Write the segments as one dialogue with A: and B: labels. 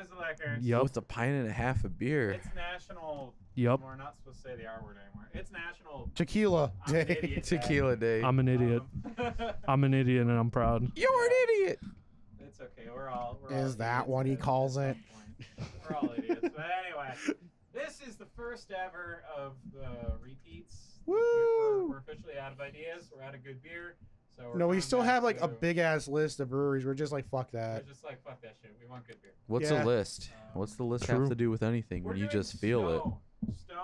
A: is liquor.
B: Yep.
C: With a pint and a half of beer.
A: It's national.
B: Yep.
A: We're not supposed to say the R word anymore. It's national.
D: Tequila
A: I'm an
D: day.
A: idiot day.
C: Tequila day.
B: I'm an idiot.
A: Um,
B: I'm an idiot and I'm proud.
C: You're an idiot.
A: It's okay. We're all. We're
D: Is
A: all
D: that
A: idiots
D: what he
A: at- at
D: calls
A: some
D: it?
A: point. We're all idiots. But anyway, this is the first ever of the repeats. We're- We're,
D: Woo!
A: we're officially out of ideas. We're out of good beer. So we're
D: No, we
A: going
D: still
A: back
D: have like a
A: to-
D: big ass list of breweries. We're just like, fuck
A: We're
D: that.
A: just like fuck that shit. We want good beer.
C: What's a
D: Yeah.
C: list? What's the list have
B: True.
C: to do with anything when
A: We're
C: you
A: doing
C: just feel it?
A: Stone.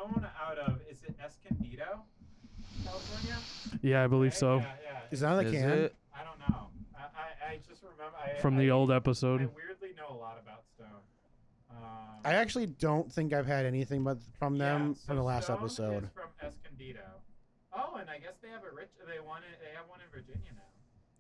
A: Stone out of is it Escondido, California?
B: Yeah, I believe
A: Right?
B: so.
A: Yeah, yeah.
D: Is that on the
C: Is
D: can?
C: it?
A: I don't know. I, I, I just remember I,
B: From the
A: I-
B: old
A: I
B: episode.
A: weirdly know a lot about Stone. Um,
D: I actually don't think I've had anything but from them
A: Yeah, so
D: from the last
A: Stone
D: episode.
A: Is from Escondido. Oh, and I guess they have a rich. They want it. They have one in Virginia now.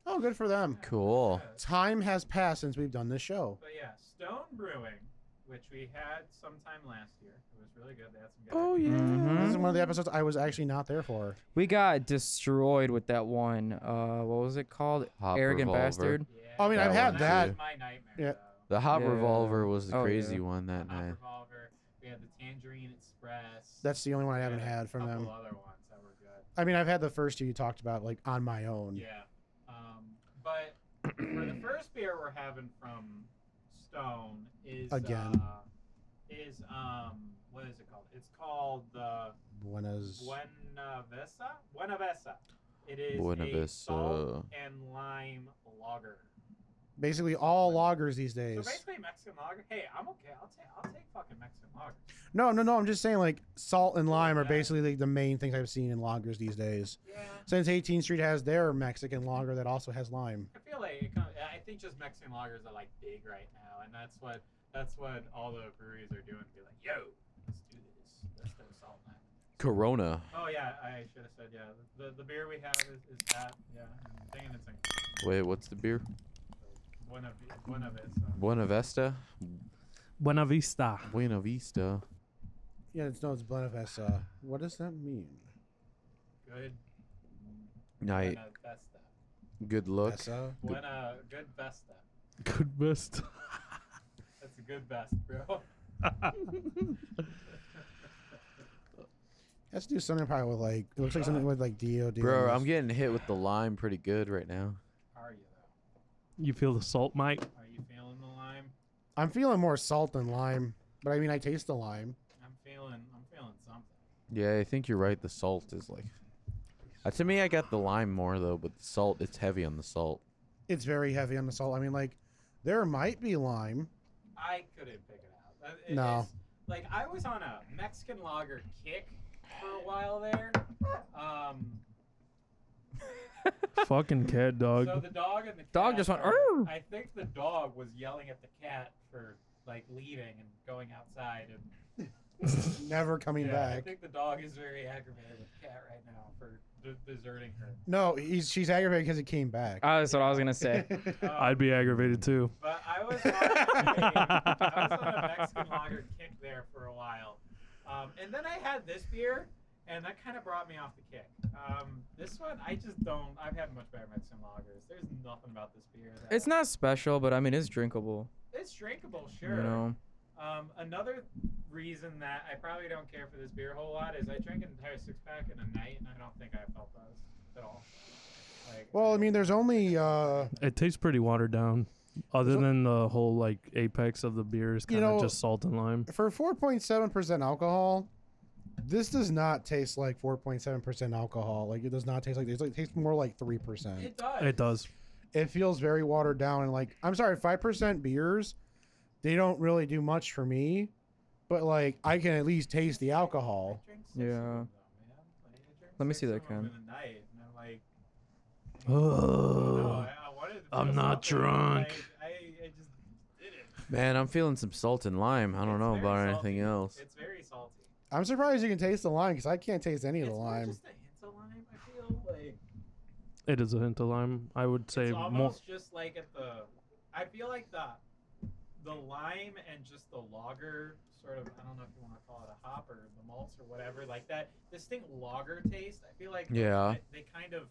D: Oh, good for them.
A: Yeah,
C: Cool.
A: yeah.
D: Time has passed since we've done this show.
A: But yeah, Stone Brewing, which we had sometime last year. It was really good. They had some good.
C: Oh yeah.
E: Mm-hmm.
B: Mhm.
D: This is one of the episodes I was actually not there for.
E: We got destroyed with that one. Uh, what was it called?
C: Hop
E: Arrogant
C: Revolver.
E: bastard.
A: Yeah,
D: I mean,
C: I've
A: that
C: had
A: was
C: that.
A: My nightmare.
D: Yeah.
A: though.
C: The hop
E: Yeah.
C: revolver was the
E: Oh,
C: crazy
E: yeah.
C: one that
A: Hop
C: night.
A: Revolver. We had the Tangerine Express.
D: That's the only one I haven't
A: Yeah,
D: had from
A: a
D: them.
A: couple other ones that were good.
D: I mean, I've had the first two you talked about like on my own.
A: Yeah. Um, but for the first beer we're having from Stone is
D: Again.
A: Uh, is um what is it called? It's called the
D: Buenas.
A: Buena Vesa. Buena Vesa. It is
C: Buena
A: a salt
C: Vista.
A: and lime lager.
D: Basically, all loggers these
A: So
D: days.
A: basically Mexican lager. Hey, I'm okay. I'll take I'll take fucking Mexican lager.
D: No, no, no. I'm just saying like salt and lime are
A: Yeah.
D: basically like the main things I've seen in loggers these days.
A: Yeah.
D: Since 18th Street has their Mexican lager that also has lime.
A: I feel like it kind of, I think just Mexican lagers are like big right now, and that's what that's what all the breweries are doing. Be like, yo, let's do this. Let's do salt and lime.
C: Corona.
A: Oh yeah, I should have said yeah. The the beer we have is, is that yeah. I'm thinking it's like
C: Wait, what's the beer?
A: one of the- one of it. So.
C: Buena Vista.
B: Buena Vista.
C: Buena Vista.
D: Yeah, it's no, it's Blenifesta. What does that mean?
A: Good
C: Night.
A: Buena Vesta.
C: Good luck.
D: Vesta?
A: Buena good Vesta.
B: Good best.
A: That's a good best, bro.
D: Let's do something probably with like it looks like something with like DOD.
C: Bro, I'm getting hit with the lime pretty good right now.
A: Are you though?
B: You feel the salt, Mike?
A: Are you feeling the lime?
D: I'm feeling more salt than lime, but I mean I taste the lime.
A: I'm feeling I'm feeling something.
C: Yeah, I think you're right. The salt is like. Uh, to me, I got the lime more though, but the salt, it's heavy on the salt.
D: It's very heavy on the salt. I mean like there might be lime.
A: I couldn't pick it out. Uh, it-
D: No.
A: it's- Like I was on a Mexican lager kick for a while there. Um,
B: Fucking cat dog.
A: So the dog and the cat
E: Dog just went,
A: are-
E: "Arr!"
A: I think the dog was yelling at the cat for like leaving and going outside, and
D: Never coming
A: yeah, I
D: back.
A: think the dog is very aggravated with the cat right now for de- deserting her.
D: No, he's she's aggravated because he came back.
E: Ah, that's what I was gonna say.
A: Um,
B: I'd be aggravated too.
A: But I was, on a, I was on a Mexican lager kick there for a while, um, and then I had this beer, and that kind of brought me off the kick. Um, this one, I just don't. I've had much better Mexican lagers. There's nothing about this beer. That,
E: It's not special, but I mean it's drinkable.
A: It's drinkable, sure.
E: You know.
A: Um, another reason that I probably don't care for this beer a whole lot is I drank an entire six pack in a night, and I don't think I felt buzzed at all. Like,
D: Well, I mean there's only uh
B: It tastes pretty watered down. Other
D: So-
B: than the whole like apex of the beer is
D: You
B: kind of
D: know-
B: just salt and lime.
D: for 4.7% alcohol, this does not taste like 4.7% alcohol. Like it does not taste like this. Like, it tastes more like 3%.
A: it does.
B: It does.
D: It feels very watered down and like I'm sorry, 5% beers, they don't really do much for me, but like I can at least taste the
A: I
D: alcohol.
A: drank six
E: Yeah.
A: of them, though, man. Like, I drank
E: Let me
A: six
E: see that
A: of them
E: can.
A: In a night, and I'm like, no,
B: Oh,
A: I, I wanted to
B: I'm
A: feel
B: not
A: something, and
B: drunk.
A: I, I, I just did it.
C: Man, I'm feeling some salt and lime. I don't know about anything else.
A: It's very salty.
D: I'm surprised you can taste the lime because I can't taste any of
A: It's
D: the
A: more
D: lime.
A: just a hint of lime. I feel like.
B: it is a hint of lime. I would say
A: it's
B: more.
A: almost just like at the i feel like the the lime and just the lager sort of i don't know if you want to call it a hop or the malts or whatever like that distinct lager taste i feel like they-
C: Yeah.
A: they, kind of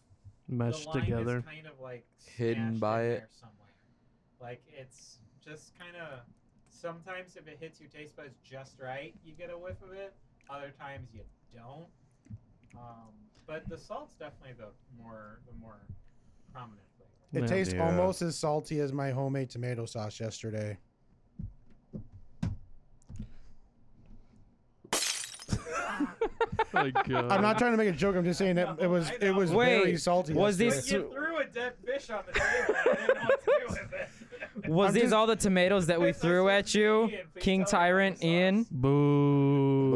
A: the
B: meshed
A: lime
B: together.
A: is kind of like
C: Hidden
A: smashed
C: by
A: in
C: it.
A: there somewhere like it's just kind of sometimes if it hits your taste buds just right, you get a whiff of it. Other times you don't. Um, but the salt's definitely the more the more prominent flavor.
D: It
B: Yeah.
D: tastes
C: Yeah.
D: almost as salty as my homemade tomato sauce yesterday.
B: Like, uh,
D: I'm not trying to make a joke. I'm just saying that
A: I
D: it
A: know,
D: was
A: I
D: it
A: know.
D: was very
E: Wait,
D: salty.
E: was
A: But
D: yesterday.
E: this-
A: you threw a dead fish on the table. I didn't know what to do with it.
E: Was
D: I'm
E: these
D: just-
E: all the tomatoes that we
A: That's
E: threw
A: also
E: at you,
A: Ian, please tell
E: King
A: me about
E: Tyrant
A: the sauce.
E: Ian?
B: Boo.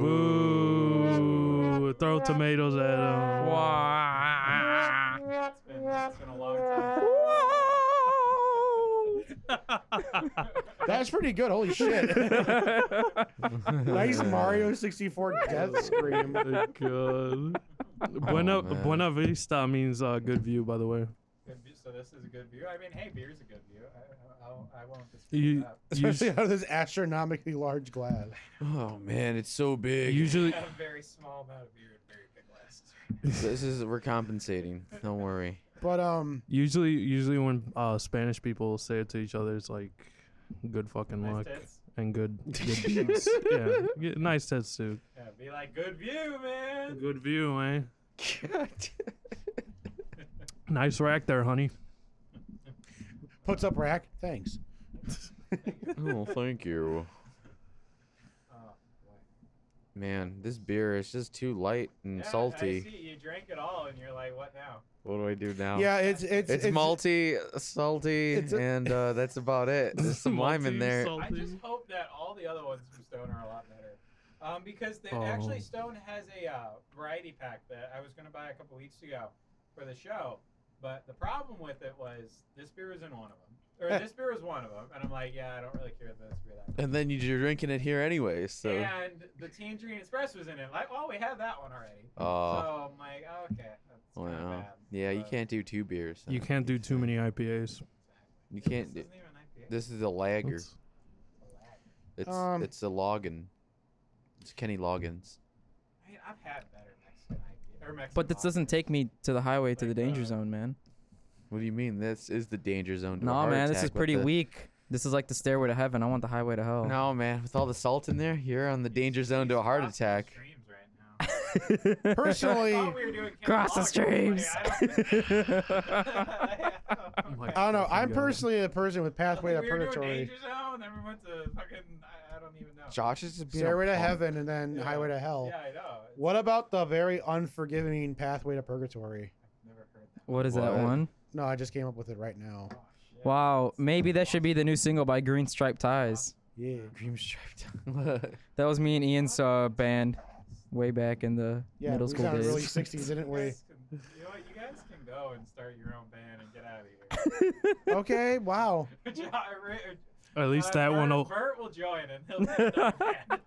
B: Boo. Throw tomatoes at him.
E: Wow.
A: It's been, it's been a long time.
D: That's pretty good. Holy shit! nice Mario 64 death scream.
B: My God.
E: Oh,
B: Buena,
C: man.
B: Buena Vista means uh, good view, by the way.
A: Good view- So this is a good view. I mean, hey, beer's a good view. I, I, I won't dispute
B: You,
A: that.
B: us-
D: Especially out of this astronomically large glass.
C: Oh man, it's so big.
A: I
B: usually,
A: have a very small amount of beer and very big glasses.
C: this is we're compensating. Don't worry.
D: But um,
B: usually, usually when uh, Spanish people say it to each other, it's like good fucking
A: Nice
B: luck
A: tits.
B: and good, good beats. yeah. yeah, nice tits too.
A: Yeah, be like, good view, man.
B: Good view, eh? Nice rack there, honey.
D: puts up rack. Thanks.
C: oh, thank you.
A: Oh, boy.
C: Man, this beer is just too light and
A: Yeah, I
C: salty.
A: see. You drank it all, and you're like, what now?
C: What do I do
E: Oh.
C: now?
D: Yeah, it's it's
C: It's, malty, salty,
D: it's a-
C: and uh, that's about it. There's some lime in
B: Malty,
C: there.
B: salt-
A: I just
B: Something.
A: hope that all the other ones from Stone are a lot better. Um, because they,
B: Oh.
A: actually Stone has a uh, variety pack that I was gonna buy a couple weeks ago for the show, but the problem with it was this beer was in one of them, or this beer was one of them, and I'm like, yeah, I don't really care about this beer that. Much.
C: And then you're drinking it here anyway, so.
A: And the Tangerine Express was in it. Like, oh, we had that one already.
C: Oh,
A: so I'm like, okay, that's kinda
C: wow.
A: bad,
C: Yeah, you
A: but-
C: can't do two beers.
B: You
C: huh?
B: can't do too many IPAs.
C: You
A: This
C: can't do.
A: isn't even an IPA,
C: This is a lager.
B: That's-
A: it's a lager.
C: It's
D: Um,
C: it's a Logan. It's Kenny Loggins.
A: I mean, I've had better Mexican IPA or Mexican.
E: But this doesn't
A: lager.
E: take me to the highway to the
A: Like,
E: danger
A: uh,
E: zone, man.
C: What do you mean? This is the danger zone. to a
E: No,
C: heart
E: man,
C: attack
E: this is
C: with
E: pretty
C: the-
E: weak. This is like the stairway to heaven. I want the highway to hell.
C: No, man, with all the salt in there, you're on the danger
A: He's-
C: zone to a
A: he's
C: heart
A: crossing the
C: attack.
A: streams right now.
D: personally.
A: I thought we were doing Ken
E: Cross the
A: Loggins,
E: streams.
A: but I
B: Oh
A: don't-
B: my
D: I don't know. I'm
B: fucking God.
D: personally the person with pathway to
A: we were doing
D: purgatory,
A: Danger Zone, then we went to fucking. I, I don't even know.
C: Josh is just being a
D: stairway to
C: punk.
D: heaven, and then
A: Yeah.
D: highway to hell.
A: Yeah, I know. It's-
D: What about the very unforgiving pathway to purgatory?
A: I've never heard that.
E: What is that
C: What?
E: one?
D: No, I just came up with it right now.
A: Oh, shit.
E: Wow, maybe that should be the new single by Green Striped Ties.
D: Yeah.
C: Dream striped.
E: That was me and Ian's uh, band way back in the
D: Yeah,
E: middle
D: we
E: school
D: sounded
E: days.
D: really 60s, didn't
A: You
D: we?
A: guys can, you know what? You guys can go and start your own band and get out of here.
D: Okay, wow.
A: Jo- or-
B: At least
A: uh,
B: that one
A: Bert-
B: will.
A: Bert will join and he'll get the band.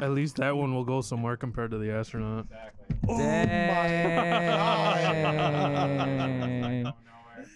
B: At least that one will go somewhere compared to the astronaut.
A: Exactly.
D: Oh
E: Dang.
A: Go nowhere.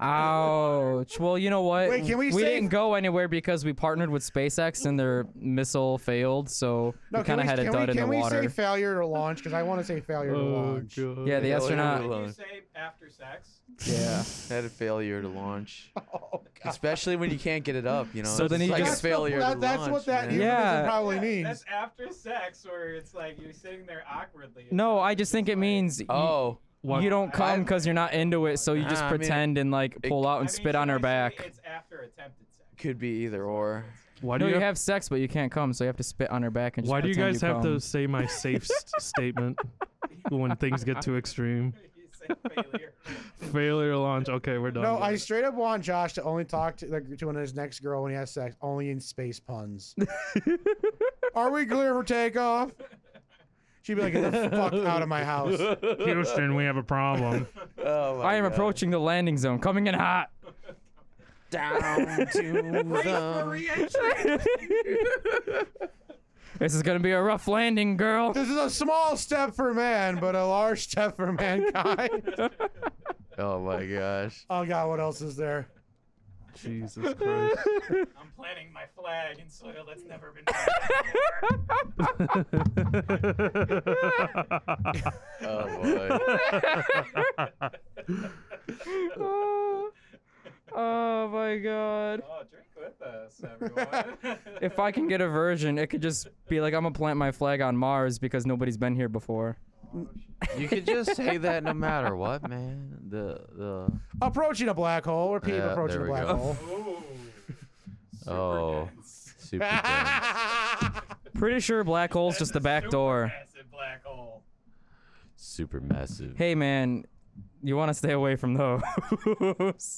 E: Ouch. Well, you know what?
D: Wait, can we
E: We
D: save-
E: didn't go anywhere because we partnered with SpaceX and their missile failed, so we kind of had a
D: can
E: dud in
D: can
E: the
D: we say
E: water.
D: failure to launch? Because I want to say failure to
A: Oh,
D: launch.
B: Oh, God.
E: yeah, the
C: Failure
E: astronaut.
A: Did you
C: alone.
A: say after sex?
E: Yeah.
C: Had a failure to launch,
D: Oh, God.
C: especially when you can't get it up. You know,
E: So
C: it's
E: then
C: just
E: he
C: like
E: just-
C: a
D: the-
C: failure
D: that-
C: to
D: that's
C: launch.
D: what that
C: man.
E: Yeah.
D: euphemism probably
A: Yeah,
D: means.
A: That's after sex, where it's like you're sitting there awkwardly. It's
E: No,
A: not
E: I just think it
A: like-
E: means you,
C: Oh,
E: you don't come
A: I-
E: because you're not into it, so you just
C: Ah, I mean,
E: pretend and like
C: it-
E: pull out
A: I
E: and
A: mean,
E: spit on
A: should
E: her
A: I say
E: back.
A: It's after attempted sex.
C: could be either or.
B: Why do
E: No,
B: you
E: you
B: have,
E: have sex, but you can't come, so you have to spit on her back and just
B: Why do you
E: pretend
B: guys have
E: come.
B: to say my safe s- statement when things get too extreme?
A: You say failure.
B: Failure to launch. Okay, we're
C: Oh,
B: done.
D: No,
B: with
D: I
B: it.
D: straight up want Josh to only talk to like, to his next girl when he has sex, only in space puns. Are we clear for takeoff? She'd be like, "Get the fuck out of my house."
B: Houston, we have a problem.
C: Oh my
E: I am
C: God.
E: approaching the landing zone, coming in hot.
C: down to
E: This is gonna be a rough landing, girl.
D: This is a small step for man, but a large step for mankind.
C: the. Oh my gosh.
D: oh God, what else is there?
B: Jesus Christ.
A: I'm planting my flag in soil that's never been planted before.
C: Oh boy.
E: oh my god.
A: Oh, Draco with us, everyone.
E: If I can get a version, it could just be like I'm gonna plant my flag on Mars because nobody's been here before.
A: Oh, shit.
C: You could just say that no matter what, man. The the
D: Approaching a black hole. Repeat
C: Yeah,
D: approaching
C: there
D: a
C: we
D: black
C: go.
D: hole.
A: Ooh. Super
C: Oh.
A: dense.
C: super. dense.
E: Pretty sure black hole's just the back door.
A: Massive black hole.
C: super massive.
E: Hey man, you want to stay away from those?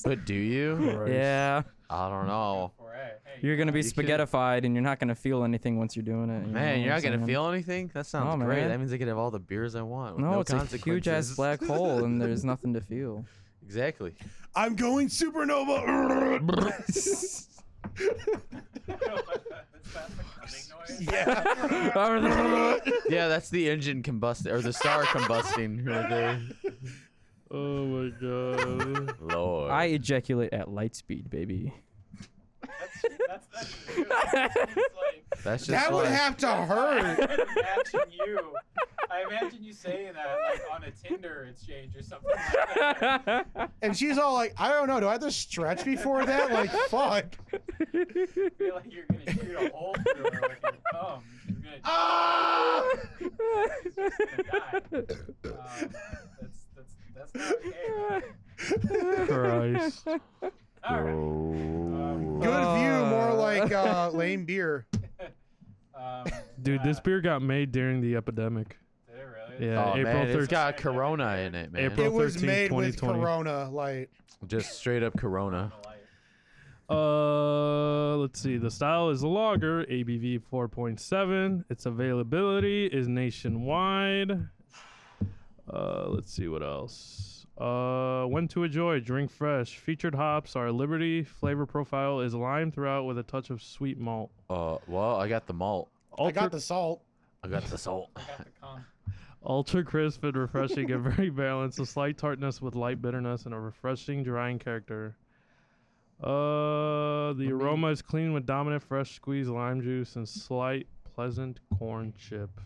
C: But do you?
B: Christ.
E: yeah,
C: I don't know.
A: Foray. Hey,
E: you're gonna be
C: You kidding?
E: spaghettified and you're not gonna feel anything once you're doing it. you know
C: Man, you're not
E: what I'm
C: gonna
E: saying?
C: feel anything. That sounds
E: No,
C: great.
E: man.
C: That means I could have all the beers I want. with
E: No,
C: No,
E: it's a huge ass
C: consequences.
E: black hole and there's nothing to feel.
C: exactly.
D: I'm going supernova.
A: Is that the cutting noise?
E: Yeah.
C: Yeah, that's the engine combusting or the star combusting right there.
B: Oh my god.
C: Lord.
E: I ejaculate at light speed, baby.
A: That's that's you. It's like,
C: that's just
D: that would
C: like-
D: have to
A: I
D: hurt.
A: imagine you. I imagine you saying that like on a Tinder exchange or something. Like that.
D: And she's all like, I don't know. Do I have to stretch before that? Like, fuck.
A: feel like you're gonna shoot a hole through her with your thumb. You're gonna, gonna die. Um, that's that's that's not okay.
B: Christ.
A: All right.
C: Oh.
D: Good view, more
E: Uh.
D: like uh, lame beer.
A: Um,
B: Dude, this
A: yeah,
B: beer got made during the epidemic.
A: Did it really?
B: Yeah,
E: Uh,
C: Oh,
B: April
C: man, it's
B: 13th.
C: got Corona in it, man.
B: April-
D: It was
B: 13,
D: made with
B: 2020.
D: Corona Light.
C: Just straight up Corona.
B: Uh, let's see. The style is a lager, ABV 4.7. Its availability is nationwide. Uh, let's see what else. Uh, when to enjoy, drink fresh. Featured hops are Liberty. Flavor profile is lime throughout with a touch of sweet malt.
C: Uh, well, I got the malt.
D: I got the salt.
C: I got the salt.
A: Got the con.
B: Ultra crisp and refreshing and very balanced. A slight tartness with light bitterness and a refreshing drying character. Uh, the aroma is clean with dominant fresh squeezed lime juice and slight pleasant corn chip.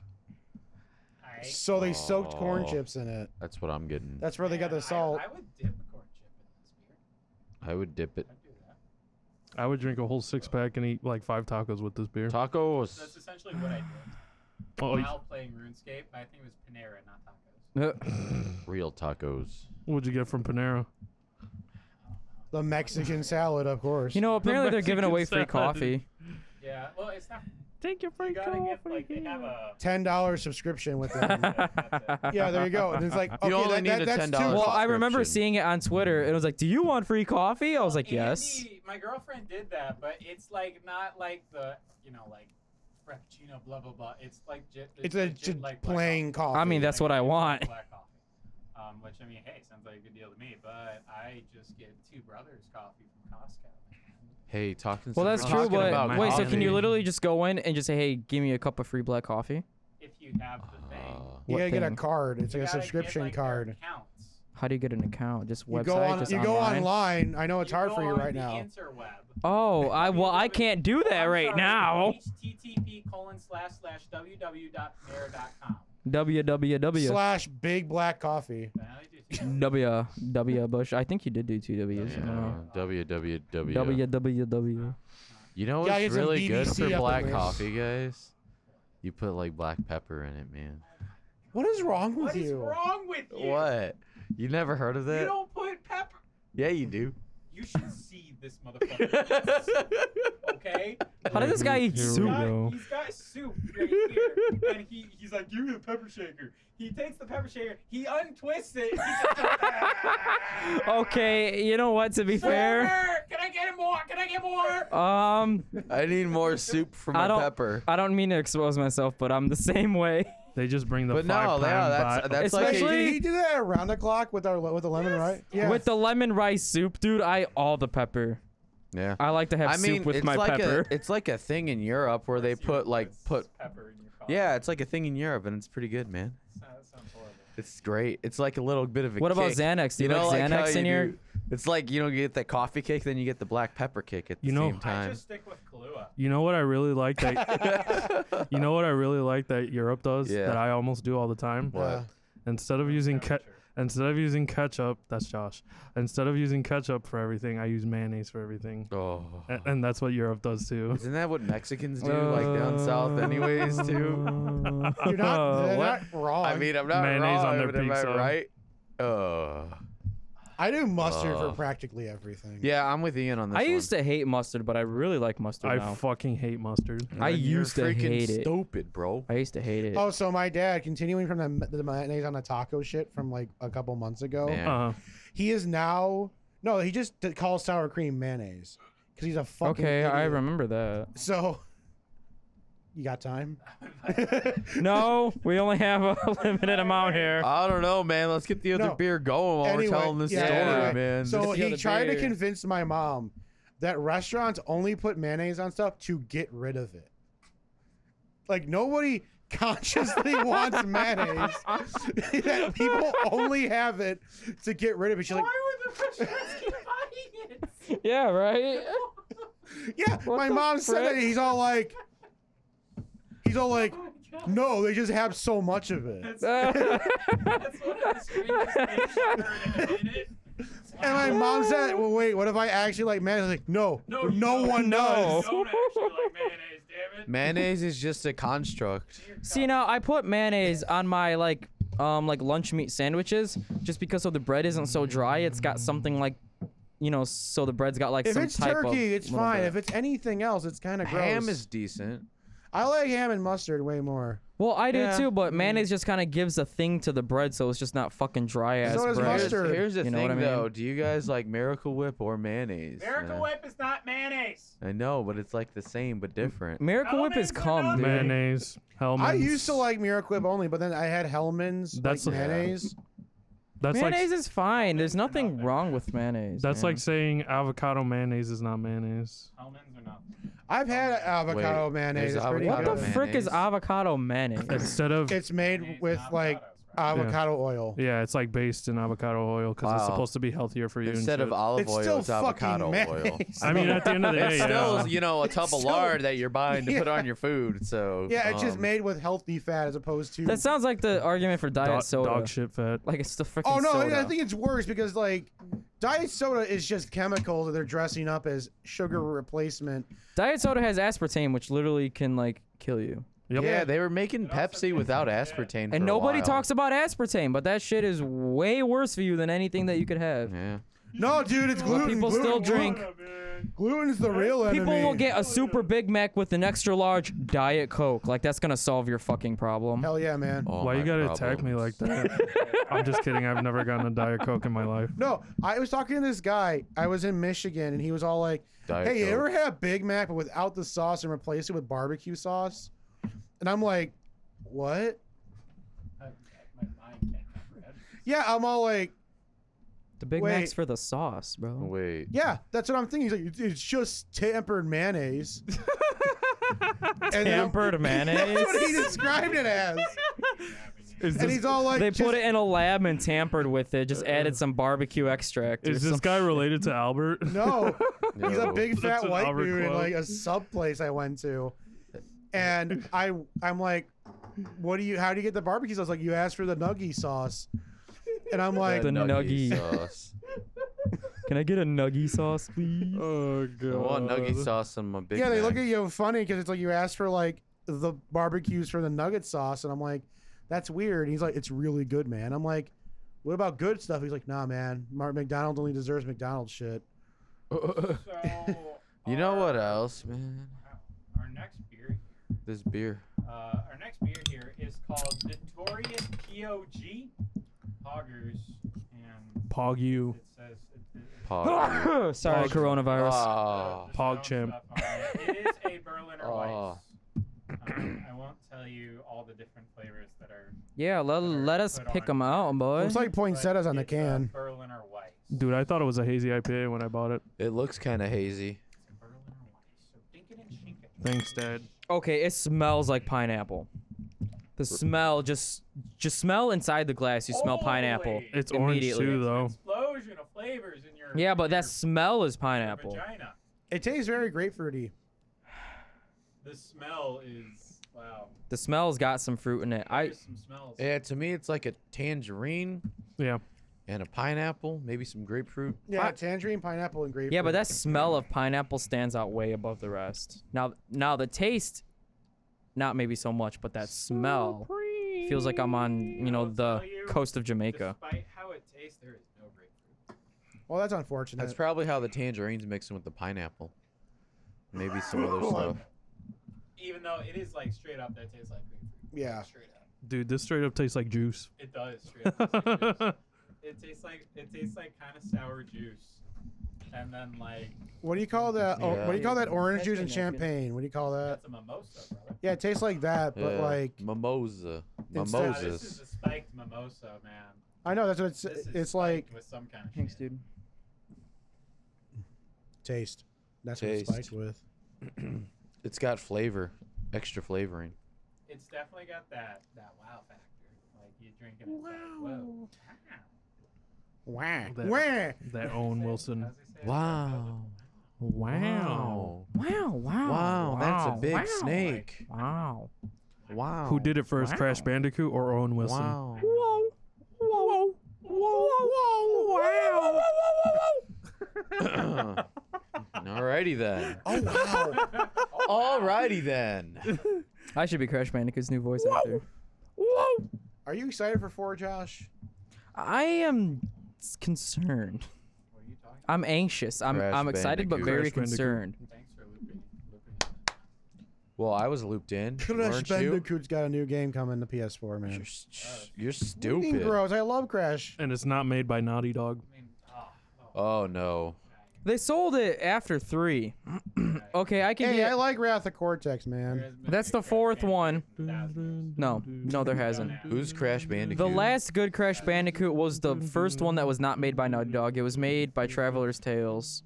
A: Alright.
D: So they soaked corn
C: Oh.
D: chips in it.
C: That's what I'm getting.
D: That's where they got
A: Man,
D: the salt.
A: I, I would dip a corn chip in this beer.
C: I would dip it.
A: I'd do that.
B: I would drink a whole six pack and eat like five tacos with this beer.
A: That's
C: Tacos.
A: essentially what I did
B: Oh, y-
A: while playing RuneScape. I think it was Panera, not tacos.
C: Real tacos.
B: what'd you get from Panera?
D: The Mexican salad, of course.
E: you know, apparently they're giving
B: Mexican
E: away free
B: salad.
E: coffee.
A: Yeah, well, it's not.
B: Take your
A: You
B: free
A: gotta get like they have a.
D: ten dollar subscription with them. yeah, there you go. And it's like, okay,
C: You only
D: that,
C: need
D: that-
C: a
D: that's
C: $10
D: two
E: Well,
D: bucks.
E: I remember
C: Subscription.
E: seeing it on Twitter. It was like, "Do you want free coffee?" I was like, "Yes."
A: Andy, my girlfriend did that, but it's like not like the you know like frappuccino blah blah blah. It's like j-
D: It's a
A: legit,
D: j-
A: like black
D: plain
A: coffee.
D: coffee.
E: I mean, that's what I
A: Like,
E: want.
A: Black coffee. Um, which I mean, hey, sounds like a good deal to me. But I just get two brothers coffee from Costco.
C: Hey, talking. some-
E: Well, that's true,
C: talking
E: but
C: about
E: wait, so can
C: coffee.
E: you literally just go in and just say, "Hey, give me a cup of free black coffee"?
A: If you have the thing,
C: Uh,
D: you
E: What
D: gotta get a
E: thing?
D: card. It's
A: You
D: like a
A: gotta get,
D: subscription
A: like, their
D: card.
A: accounts.
E: How do you get an account? Just website?
D: You go on.
E: just
D: You go online. I know it's
A: You
D: hard
A: go
D: for you
A: on
D: right
A: the
D: now.
A: Interweb.
E: Oh, I well, I can't do that
A: I'm
E: right
A: sorry,
E: now.
A: HTTP colon slash slash www.mare.com.
E: www
D: Slash big black coffee.
A: Now they do two Ws.
E: w w Bush. I think you did do two W's. I don't know.
C: yeah, www.
E: W W W.
C: You know
D: Gotta get
C: what's
D: some
C: really good
D: BBC
C: for
D: up in
C: black
D: there.
C: coffee, guys? You put like black pepper in it, man.
D: What is wrong with
A: What is
D: you?
A: wrong with you?
C: What? You never heard of
A: You
C: that?
A: don't put pepper.
C: Yeah, you do.
A: You should see this motherfucker. okay?
E: How did this guy eat
B: Here we
A: He's
E: soup?
B: go.
A: got, he's got soup right here, and he, he's like, "Give me the pepper shaker." He takes the pepper shaker, he untwists it. He's like,
E: okay, you know what? To be fair,
A: Sir, can I get more? Can I get more?
E: um,
C: I need more soup for
E: I
C: my
E: don't-
C: pepper.
E: I don't mean to expose myself, but I'm the same way.
B: They just bring the
C: But no,
B: five
C: yeah,
B: pound
C: that's
B: bo-
C: that's like
E: Especially-
C: a,
D: Did he do that around the clock with our with the lemon, right? Yeah.
E: With the lemon rice soup, dude, I all the pepper.
C: yeah.
E: I like to have
C: I mean,
E: soup with
C: it's
E: my
C: like
E: pepper.
C: a it's like a thing in Europe where they
A: Let's see
C: put
A: what
C: like
A: puts
C: put
A: pepper in your coffee.
C: yeah, it's like a thing in Europe and it's pretty good, man.
A: That sounds horrible.
C: It's great. It's like a little bit of a.
E: What about
C: kick.
E: Xanax? Do you like
C: how
E: Xanax in
C: you
E: your-
C: do- It's like you know, you get that coffee kick, then you get the black pepper kick at the
B: You know-
C: same
A: I
C: time.
A: just stick with Kahlua.
B: You know what I really like that You know what I really like that Europe does
C: Yeah.
B: that I almost do all the time?
C: What?
D: Uh,
B: Instead of using ke-
A: Temperature.
B: Instead of using ketchup, that's Josh. Instead of using ketchup for everything, I use mayonnaise for everything.
C: Oh.
B: A- And, that's what Europe does too.
C: Isn't that what Mexicans do, like down south, anyways, too?
D: You're not, they're
C: what?
D: not wrong.
C: I mean, I'm not
B: Mayonnaise on
C: wrong,
B: their
C: but am I
B: pizza.
C: right? Uh,
D: I do mustard
C: Uh,
D: for practically everything.
C: yeah, I'm with Ian on this.
E: I used to hate mustard, but I really like mustard
B: I
E: now.
B: fucking hate mustard.
E: I used to
C: freaking
E: hate it.
C: Stupid, bro.
E: I used to hate it.
D: Oh, so my dad, continuing from the, the mayonnaise on the taco shit from like a couple months ago,
C: Man.
B: Uh,
D: he is now no, he just d- calls sour cream mayonnaise because he's a fucking.
E: okay, I
D: idiot.
E: remember that.
D: So, you got time?
E: No, we only have a limited amount here.
C: I don't know, man. Let's get the other
D: No.
C: beer going while
D: Anyway,
C: we're telling this
D: yeah,
C: story,
E: anyway.
C: man.
D: So
E: Just the
D: he
E: other
D: tried to
E: beer.
D: convince my mom that restaurants only put mayonnaise on stuff to get rid of it. Like nobody consciously wants mayonnaise. that people only have it to get rid of it. She's like,
A: Why would the restaurants keep buying it?
E: Yeah, right.
D: yeah,
E: What
D: my
E: the
D: mom said
E: frick?
D: it. He's all like, he's all like,
A: Oh my God.
D: no, they just have so much of it.
A: That's, Oh that's one of the strangest things I've heard in a minute.
D: And my
A: Wow.
D: mom said, well, wait, what if I actually like mayonnaise? Like, no, no,
A: you don't.
D: one
E: No.
D: knows.
A: You don't actually like mayonnaise, damn it.
C: Mayonnaise is just a construct.
A: Dear
E: See
A: God.
E: now, I put mayonnaise on my like, um, like lunch meat sandwiches just because so the bread isn't so dry. It's got something like, you know, so the bread's got like
D: If
E: some
D: it's
E: type of.
D: turkey, it's
E: little
D: fine.
E: bit.
D: If it's anything else, it's kind of gross.
C: Ham is decent.
D: I like ham and mustard way more.
E: well, I do
C: Yeah.
E: too, but
D: Mm.
E: mayonnaise just kind of gives a thing to the bread, so it's just not fucking dry ass
D: So does
E: bread.
C: Here's,
D: mustard.
C: here's the
E: You know
C: thing,
E: what I mean?
C: though. Do you guys like Miracle Whip or mayonnaise?
A: Miracle
C: man?
A: Whip is not mayonnaise.
C: I know, but it's like the same but different.
E: Miracle Whip is
A: Elements are
E: cum,
A: not
E: dude.
B: mayonnaise. Hellman's.
D: I used to like Miraquip only, but then I had Hellman's
B: That's-
D: like
B: Yeah.
D: mayonnaise.
B: That's like
E: mayonnaise is fine. There's
A: Elements are
E: nothing
A: nothing.
E: wrong with mayonnaise.
B: that's
E: man.
B: like saying avocado mayonnaise is not mayonnaise.
A: Almonds are not.
D: I've had avocado
C: Wait,
D: mayonnaise. It's
C: there's
D: pretty
E: what
C: avocado
E: the
C: mayonnaise.
D: good.
E: frick is avocado mayonnaise?
B: Instead of
D: It's made
A: Mayonnaise,
D: with
A: not
D: like uh,
A: avocados, right?
D: avocado oil.
B: yeah, it's like based in avocado oil because it's
C: Wow.
B: supposed to be healthier for you. and
C: Instead of
B: shit.
C: olive
D: It's
C: oil,
D: still
C: it's
D: fucking
C: avocado oil.
D: mayonnaise.
B: I mean, at the end of the day,
C: It's
B: yeah.
C: still, you know, a tub of
D: still-
C: lard that you're buying to put
D: Yeah.
C: on your food. So
D: Yeah, it's just
C: um,
D: made with healthy fat as opposed to.
E: that sounds like the argument for diet
B: dog,
E: soda.
B: dog shit fat.
E: Like it's the freaking
D: oh no,
E: soda.
D: I think it's worse because like diet soda is just chemicals that they're dressing up as sugar replacement.
E: Diet soda has aspartame, which literally can like kill you.
B: Yep.
C: Yeah, they were making
A: also
C: Pepsi
A: tastes
C: without
A: like
C: aspartame. for
E: And
C: a
E: nobody
C: while.
E: talks about aspartame, but that shit is way worse for you than anything that you could have.
C: Yeah.
D: No, dude, it's
A: Well,
D: gluten.
E: people
D: gluten,
E: still drink.
A: Soda, man.
D: Gluten's the real enemy.
E: People will get a super Big Mac with an extra large Diet Coke. Like that's gonna solve your fucking problem.
D: Hell yeah, man.
C: All
B: Why
C: Oh, my
B: you gotta attack me
C: problems.
B: like that? I'm just kidding. I've never gotten a diet coke in my life.
D: No, I was talking to this guy. I was in Michigan, and he was all like,
C: Diet
D: "Hey, you
C: Coke.
D: ever had a Big Mac but without the sauce and replace it with barbecue sauce?" And I'm like, "What?"
A: I- My mind can't comprehend.
D: Yeah, I'm all like,
E: The Big
D: Wait.
E: Mac's for the sauce, bro.
C: Oh, Wait.
D: "Yeah, that's what I'm thinking." He's like, "It's- "It's just tampered mayonnaise." And then-
E: Tampered mayonnaise.
D: That's what he described it as.
B: Is
D: And
B: this,
D: he's all like,
E: They
D: just-
E: put it in a lab and tampered with it. Just added some barbecue extract. or
B: Uh, is this
E: some-
B: guy related to Albert?
D: No, he's a
C: No.
D: big
B: That's
D: fat
B: an
D: white
B: Albert
D: dude in
B: Club.
D: like a sub place I went to, and I I'm like, what do you? How do you get the barbecue sauce? Like you asked for the nuggy sauce, and I'm like,
E: The nuggy.
C: sauce.
E: Can I get a nuggy sauce, please?
B: Oh
C: I
B: god.
C: want nuggy sauce on my big.
D: yeah, they
C: Mac.
D: look at you funny because it's like you asked for like the barbecues for the nugget sauce, and I'm like, that's weird. And he's like, it's really good, man. I'm like, what about good stuff? He's like, nah, man. Mark McDonald only deserves McDonald's shit.
A: So,
C: You know what
A: our-
C: else, man?
A: Our next beer
C: This beer.
A: Uh, our next beer here is called Notorious POG Hoggers, and
B: Pog you.
A: it says it, it,
C: Pog.
E: Sorry,
B: Pog-
E: coronavirus.
B: Ah.
C: Oh.
A: there's
B: Pog
A: no
B: champ.
A: stuff on It It is a Berliner
E: Ah.
C: Oh.
A: Weiss. Um, I won't tell you all the different flavors that are.
E: yeah, let, let us
A: Put
E: pick
A: on.
E: them out, boy.
D: Looks like
A: but
D: poinsettias on the
A: it's a
D: can.
A: Berliner Weiss.
B: Dude, I thought it was a hazy IPA when I bought it.
C: It looks kind of hazy.
A: It's a Berliner Weiss. So dink it and shink it.
B: Thanks, Dad.
E: Okay, it smells like pineapple. The smell just just smell inside the glass. You smell pineapple.
A: Holy-
B: It's orange
E: Immediately.
B: too,
A: It's an
B: though.
A: explosion of flavors in your.
E: Yeah,
A: in
E: but
A: your
E: that smell is pineapple.
A: Vagina.
D: It tastes very grapefruity.
A: The smell is. Wow.
E: The smell's got some fruit in it. I
A: There's some smells.
C: Yeah, to me, it's like a tangerine
B: Yeah.
C: and a pineapple, maybe some grapefruit.
D: Yeah, tangerine, pineapple, and grape.
E: yeah, but that smell of pineapple stands out way above the rest. Now now the taste, not maybe so much, but that smell feels like I'm on you know
A: I'll
E: the
A: tell you,
E: coast of Jamaica.
A: Despite how it tastes, there is no grapefruit.
D: Well, that's unfortunate.
C: That's probably how the tangerine's mixing with the pineapple. Maybe some other stuff.
A: Even though it is like straight up, that tastes like grapefruit.
D: Yeah.
A: Straight up.
B: Dude, this straight up tastes like juice.
A: It does straight up. taste like grapefruit. It tastes like it tastes like kind of sour juice, and then like
D: What do you call that? Oh, what do you call that? Orange
E: That's
D: juice and
E: good, that's good.
D: champagne. What do you call that?
A: that's a mimosa, brother.
D: Yeah, it tastes like that, but
C: Yeah,
D: like
C: mimosa,
D: instead-
A: Nah, this
C: mimosas.
A: is a spiked mimosa, man.
D: I know that's what it's.
A: This is
D: It's like
A: spiked with some kind of.
E: Thanks,
A: shit.
E: dude.
D: taste. That's
C: Taste.
D: what it's spiked with.
C: It's got flavor, extra flavoring.
A: It's definitely got that that wow factor. Like you drink it, it's like, whoa.
D: Wow.
B: That-
D: Wow.
B: That Owen Wilson.
A: How's he say it?
C: Wow.
B: Wow.
E: Wow, wow.
C: Wow, that's a
E: wow,
C: big
E: wow,
C: snake.
E: Wow.
C: Wow.
B: Who did it first, Crash
E: Wow.
B: Bandicoot or Owen Wilson?
C: Wow.
E: Whoa. Whoa. Whoa. Whoa. Wow.
C: Alrighty then.
D: Oh wow.
C: Alrighty then.
E: I should be Crash Bandicoot's new voice actor. Whoa.
D: Are you excited for four, Josh?
E: I am s- concerned.
A: What are you talking?
E: I'm anxious. I'm
C: Crash
E: I'm excited but
C: Bandicoot.
E: very
B: Crash Bandicoot.
E: concerned.
A: about? Thanks for looping. looping.
C: Well, I was looped in.
D: Crash
C: weren't you?
D: Bandicoot's got a new game coming to PS4, man.
C: You're,
D: What
C: s- you're
D: do you mean,
C: stupid.
D: Gross. I love Crash.
B: And it's not made by Naughty Dog.
A: I mean, ah, oh,
C: Oh no.
E: They sold it after 3. okay, I can
D: Hey,
E: get
D: I like Wrath of Cortex,
A: there
D: man.
A: has been
E: That's
A: a
E: the
A: Crash
E: fourth
A: Bandicoot
E: one.
A: in thousands.
E: No, no there hasn't.
C: Who's Crash Bandicoot?
E: The last good Crash Bandicoot was the first one that was not made by Naughty Dog. It was made by Traveler's Tales,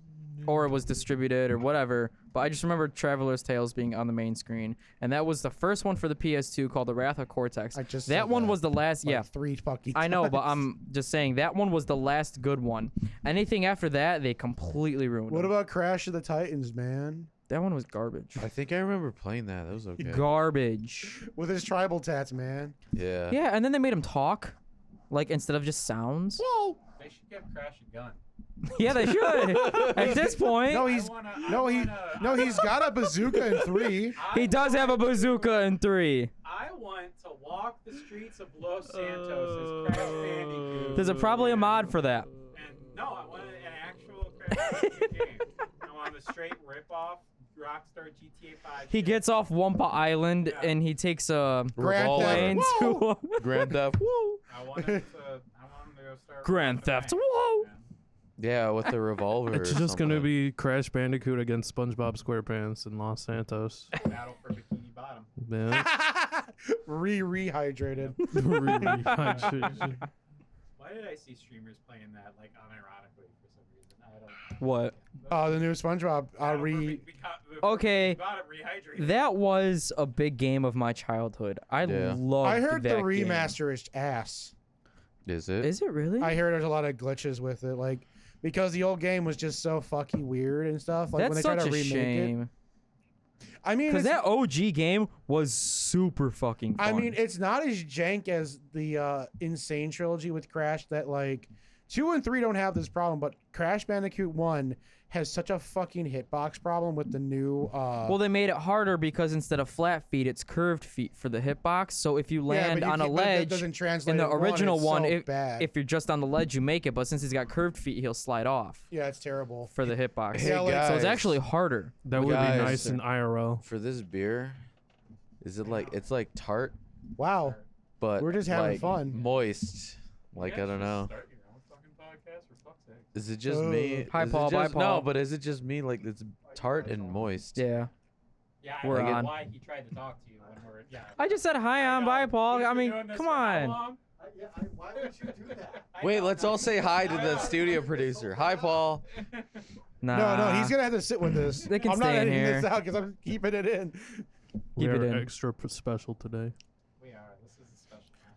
E: or it was distributed, or whatever. But I just remember Traveler's Tales being on the main screen, and that was the first one for the PS2 called The Wrath of Cortex.
D: I just said
E: that one
D: that,
E: was the last.
D: Like,
E: yeah,
D: Three fucking.
E: I know, but
D: times.
E: I'm just saying that one was the last good one. Anything after that, they completely ruined.
D: What
E: them.
D: about Crash of the Titans, man?
E: that one? Was garbage.
C: I think I remember playing that. That was okay.
E: Garbage.
D: With his tribal tats, man.
C: Yeah.
E: Yeah, and then they made him talk, like instead of just sounds.
A: They should give Crash a gun.
E: yeah, they should. At this point.
D: No, he's
A: I wanna-
D: no
A: I
D: he
A: wanna-
D: no he's got a bazooka in three.
A: I
E: he does have a
A: want-
E: bazooka in three.
A: I want to walk the streets of Los Santos as Crash Bandicoot.
E: There's a probably a mod for that.
A: And no, I want an actual Crash Bandicoot game. I want a straight rip-off Rockstar GTA 5.
E: He
A: shit.
E: gets off Wampa Island and he takes a
D: Grand
E: plane
D: Theft. Whoa!
E: to
C: Grand Theft.
A: I want him to. I want him to go start.
E: Grand
A: robbing a
E: Theft.
A: bank,
E: Whoa!
A: man.
C: Yeah, with the revolver.
B: It's
C: or
B: just going to
C: something.
B: be Crash Bandicoot against SpongeBob SquarePants in Los Santos.
A: Battle for Bikini Bottom.
B: Man.
D: Re rehydrated.
A: Why did I see streamers playing that like unironically for some reason? I don't.
E: What?
D: Oh, the new SpongeBob. Uh,
A: Battle for
D: re.
A: Bi- Bico- for
E: Okay.
A: Bikini Bottom rehydrated.
E: That was a big game of my childhood. I
C: Yeah.
E: loved
D: I heard the
E: that game.
D: remaster is ass.
C: Is it?
E: Is it really?
D: I heard there's a lot of glitches with it, like because the old game was just so fucking weird and stuff. Like when
E: That's
D: they try
E: such
D: to
E: a
D: remake it.
E: shame.
D: I mean,
E: Because
D: it's,
E: that OG game was super fucking fun.
D: I mean, it's not as jank as the uh, Insane trilogy with Crash. That like two and three don't have this problem, but Crash Bandicoot one has such a fucking hitbox problem with the new. Uh,
E: well, they made it harder because instead of flat feet, it's curved feet for the hitbox. So if you
D: Yeah, but
E: land
D: you
E: on a
D: can't- but that
E: ledge,
D: doesn't translate
E: in the
D: at
E: original
D: one,
E: one,
D: it's so
E: if,
D: bad.
E: if you're just on the ledge, you make it. But since he's got curved feet, he'll slide off
D: yeah, it's terrible.
E: for the hitbox.
C: Hey,
D: Yeah, like-
E: so
C: guys.
E: it's actually harder.
B: That would
C: Guys.
B: be nice in IRL.
C: for this beer? Is it like it's like tart,
D: Wow.
C: but
D: We're just having
C: like,
D: fun.
C: Moist. Like I
A: You guys
C: don't know.
A: should Start your own fucking podcast for fuck's sake.
C: Is it just me?
D: Ugh.
E: Hi,
C: Is it
E: Paul. Bye,
C: just- No,
E: Paul.
C: but is it just me? Like it's tart and moist.
E: Yeah.
A: Yeah,
E: We're
A: I get
E: on.
A: why he tried to talk to you when we're. Yeah.
E: I just said hi, I'm
A: know.
E: bye, Paul.
A: We've
E: I
A: been
E: mean,
A: doing this
E: come
A: for how
E: on.
A: long?
F: I, yeah, I, why would you do that?
A: I
C: Wait,
A: know,
C: let's
A: I
C: all
A: know.
C: say hi to the studio producer. Hi, Paul.
E: Nah.
D: No, no, he's gonna have to sit with this.
E: They can
D: I'm not
E: stay in
D: editing
E: here.
D: this out because I'm keeping it in.
B: We
E: Keep it
B: are
E: in.
B: extra p- special today.
A: We are. This is a special. time.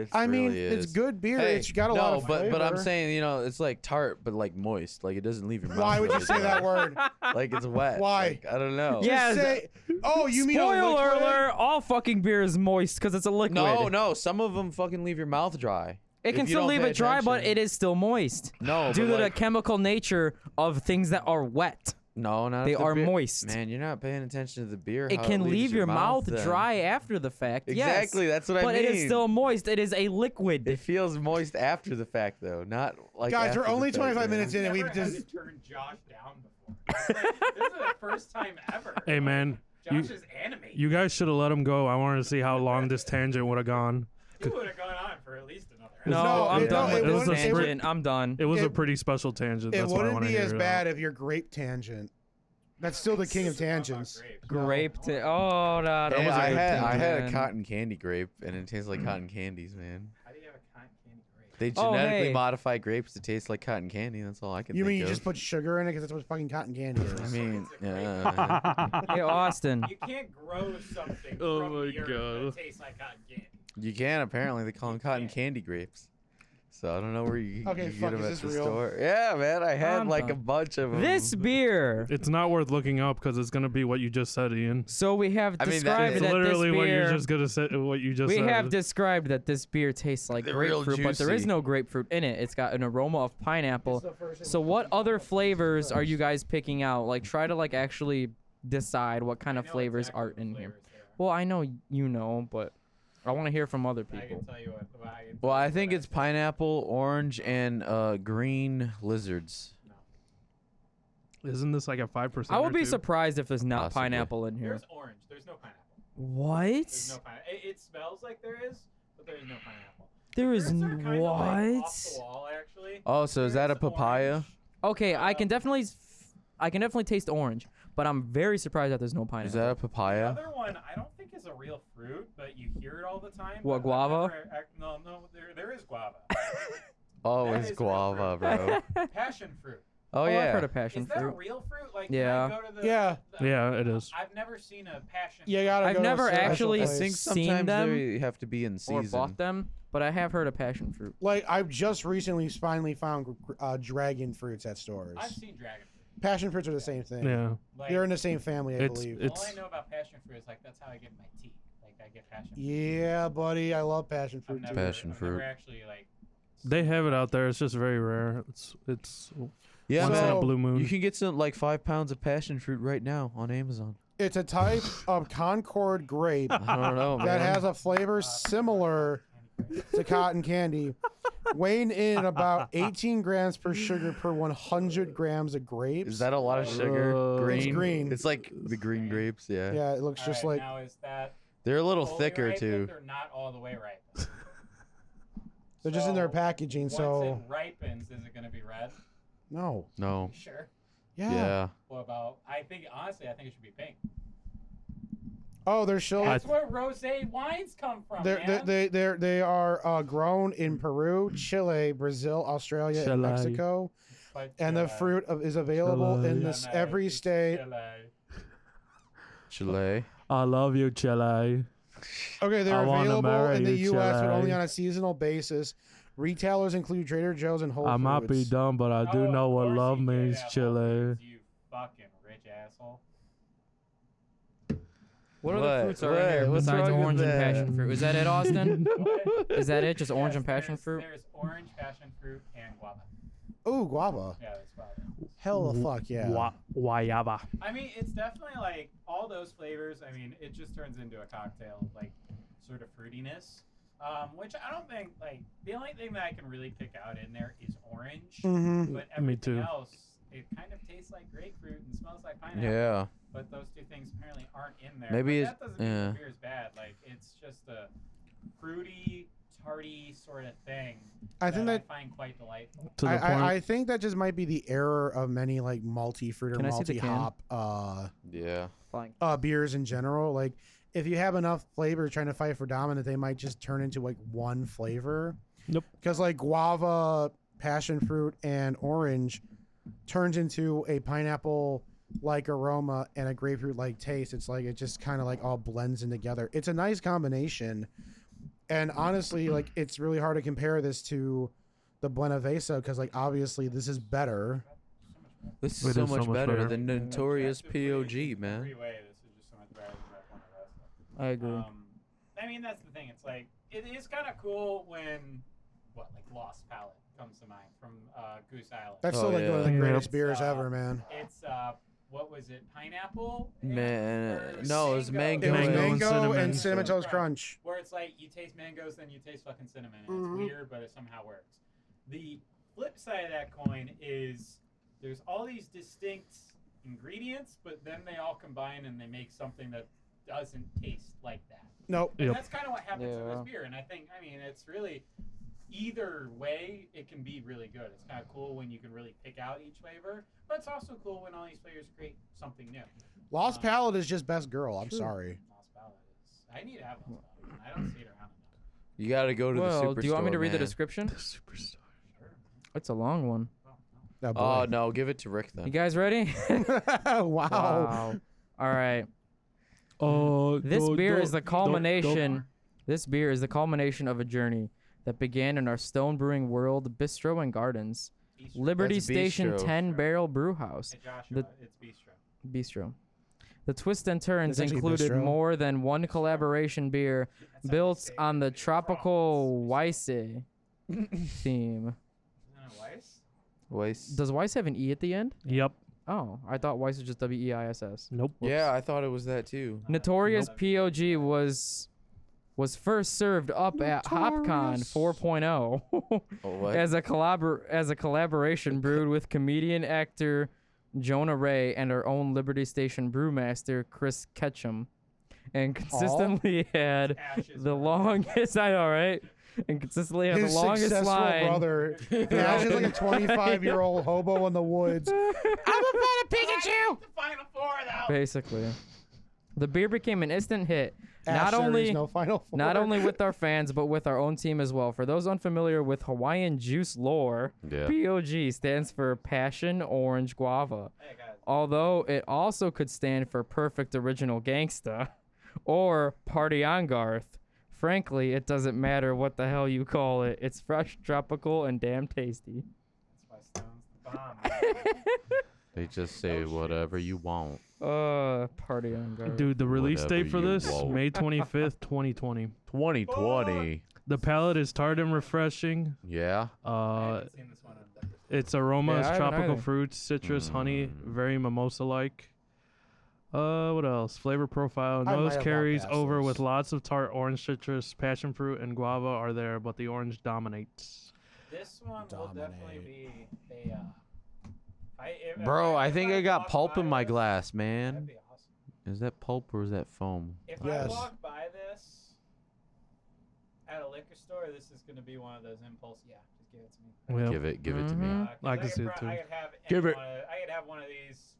C: It
D: I mean,
C: really
D: it's
C: is.
D: good beer.
C: Hey,
D: it's got a
C: no,
D: lot of
C: but
D: flavor.
C: but I'm saying you know it's like tart, but like moist, like it doesn't leave your mouth.
D: Why would you
C: really
D: say that
C: dry.
D: word?
C: Like it's wet.
D: Why?
C: Like, I don't know.
D: Just
E: Yeah, is-
D: say- oh, you mean a
E: Spoiler
D: liquid?
E: alert! All fucking beer is moist because it's a liquid.
C: No, no. Some of them fucking leave your mouth dry.
E: It
C: If
E: can
C: you
E: still
C: don't
E: leave
C: pay
E: it dry, but
C: attention.
E: it is still moist.
C: No,
E: Due
C: but,
E: to the
C: like-
E: chemical nature of things that are wet,
C: No, not if
E: they
C: the
E: are
C: beer-
E: moist.
C: Man, you're not paying attention to the beer.
E: it
C: how
E: can
C: leaves
E: leave your mouth
C: then.
E: dry after the fact. yes,
C: Exactly, that's what I
E: But it is
C: mean.
E: still moist. It is a liquid.
C: It feels moist after the fact, though. Not like.
D: Guys,
C: after
D: we're
C: the
D: only
C: fact,
D: 25
C: man.
D: minutes in,
A: Never
D: and we've
A: had
D: just.
A: to turn Josh down before. It's Like, this is the first time ever.
B: Hey man, you
A: Josh is animated.
B: you guys should have let him go. I wanted to see how long this tangent would have gone.
A: you would have gone on for at least another.
E: no,
D: No,
E: I'm
B: it-
E: done
B: no, it
E: with
B: wouldn't-
E: this
B: it would-
E: tangent. I'm done.
B: It was a
D: It-
B: pretty special tangent.
D: It
B: That's why I
D: wouldn't
B: wanted
D: be
B: to
D: as
B: hear it
D: bad
B: out.
D: if you're grape tangent. That's still the king of tangents.
E: Grape. ta- oh, no, that
C: Hey,
E: was a
C: I
E: good
C: had I had a
E: tangent.
C: cotton candy grape, and it tastes like cotton candies, man.
A: How do you have a cotton candy grape?
C: They
E: Oh,
C: genetically
E: hey.
C: modify grapes to taste like cotton candy. That's all I can.
D: You
C: think
D: mean you
C: of.
D: just put sugar in it because that's what fucking cotton candy
C: I
D: is.
C: mean,
A: It's a grape.
C: yeah.
E: Hey, Austin.
A: You can't grow something
B: Oh
A: from
B: my
A: the earth
B: God.
A: that tastes like cotton candy.
C: you can apparently. They call them cotton
A: can't.
C: candy grapes. So I don't know where you,
D: Okay,
C: you
D: fuck,
C: get them
D: is
C: at
D: this
C: the
D: real?
C: store. Yeah, man, I had
E: I'm
C: like a
E: done.
C: bunch of them.
E: This beer.
B: It's not worth looking up because it's gonna be what you just said, Ian.
E: So we have
C: I mean, that
E: described
C: is-
B: It's
E: that this
B: literally
E: beer.
B: what you just uh, gonna say. What you just
E: we
B: said.
E: have described that this beer tastes like
C: They're real
E: grapefruit, but there is
C: juicy.
E: no grapefruit in it. It's got an aroma of pineapple. So what other flavors are you guys picking out? Like try to like actually decide what kind
A: I
E: of
A: know
E: flavors
A: exactly
E: are
A: what
E: in here.
A: flavors there
E: Well, I know you know, but I want to hear from other
A: are. I
E: people.
A: can tell you what. what I can tell
C: Well, I
A: you
C: think
A: what
C: it's pineapple, orange, and uh, green lizards.
B: Isn't this like a five percent?
E: I would be surprised if there's not
C: Possibly.
E: pineapple in here.
A: There's orange. There's no pineapple. There's no
E: What?
A: pineapple. It, it smells like there is, but there is no pineapple.
E: There is
A: Grapes are
E: n-
A: kinda, like, off the
E: what?
A: wall, actually.
C: Oh, so is that a
A: There's
C: papaya?
A: orange.
E: Okay, I can
A: Um,
E: definitely f- I can definitely taste orange, but I'm very surprised that there's no pineapple.
C: Is that a
A: The
C: papaya?
A: other one, I don't think is a real fruit, but you hear it all the time.
E: What,
A: but I've
E: guava?
A: never ac- no, no, there, there is guava.
C: Oh,
A: That
C: it's
A: is Oh,
C: guava, bro.
A: Passion fruit.
C: Oh
E: I've
C: yeah.
E: heard of passion
A: Is that
E: fruit.
A: a real fruit? Like,
E: Yeah.
A: Can I go to the,
D: Yeah.
A: the-
B: Yeah, it is.
A: I've never seen a passion.
D: You gotta
E: I've
D: go to a
E: never
D: special
E: actually
C: I
D: place.
C: think
E: seen
C: sometimes
E: them
C: they have to be in
E: or
C: season.
E: bought them, but I have heard of passion fruit.
D: Like I've just recently finally found gr- uh, dragon fruits at stores.
A: I've seen dragon fruit.
D: Passion fruits are the same thing.
B: Yeah,
A: Like,
D: They're in the same family, I
B: It's-
D: believe.
B: it-
A: all I know about passion fruit is like that's how I get my tea. Like I get passion. fruit.
D: yeah, buddy, I love passion
A: I've
D: fruit
A: never,
D: too.
C: Passion
A: I've never
C: fruit.
A: actually like.
B: they have it out there. It's just very rare. It's it's
C: Yeah,
B: once in a
D: So,
C: man.
B: blue moon.
C: You can get some like five pounds of passion fruit right now on Amazon.
D: It's a type of Concord grape
C: I don't know, Oh, man.
D: that has a flavor similar to cotton candy, weighing in at about 18 grams per sugar per 100 grams of grapes.
C: Is that a lot of sugar?
B: Uh, It's
C: green.
D: green.
C: It's like the green grapes. Yeah.
D: yeah, it looks
A: All
D: just
A: right,
D: like
A: now is that
C: They're a little
A: fully
C: thicker
A: ripe, but
C: too.
A: They're not all the way ripe.
D: they're just in their
A: So,
D: packaging.
A: Once
D: So
A: it ripens, is it gonna be red?
D: no,
B: Oh.
C: No.
A: Sure.
D: yeah.
C: Yeah.
A: What about? I think honestly, I think it should be pink.
D: Oh, they're still.
A: That's where rosé wines come from,
D: They're,
A: man.
D: they're, they they're, they are uh, grown in Peru, Chile, Brazil, Australia, and
B: Chile.
D: Mexico,
A: But,
D: and
A: uh,
D: the fruit of, is available
B: Chile.
D: in
A: yeah,
D: this
A: no,
D: every
A: it's
D: state.
A: Chile.
C: Chile.
B: I love you, Chile.
D: Okay, they're
B: I wanna
D: available
B: marry
D: in the
B: you,
D: U.S., but only
B: Chile.
D: on a seasonal basis. Retailers include Trader Joe's and Whole
B: I
D: Foods.
B: might be dumb, but I do
A: Oh,
B: know
A: of
B: what
A: course
B: love
A: you did
B: means,
A: have
B: Chile.
A: options, You fucking rich asshole.
C: What?
E: What, other fruits are in here
C: What? What's
E: besides
C: wrong with
E: orange and
C: that?
E: passion fruit? Is that it, Austin? Is that it? Just orange
A: Yes,
E: and passion
A: there's-
E: fruit?
A: There's orange passion fruit and guava.
D: Ooh, guava.
A: Yeah, that's guava.
D: Hell the fuck yeah.
B: Wa- Guayaba.
A: I mean, it's definitely like all those flavors. I mean, it just turns into a cocktail of like sort of fruitiness, um, which I don't think like the only thing that I can really pick out in there is orange,
C: Mm,
D: Mm-hmm.
A: but everything
B: too.
A: else it kind of tastes like grapefruit and smells like pineapple.
C: Yeah.
A: But those two things apparently aren't in there. but
C: Maybe it's-
A: that doesn't mean
C: yeah.
A: the beer is bad. Like it's just a fruity, tarty sort of thing.
D: I think that
A: I find quite delightful.
B: To the
D: I,
B: point.
D: I, I think that just might be the error of many like multi fruit or
E: Can I see the
D: multi
E: can?
D: hop uh,
C: Yeah.
D: uh, beers in general. Like if you have enough flavor trying to fight for dominant, they might just turn into like one flavor.
B: Nope.
D: Because like guava, passion fruit, and orange turns into a pineapple like aroma and a grapefruit like taste. It's like it just kind of like all blends in together. It's a nice combination. And honestly, like it's really hard to compare this to the Buena Vesa because like obviously this is better.
C: This is
B: It
C: so
B: is so
C: much,
B: much
C: better,
B: better.
C: than Notorious POG, man. Mm-hmm.
A: Freeway, this is just so much better than that one of us.
E: I agree.
A: Um, I mean, that's the thing. It's like it is kind of cool when what like Lost Palette comes to mind from uh, Goose Island.
D: That's
C: Oh,
D: still like one of the
B: yeah.
D: greatest
A: Yeah.
D: beers
A: Uh,
D: ever, man.
A: it's uh, what was it? Pineapple. and-
C: Man,
A: or
C: no, it was
D: It
C: mango.
D: was
B: Mango and
D: mango and cinnamon,
B: cinnamon.
D: toast crunch.
A: Where it's like you taste mangoes, then you taste fucking cinnamon. And
D: Mhm.
A: It's weird, but it somehow works. The flip side of that coin is there's all these distinct ingredients, but then they all combine and they make something that doesn't taste like that.
D: Nope.
A: And
B: Yep.
A: that's kind of what happens in
E: Yeah.
A: this beer. And I think, I mean, it's really either way, it can be really good. It's kind of cool when you can really pick out each flavor, but it's also cool when all these flavors create something new.
D: Lost
A: Um,
D: Palette is just best girl. I'm
E: True.
D: sorry.
A: Lost Palette is. I need to have Lost Palette. I don't see it around enough.
C: You gotta go to the
E: well,
C: superstore.
E: do you want me to read the
C: man.
E: description?
B: Superstar.
A: Sure.
E: It's a long one.
A: Well, no.
D: Oh,
C: Oh no, give it to Rick
E: You
C: then.
E: guys ready?
D: wow.
E: Wow. All right.
B: Oh,
E: This
B: don't-
E: beer is the
B: don't- don't- don't-
E: culmination. This beer is the culmination of a journey that began in our Stone Brewing World Bistro and Gardens,
A: Bistro.
E: Liberty
C: That's
E: Station
C: bistro.
E: 10 Barrel Brew House
A: Hey, Joshua,
E: the-
A: it's Bistro.
E: Bistro. The twists and turns
D: That's actually
E: included
D: bistro.
E: more than one collaboration beer
A: That's how they
E: built
A: say it
E: on the
A: in France.
E: tropical Weiss theme.
A: Isn't it Weiss?
C: Waste.
E: Does Weiss have an E at the end?
B: Yep.
E: Oh, I thought Weiss was just W E I S S.
B: Nope.
C: Yeah, I thought it was that too.
A: Uh,
E: Notorious
A: no.
E: POG was was first served up at HopCon 4.0
C: Oh, what?
E: as a collabor- as a collaboration brewed with comedian actor Jonah Ray and our own Liberty Station brewmaster Chris Ketchum, and consistently had
A: Ashes
E: the
A: Brewing.
E: longest I know right, and consistently had
D: His
E: the longest
D: successful
E: line.
D: brother. Imagine like a 25 year old hobo in the woods.
A: Pikachu! The final four, though.
E: Basically, the beer became an instant hit.
D: Ash,
E: not
D: there is
E: only
D: no final four.
E: Not only with our fans, but with our own team as well. For those unfamiliar with Hawaiian juice lore,
C: Yeah.
E: POG stands for Passion Orange Guava.
A: Hey, guys.
E: Although it also could stand for Perfect Original Gangsta or Party on Garth. Frankly, it doesn't matter what the hell you call it. It's fresh, tropical, and damn tasty.
A: That's why Stone's the bomb. man.
C: They just say
A: Oh, shit.
C: whatever you want.
E: Uh, Party on Garth.
B: Dude, the release
C: Whatever
B: date for
C: you
B: this
C: want.
B: May 25th, 2020.
C: 2020.
B: The palate is tart and refreshing.
C: Yeah.
A: I
B: Uh,
A: haven't seen this one in-
B: its aroma
E: Yeah, I
B: is
E: haven't
B: tropical
E: either.
B: fruits, citrus, honey,
C: Mm.
B: very mimosa-like. Uh, what else? Flavor profile.
D: might have
B: Nose
D: walked
B: carries
D: past
B: over
D: this.
B: with lots of tart, orange, citrus, passion fruit, and guava are there, but the orange dominates.
A: This one will definitely be a. Uh, I, if- if
C: Bro, I think
A: if
C: I got
A: walk
C: pulp
A: by
C: in my
A: this-
C: glass,
A: That'd
C: man.
A: be awesome.
C: Is that pulp or is that foam?
A: If
D: Yes.
A: I walk by this at a liquor store, this is going to be one of those impulse. Yeah, just give it to me.
B: Yeah.
C: Give it, give it to
E: Mhm.
C: me.
A: Uh, 'cause
B: I can
A: could
B: see it
A: pro- I
B: too.
A: could have
C: Give
A: any
C: it.
A: One of, I could have one of these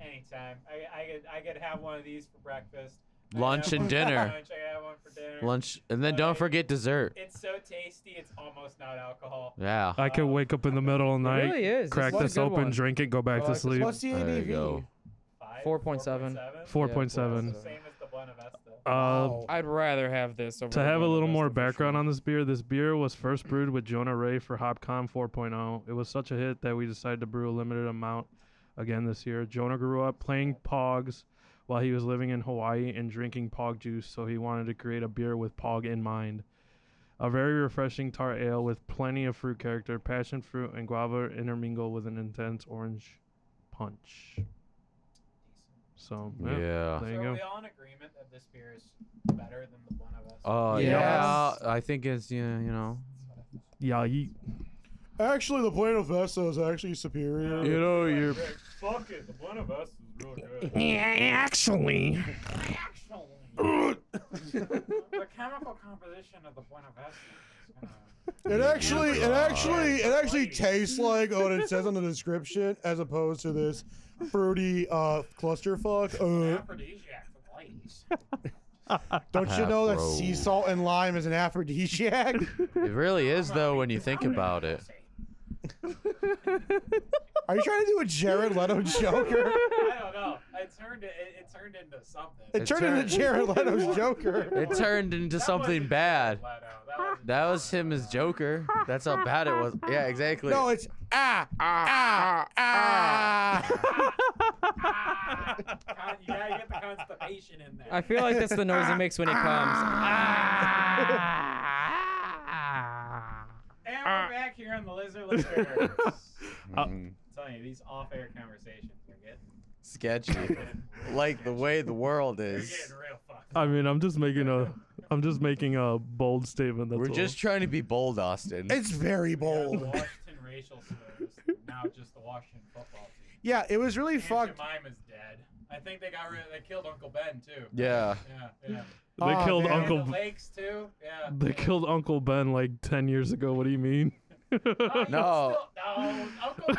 A: anytime. I, I could I could have one of these for breakfast. I could
C: Lunch
A: have
C: and
A: one for
C: dinner.
A: Lunch, I could have one for dinner.
C: Lunch, and then don't
A: Like-
C: forget dessert.
A: It's so tasty. It's almost not alcohol.
C: Yeah.
B: I could
A: Um,
B: wake up in the middle of the night,
E: It really is. This
B: crack
E: is a
B: this
E: good
B: open,
E: one. Oh,
B: drink it, go back
E: I
B: to
E: like this
B: sleep.
D: What's the
C: There you
D: ABV?
C: go.
A: Five,
E: 4.7.
A: 4.7?
B: Four point seven.
A: It's the same as the Buena Vista.
B: Uh,
D: Wow.
E: I'd rather have this. Over
B: To have a little more background on this beer, this beer was first brewed with Jonah Ray for HopCon 4.0. oh. It was such a hit that we decided to brew a limited amount again this year. Jonah grew up playing Pogs while he was living in Hawaii and drinking Pog juice, so he wanted to create a beer with Pog in mind. A very refreshing tart ale with plenty of fruit character, passion fruit and guava intermingle with an intense orange punch. So, yeah.
C: Yeah.
B: There you
A: so
B: go.
A: are we all in agreement that this beer is better than the Buena Vista?
C: Oh
E: Yes.
C: yeah. I think it's yeah, you know.
B: Yeah, ye-
D: Actually, the Plano Festo is actually superior.
C: You know you're.
A: Fuck it, the Buena Vista is real good.
B: actually.
A: Actually, the chemical composition of the Buena Vista. is kinda-
D: It actually, it
C: God.
D: actually, it actually
A: Right.
D: tastes like what it says on the description, as opposed to this fruity uh, clusterfuck. Uh,
A: Aphrodisiac for the ladies.
D: don't you know that sea
C: Afro.
D: salt and lime is an aphrodisiac?
C: It really is though when you think
A: I'm gonna
C: about it.
A: say-
D: Are you trying to do a Jared Leto Joker?
A: I don't know. I it turned it, it turned into something.
D: It,
C: It
D: turned into Jared
C: turned-
D: Leto's Joker.
C: It turned into
A: That
C: something
A: wasn't
C: bad.
A: Jared Leto. That, wasn't
C: That
A: Jared
C: was him as
A: Leto.
C: Joker. That's how bad it was. Yeah, exactly.
D: No, it's ah ah ah.
A: Ah, con- you gotta get the constipation in there.
E: I feel like that's the noise it makes when it
B: Ah!
E: comes.
A: and we're back here on the lizard listeners.
C: Mm,
A: I'm telling you, these off-air conversations are getting,
C: sketchy. Like the way the world
A: they're
C: is.
A: getting real fucked.
B: I mean, I'm just making a, I'm just making a bold statement. That's
C: We're
B: all.
C: just trying to be bold, Austin.
D: It's very
A: We had
D: bold.
A: Washington racial slurs. Now just the Washington football team.
D: Yeah, it was really
A: Aunt
D: fucked.
A: Jemima's dead. I think they got rid. They killed Uncle Ben too. Yeah,
C: yeah.
A: yeah.
B: They
A: Oh,
D: Aw,
B: killed
D: man.
A: And
B: Uncle.
A: the Lakes too. Yeah.
B: They killed Uncle Ben like ten years ago. What do you mean?
A: Oh, you
C: No.
A: Still, no.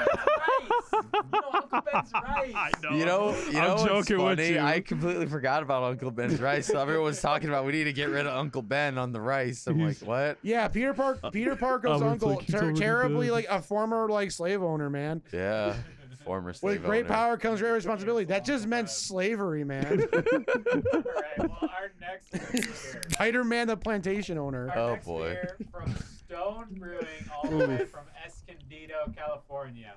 A: Uncle Ben's rice. You know, Uncle Ben's rice.
B: I know.
C: You know, you
B: I'm
C: know what's
B: joking with
C: funny?
B: you.
C: I completely forgot about Uncle Ben's rice. So everyone was talking about we need to get rid of Uncle Ben on the rice. I'm like,
B: He's-
C: what?
D: Yeah, Peter Park. Peter Parker's
B: Albert's
D: uncle,
B: like, he's
D: ter-
B: already
D: terribly
B: dead.
D: like a former like slave owner, man.
C: Yeah, former slave
D: With great
C: owner.
D: power comes great responsibility. That just
A: Uncle
D: meant
A: Ben.
D: slavery, man.
A: All right. Well, our next beer.
D: Spider Man, the plantation owner.
A: Our
C: Oh,
A: next
C: boy.
A: beer from Stone Brewing, all the way from Escondido, California,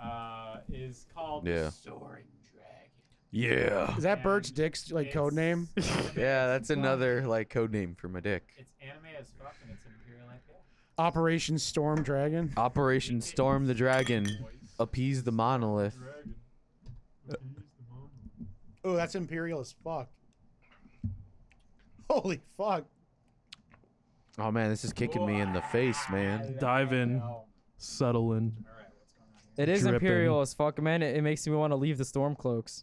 A: uh, is called
C: Yeah.
A: the Soaring Dragon.
C: Yeah.
D: Is that
A: And
D: Bert's Dick's like code
A: It's
D: name?
A: anime
C: Yeah,
A: as
C: that's
A: fuck.
C: another like code name for my dick.
A: It's anime as fuck and it's Imperial IPA.
D: Operation Storm Dragon.
C: Operation Storm the Dragon, appease the monolith.
A: Dragon.
D: Oh, that's imperial as fuck. Holy fuck!
C: Oh man, this is kicking me in the face, man.
B: Dive in.
A: All
B: Settle in.
A: right, what's going on here?
E: It is
B: Dripping.
E: imperial as fuck, man. It, it makes me want to leave the Stormcloaks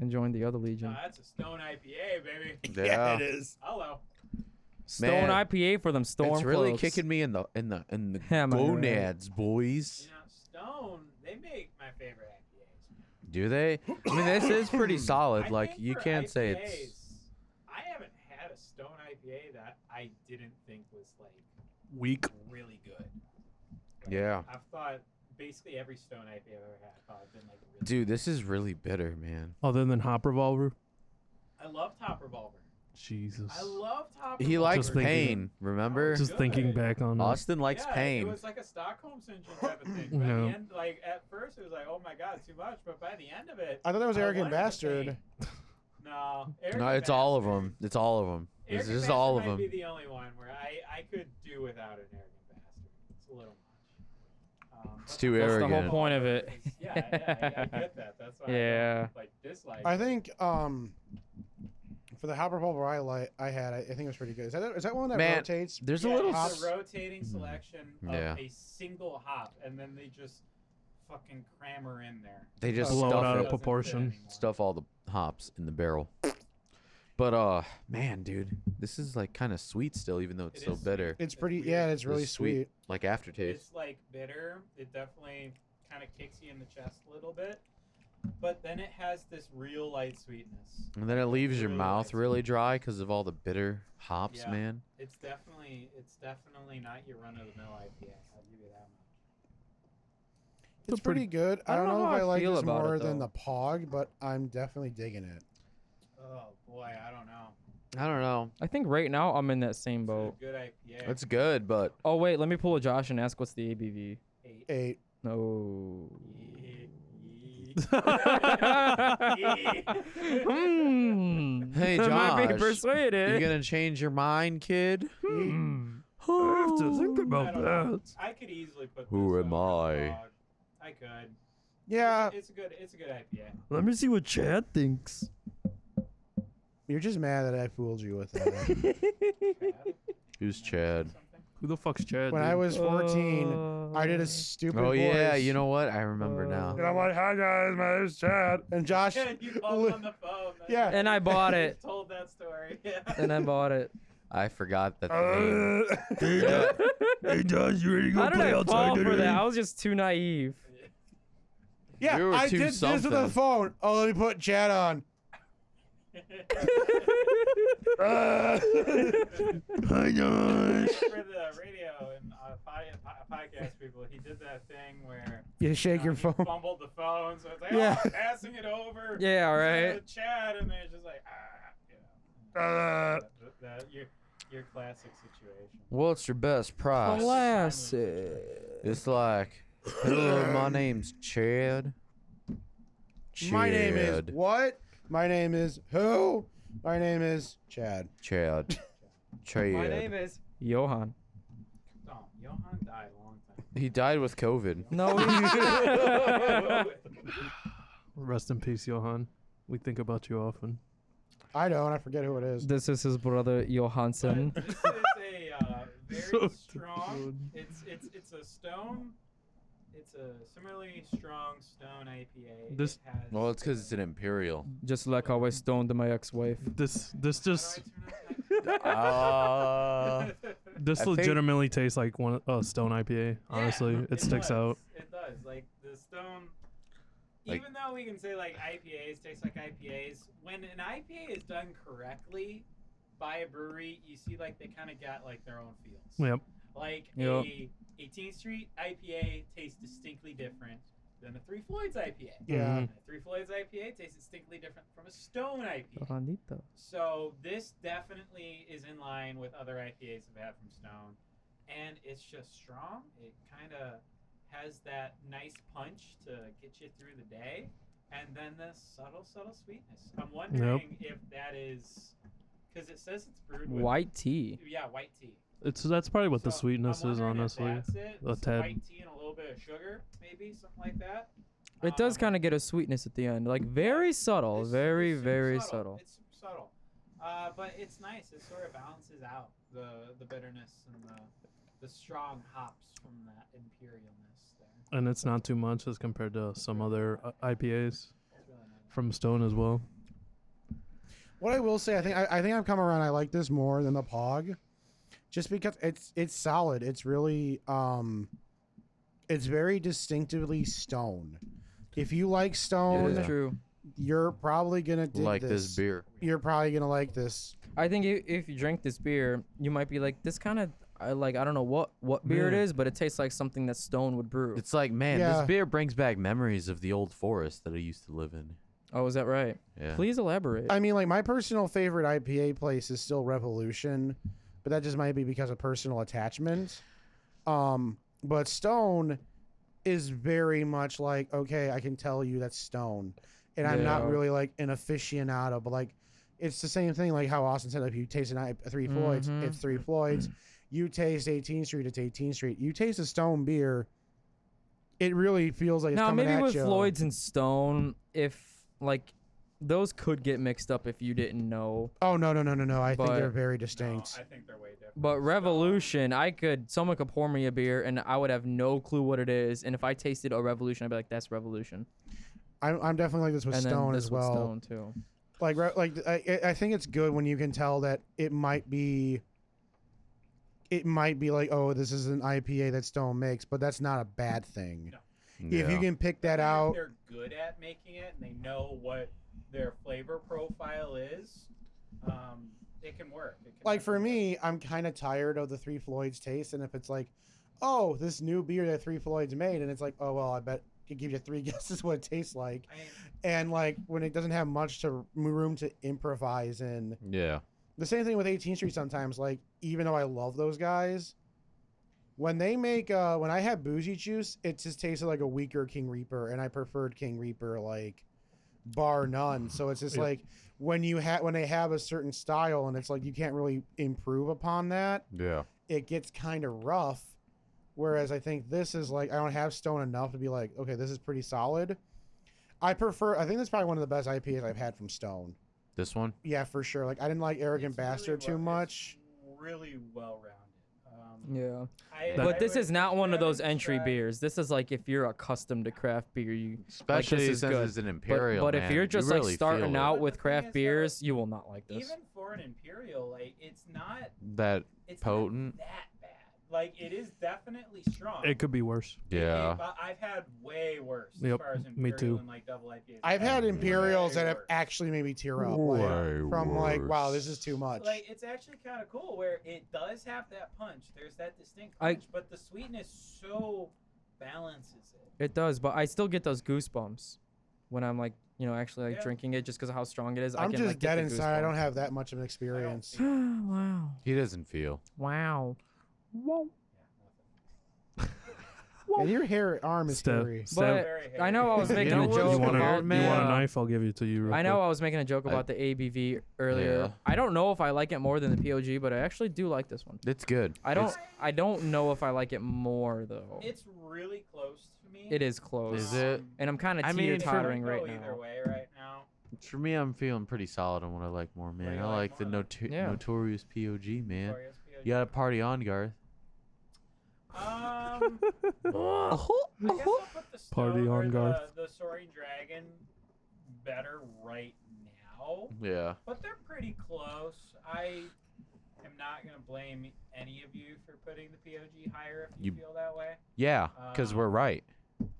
E: and join the other legion.
A: No, Uh, that's a stone IPA, baby.
C: Yeah,
D: is.
A: Hello.
E: Stone
C: man.
E: IPA for them Stormcloaks.
C: it's really kicking me in the in the in the
E: Yeah, man, you're right.
C: gonads,
A: You
C: boys.
A: know, Stone, they make my favorite IPAs.
C: Do they? I mean, this is pretty solid.
A: I
C: Like
A: think
C: you
A: for
C: can't say
A: IPAs,
C: it's.
A: I haven't had a stone IPA that I didn't think was like
B: Weak.
A: really good.
C: Yeah.
A: I've thought basically every stone IPA I've ever had, I've thought been like really
C: Dude, this is really bitter, man.
B: Other than Hop Revolver.
A: I love Top Revolver.
B: Jesus.
A: I love Top
C: He
A: Revolver.
C: likes
B: Just thinking-
C: pain. Remember,
B: Just thinking
A: good.
B: back on it.
C: Austin likes
A: yeah, It
C: pain.
A: was like a Stockholm syndrome type of thing. But at
B: No.
A: the end, like at first it was like, oh my god, too much. But by the end of it,
D: I thought that was
A: I
D: arrogant
A: wanted to
D: bastard.
A: think- no. Eric
C: No,
A: the
C: it's all of
A: Bastard-
C: them. It's all of them.
A: Eric
C: It's
A: the
C: just
A: Bastard
C: all of
A: might
C: them.
A: be the only one where I I could do without an arrogant bastard. It's a little much. Um,
C: It's
A: but
C: too
A: the
E: That's the whole
C: arrogant.
E: point of it.
A: is- Yeah, yeah I, I get that. That's why I don't,
E: Yeah.
A: like dislike.
D: I
A: it.
D: think um, for the hopper pulver I li- I had, I think it was pretty good. Is that is that one that
C: Man,
D: rotates?
C: There's
A: Yeah,
C: a little.
A: it's
C: s-
A: a rotating
C: Mm.
A: selection of
C: Yeah.
A: a single hop, and then they just fucking cram her in there.
C: They just
B: Blow it
C: stuff
B: out
C: it.
B: of proportion.
C: stuff all the hops in the barrel. But uh, man, dude, this is like kind of sweet still, even though it's
A: It
C: so
A: is sweet.
C: bitter.
A: It's
D: It's pretty.
A: weird.
D: Yeah, it's really
C: It's
D: sweet.
C: sweet. Like aftertaste.
A: It's like bitter. It definitely kind of kicks you in the chest a little bit, but then it has this real light sweetness.
C: And then it leaves your
A: really
C: mouth
A: nice.
C: really dry because of all the bitter hops,
A: Yeah.
C: man.
A: It's definitely it's definitely not your run of the mill IPA. I'll give you that much.
D: It's,
B: It's
D: pretty,
B: pretty-
D: good. I don't know,
E: how
D: if I
E: I
D: like
E: feel
D: this
E: about it,
D: more than
E: though.
D: the pog, but I'm definitely digging it.
A: Oh boy, I don't know.
C: I don't know.
E: I think right now I'm in that same
A: It's
E: boat.
A: a good IPA.
C: It's good, but
E: Oh wait, let me pull a Josh and ask what's the ABV.
A: eight.
D: Eight.
E: No.
D: Hmm.
A: Mm.
C: Hey,
E: I Hmm. might be
C: Josh, you
B: Eh.
E: persuaded.
C: gonna change your mind, kid?
B: I have to think
A: I
B: about
A: don't
B: that.
A: know. I could easily put.
C: Who
A: this
C: am
A: on
C: I?
A: the blog. I could.
D: Yeah,
A: It's, it's a good. It's a good IPA.
B: Let me see what Chad thinks.
D: you're just mad that I fooled you with that.
A: Chad,
C: Who's Chad?
A: something.
B: Who the fuck's Chad?
D: when I
B: dude?
D: was 14, I did a
E: Uh,
D: stupid.
C: Oh yeah,
D: voice,
C: you know what? I remember now.
E: Uh,
B: like, hi guys, my name's Chad.
D: And Josh,
A: you called
D: li-
A: on the phone. That's
D: Yeah.
A: right.
E: And I bought
A: You
E: it.
A: Told that story. Yeah.
E: And I bought it.
C: I forgot that. The name.
D: Uh,
B: hey, Josh, Uh, hey Josh, you ready to
E: How did I fall for that? I was just too naive.
D: yeah,
C: You were
D: I
C: too
D: did this with the
C: something.
D: phone. Oh, let me put Chad on.
B: Hi guys.
A: For the radio and uh, pod- po- podcast people, he did that thing where
D: You shake
A: know,
D: your
A: he
D: phone.
A: fumbled the phone, so it's like,
D: Yeah.
A: oh, I'm passing it over.
E: yeah, all
A: to
E: right.
A: The chat, and they're just like, ah, you know.
B: Uh.
A: That- that- your, your classic situation.
C: What's your best price?
E: Classic.
C: It's like, hello, my name's Chad.
D: My name is
C: Chad.
D: what? My name is who? My name is Chad.
C: Chad. Chad.
G: My name is.
E: Johan.
A: Don't. Johan died a long time
C: he died with COVID.
E: No. he-
B: Rest in peace, Johan. We think about you often.
D: I don't. I forget who it is.
E: this is his brother Johansson.
A: But this is a uh,
B: So
A: very strong. It's it's it's a stone. It's a similarly strong stone IPA.
B: This-
A: it has,
C: Well, it's because it's an imperial.
E: Just like I was stoned my ex-wife.
B: This this
A: How do I
B: just
A: turn
C: Uh,
A: off that?
B: this
C: I think-
B: legitimately tastes like one a stone IPA.
A: Yeah,
B: Honestly, it sticks
A: does.
B: out.
A: It does. Like the stone.
C: Like-
A: even though we can say like IPAs taste like IPAs, when an IPA is done correctly by a brewery, you see like they kind of got like their own feels.
B: Yep.
A: Like
E: Yep.
A: a 18th Street IPA tastes distinctly different than a Three Floyds IPA.
D: Yeah.
A: A
B: Mm-hmm.
A: Three Floyds IPA tastes distinctly different from a Stone IPA.
E: Johanito.
A: So this definitely is in line with other IPAs I've had from Stone, and it's just strong. It kind of has that nice punch to get you through the day, and then the subtle, subtle sweetness. I'm wondering if that is because it says it's brewed with
E: White tea.
A: Yeah, white tea.
B: It's that's probably what the
A: So, I'm
B: sweetness is,
A: wondering if
B: honestly.
A: that's it.
B: A
A: Some
B: tad.
A: White tea and a little bit of sugar, maybe something like that.
E: It does
A: Um,
E: kind of get a sweetness at the end, like very subtle,
A: It's-
E: very
A: it's super
E: very subtle.
A: It's super subtle, uh, but it's nice. It sort of balances out the the bitterness and the the strong hops from that imperialness there.
B: And it's not too much as compared to some other uh, IPAs
A: It's really nice.
B: from Stone as well.
D: What I will say, I think I, I think I've come around. I like this more than the Pog, just because it's it's solid. It's really um, it's very distinctively Stone. If you like Stone,
C: Yeah.
E: True.
D: you're probably gonna dig
C: Like this. beer.
D: You're probably gonna like this.
E: I think if, if you drink this beer, you might be like, this kind of, I like, I don't know what what beer
B: Yeah.
E: it is, but it tastes like something that Stone would brew.
C: It's like, man,
D: Yeah.
C: this beer brings back memories of the old forest that I used to live in.
E: oh, is that right?
C: Yeah.
E: Please elaborate.
D: I mean, like my personal favorite IPA place is still Revolution, but that just might be because of personal attachment. Um, but Stone is very much like, okay, I can tell you that's Stone, and I'm not
E: Yeah.
D: really like an aficionado, but like it's the same thing. Like how Austin said, if you taste an I- a Three Floyds,
E: Mhm.
D: it's Three Floyds. You taste 18th Street, it's 18th Street. You taste a Stone beer, it really feels like it's
E: now
D: coming
E: maybe
D: at
E: with
D: you.
E: Floyd's and Stone, if like those could get mixed up if you didn't know.
D: Oh no no no no no! I think
E: But-
D: they're very
A: No,
D: distinct.
A: Oh, I think they're way different.
E: But Revolution, I could someone could pour me a beer and I would have no clue what it is, and if I tasted a Revolution, I'd be like, that's Revolution.
D: I'm, I'm definitely like this with
E: and
D: Stone
E: then
D: as
E: this with
D: well.
E: Stone too.
D: Like re- like I, I I think it's good when you can tell that it might be. It might be like, oh, this is an IPA that Stone makes, but that's not a bad thing. If you
C: Yeah.
D: can pick that
A: I think
D: out,
A: They're good at making it, and they know what their flavor profile is. Um, it can work. It can
D: like for
A: definitely work.
D: me, I'm kind of tired of the Three Floyds taste, and if it's like, oh, this new beer that Three Floyds made, and it's like, oh well, I bet it gives you three guesses what it tastes like,
A: I mean,
D: and like when it doesn't have much to room to improvise in,
C: yeah.
D: the same thing with 18th Street sometimes. Like, even though I love those guys, when they make uh when I had boozy juice, it just tasted like a weaker King Reaper, and I preferred King Reaper like bar none. So it's just
B: Yeah.
D: like when you have when they have a certain style and it's like you can't really improve upon that,
C: Yeah.
D: it gets kind of rough. Whereas I think this is like I don't have stone enough to be like, okay, this is pretty solid. I prefer I think that's probably one of the best IPAs I've had from Stone.
C: This one?
D: Yeah, for sure. Like I didn't like Arrogant
A: it's really
D: Bastard
A: well-
D: too
A: it's
D: much.
A: Really well rounded. Um,
E: Yeah.
A: I-
B: That-
E: But
A: I
E: this
A: would-
E: is not one of
A: I would
E: those entry
A: describe-
E: beers. This is like if you're accustomed to craft beer, you.
C: Especially
E: is
C: since
E: good.
C: it's an
E: But,
C: imperial.
E: but if
C: man,
E: you're
C: you
E: just
C: really
E: like
C: feel
E: starting
C: it.
E: out
A: But
E: with
A: the thing
E: craft
A: is, though,
E: beers, you will not like this.
A: Even for an imperial, like it's not
C: that
A: it's
C: Potent.
A: not that bad. like it is definitely strong.
B: It could be worse.
A: It- it-
C: Yeah.
A: but I've had way worse
B: Yep,
A: as far as
B: me
A: imperial
B: too.
A: and like double IPAs.
D: I've had
A: Way
D: Imperials that have
A: worse.
D: actually made me tear up. Like, from like, wow, this is too much.
A: Like it's actually kind of cool where it does have that punch. There's that distinct
E: I-
A: punch, but the sweetness so balances it.
E: It does, but I still get those goosebumps when I'm like, you know, actually like
A: Yeah.
E: drinking it just because of how strong it is. I
D: I'm
E: can,
D: just
E: like, get
D: dead
E: the
D: inside. I don't
E: goosebumps.
D: have that much of an experience.
A: feel-
E: wow.
C: He doesn't feel.
E: Wow. Whoa.
D: And your hair arm is
B: Steph.
D: hairy.
B: Steph,
E: But
A: Very hairy.
E: I know I was
C: You
E: making
C: know
E: a
C: what?
E: joke
B: you want a,
E: about
B: you want
E: the,
B: a
E: uh,
B: knife? I'll give you to you. Real
E: I know
B: quick.
E: I was making a joke about the ABV earlier.
C: Yeah.
E: I don't know if I like it more than the POG, but I actually do like this one.
C: It's good.
E: I don't. I don't know if I like it more though.
A: It's really close to me.
E: It is close.
C: Is it?
A: Um,
E: And I'm kind
C: I
E: of
C: mean,
E: teeter
A: it's hard to
E: tottering right
A: go
E: now.
A: Either way, right now.
C: It's, for me, I'm feeling pretty solid on what I like more, man.
A: do you
C: I
A: like
C: like, the
A: more?
C: noto-
E: Yeah.
C: notorious POG, man.
A: Glorious POG.
C: You gotta party on, Garth.
A: Um, I guess I'll put the
B: Party
A: Stone or
B: on, Garth.
A: The, the Soaring Dragon better right now,
C: Yeah.
A: but they're pretty close. I am not gonna blame any of you for putting the POG higher if you,
C: You-
A: feel that way.
C: Yeah, because
A: Um,
C: we're right.
A: Okay.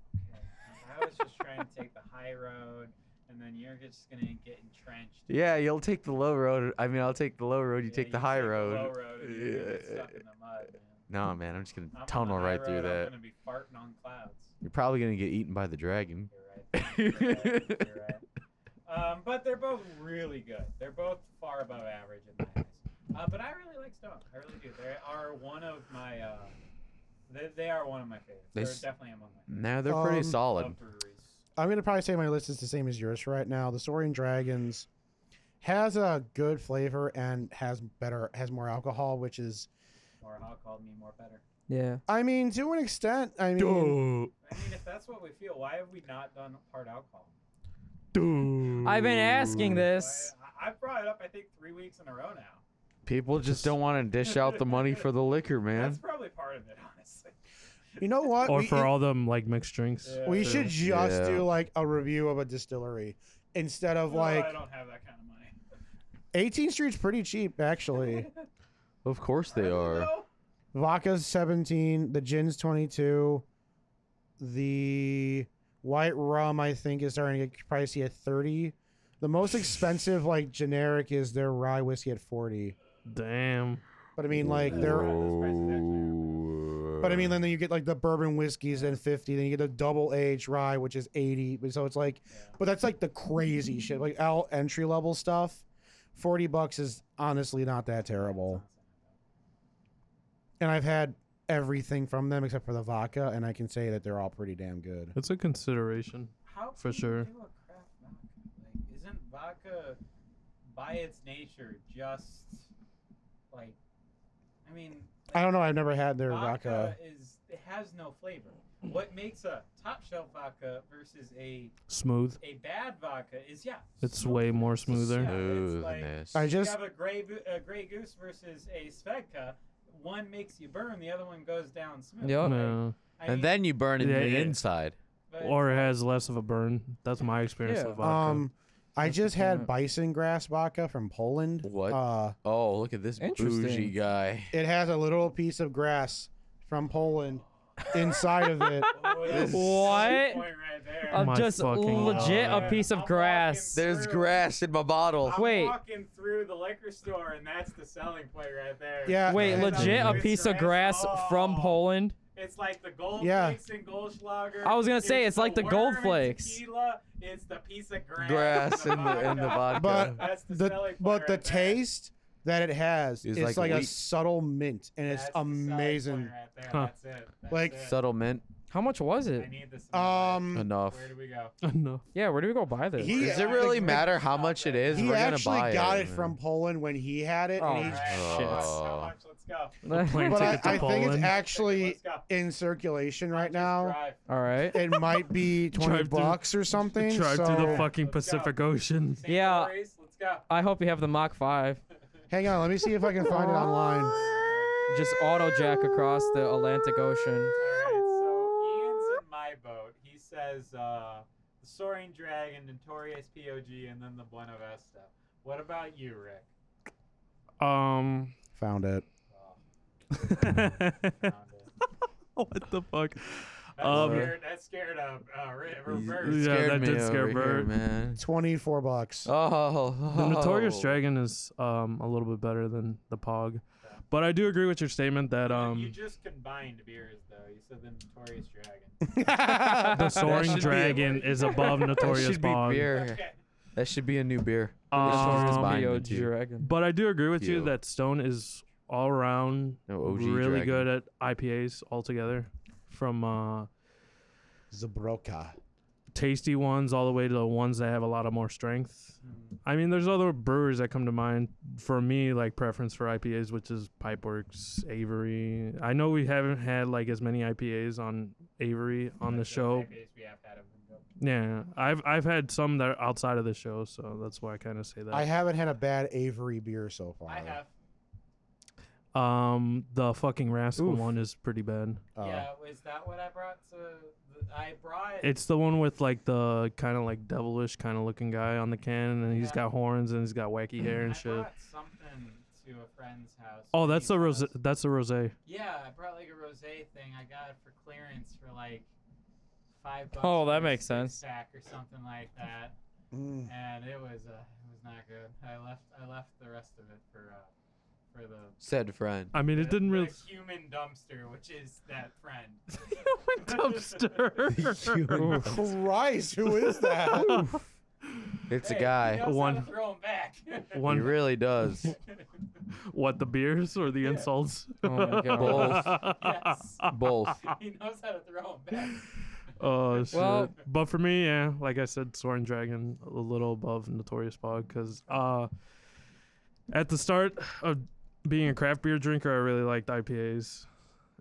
A: I was just trying to take the high road, and then you're just gonna get entrenched.
C: Yeah, you'll take the low road. I mean, I'll take the low road. You
A: Yeah,
C: take the high road.
A: low road and you're gonna get stuck in the mud, man.
C: No, man, I'm just gonna
A: I'm on the
C: tunnel
A: high
C: right
A: road,
C: through that.
A: I'm gonna be farting on clouds.
C: You're probably gonna get eaten by the dragon.
A: You're right. You're right. You're right. Um, but they're both really good. They're both far above average in my eyes. Uh, but I really like Stone. I really do. They are one of my. Uh, they, they are one of my favorites.
C: They
A: They're
C: s-
A: definitely among my
C: No, they're pretty
D: Um,
C: solid.
A: of breweries.
D: I'm gonna probably say my list is the same as yours for right now. The Soaring Dragons has a good flavor and has better has more alcohol, which is
A: More hot called me more better.
E: Yeah.
D: I mean to an extent. I mean,
B: Duh,
A: I mean, if that's what we feel, why have we not done hard alcohol?
B: duh.
E: I've been asking this.
A: I, I- I've brought it up, I think, three weeks in a row now.
C: People just don't want to dish out the money for the liquor,
A: That's
C: man.
A: probably part of it, honestly.
D: you know what?
B: Or
D: we,
B: for all them like mixed drinks.
A: Yeah.
D: we should just
C: Yeah.
D: do like a review of a distillery instead of
A: No,
D: like
A: I don't have that kind of money.
D: 18th Street's pretty cheap actually.
C: Of course they
A: Really,
C: are.
A: though?
D: Vodka's 17, the gin's 22, the white rum I think is starting to get pricey at 30. The most expensive like generic is their rye whiskey at 40.
B: Damn.
D: But I mean like they're but I mean then you get like the bourbon whiskeys and 50, then you get a double aged rye which is 80. But So it's like but that's like the crazy shit. Like all entry level stuff. 40 bucks is honestly not that terrible. And I've had everything from them except for the vodka and I can say that they're all pretty damn good.
B: That's a consideration.
A: How
B: For
A: can you
B: sure.
A: do a craft vodka? Like, isn't vodka by its nature just like? I mean,
D: I don't know. I've never had their
A: vodka,
D: vodka.
A: is it has no flavor. What makes a top shelf vodka versus a
B: Smooth.
A: a bad vodka is yeah.
B: It's
A: no
B: way
A: flavor.
B: more smoother.
A: Yeah.
C: Smoothness.
D: I
A: You
D: just
A: have a gray Goo- a gray goose versus a svedka. One makes you burn, the other one goes down smooth.
E: Yup.
A: right?
B: No.
A: I mean,
C: And then you burn it
B: Yeah,
C: in the
B: yeah.
C: inside.
A: but
B: Or it has less of a burn. That's my experience
E: Yeah.
B: with vodka.
D: um, I
E: That's
D: just
E: the
D: had
E: point.
D: bison grass vodka from Poland.
C: What?
D: Uh,
C: Oh, look at this bougie
E: Interesting.
C: guy.
D: it has a little piece of grass from Poland inside of it.
A: Oh, that's a
E: What?
A: point right there.
E: I'm
B: My
E: just
B: fucking
E: legit
B: God.
E: a piece
A: I'm
E: of
A: walking
E: grass.
A: through-
C: There's grass in my bottle.
A: I'm
E: Wait.
A: walking through the liquor store, and that's the selling point right there.
D: Yeah.
E: Wait,
D: and-
E: legit a
A: It's
E: piece of grass from
A: oh.
E: Poland?
A: It's like the gold
D: Yeah.
A: flakes and Goldschlager.
E: I was gonna say, it's like the
A: worm
E: Gold
A: in
E: Flakes.
A: tequila, It's the piece of grass.
C: Grass
A: in
C: in the in the
A: vodka.
C: vodka.
D: But-
A: That's the,
D: The-
A: selling point.
D: but the
A: right there.
D: taste that it has
C: Is
D: is
C: like
D: like, a
C: wheat.
D: subtle mint, and
A: That's
D: it's
A: the selling point
D: amazing.
A: Right there.
B: Huh.
A: That's it. That's
D: Like-
A: it.
C: Subtle mint.
E: How much was
A: I
E: it?
A: need this. in my life.
D: Um,
C: Enough.
A: Where do we go?
B: Enough.
E: Yeah, where do we go buy this?
D: He-
C: Does it
D: I
C: really
D: think-
C: matter how much it is?
D: he
C: We're gonna
D: actually
C: buy
D: got it
C: man.
D: from Poland when he had it,
E: Oh,
D: and
A: All
D: he,
A: right,
C: Oh.
A: how much? Let's go.
B: Plane
D: but I,
B: ticket to
D: I think it's
B: Poland.
D: actually
A: Let's go.
D: in circulation right
A: Just
D: now.
A: drive.
E: All right.
D: It might be twenty
B: Drive through-
D: bucks or something.
B: Drive
D: so
B: through the fucking
A: Let's go.
B: Pacific Ocean.
A: St.
E: Yeah.
A: Mary's, Let's go.
E: I hope you have the Mach 5.
D: Hang on, let me see if I can find it online.
E: Just auto jack across the Atlantic Ocean.
A: Alright, so Ian's in my boat. He says uh, the Soaring Dragon, Notorious POG, and then the Buena Vista. What about you, Rick?
B: Um,
D: Found it.
A: Oh,
B: what the fuck?
A: That
B: Um,
A: scared. That scared uh, uh, Re- Reverse.
B: Yeah, that did scare
C: over here,
B: Bert.
C: man.
D: 24 bucks.
C: Oh,
B: The Notorious
C: oh.
B: Dragon is um, a little bit better than the Pog, but I do agree with your statement that
A: you
B: um,
A: just combined beers, though. You said the Notorious Dragon.
B: the Soaring
C: should be a-
B: Dragon is above
C: that
B: Notorious Um,
C: should be
B: Pog.
C: beer.
A: Okay.
C: That should be a new beer.
B: Notorious
C: Just combine
E: Bio
C: the two.
E: Dragon.
B: But I do agree with you
C: Cute.
B: that Stone is all around
C: No, OG
B: really
C: Dragon.
B: good at IPAs altogether, from uh,
D: Zabroka.
B: tasty ones all the way to the ones that have a lot of more strength.
A: Mm-hmm.
B: I mean, there's other breweries that come to mind for me, like preference for IPAs, which is Pipeworks, Avery. I know we haven't had like as many IPAs on Avery on the
A: That's
B: show.
A: IPAs we have had of them, though.
B: Yeah, I've I've had some that are outside of the show, so that's why I kind of say that.
D: I haven't had a bad Avery beer so far.
A: I have.
B: um, the fucking rascal
E: Oof.
B: one is pretty bad.
D: Uh,
A: yeah, was that what I brought to? The, I brought.
B: It's the one with like the kind of like devilish kind of looking guy on the can, and he's
A: Yeah.
B: got horns and he's got wacky hair
A: I
B: and shit.
A: brought something to a friend's house.
B: Oh,
A: when
B: that's
A: he
B: a rose.
A: was-
B: That's a rose.
A: Yeah, I brought like a rosé thing. I got it for clearance for like five bucks.
E: Oh, that
A: for a
E: makes
A: six
E: sense.
A: Sack or something like that,
D: mm.
A: and it was uh, it was not good. I left I left the rest of it for uh, for the.
C: Said friend.
B: I mean,
A: the-
B: it didn't
A: the
B: really.
A: Human dumpster, which is that friend.
B: Human
C: Human
B: dumpster.
D: Christ, who is that?
C: It's a
A: Hey, He
C: guy.
A: knows One.
B: One-
A: How to throw 'em back.
C: He
B: One,
C: really does.
B: what the beers or the
A: Yeah.
B: insults?
E: Oh my
C: God.
A: yes.
C: Both.
A: He knows how to throw 'em back.
B: Oh shit!
E: Well-
B: but for me, yeah, like I said, Soaring Dragon a little above Notorious Pog because uh, at the start of being a craft beer drinker, I really liked IPAs,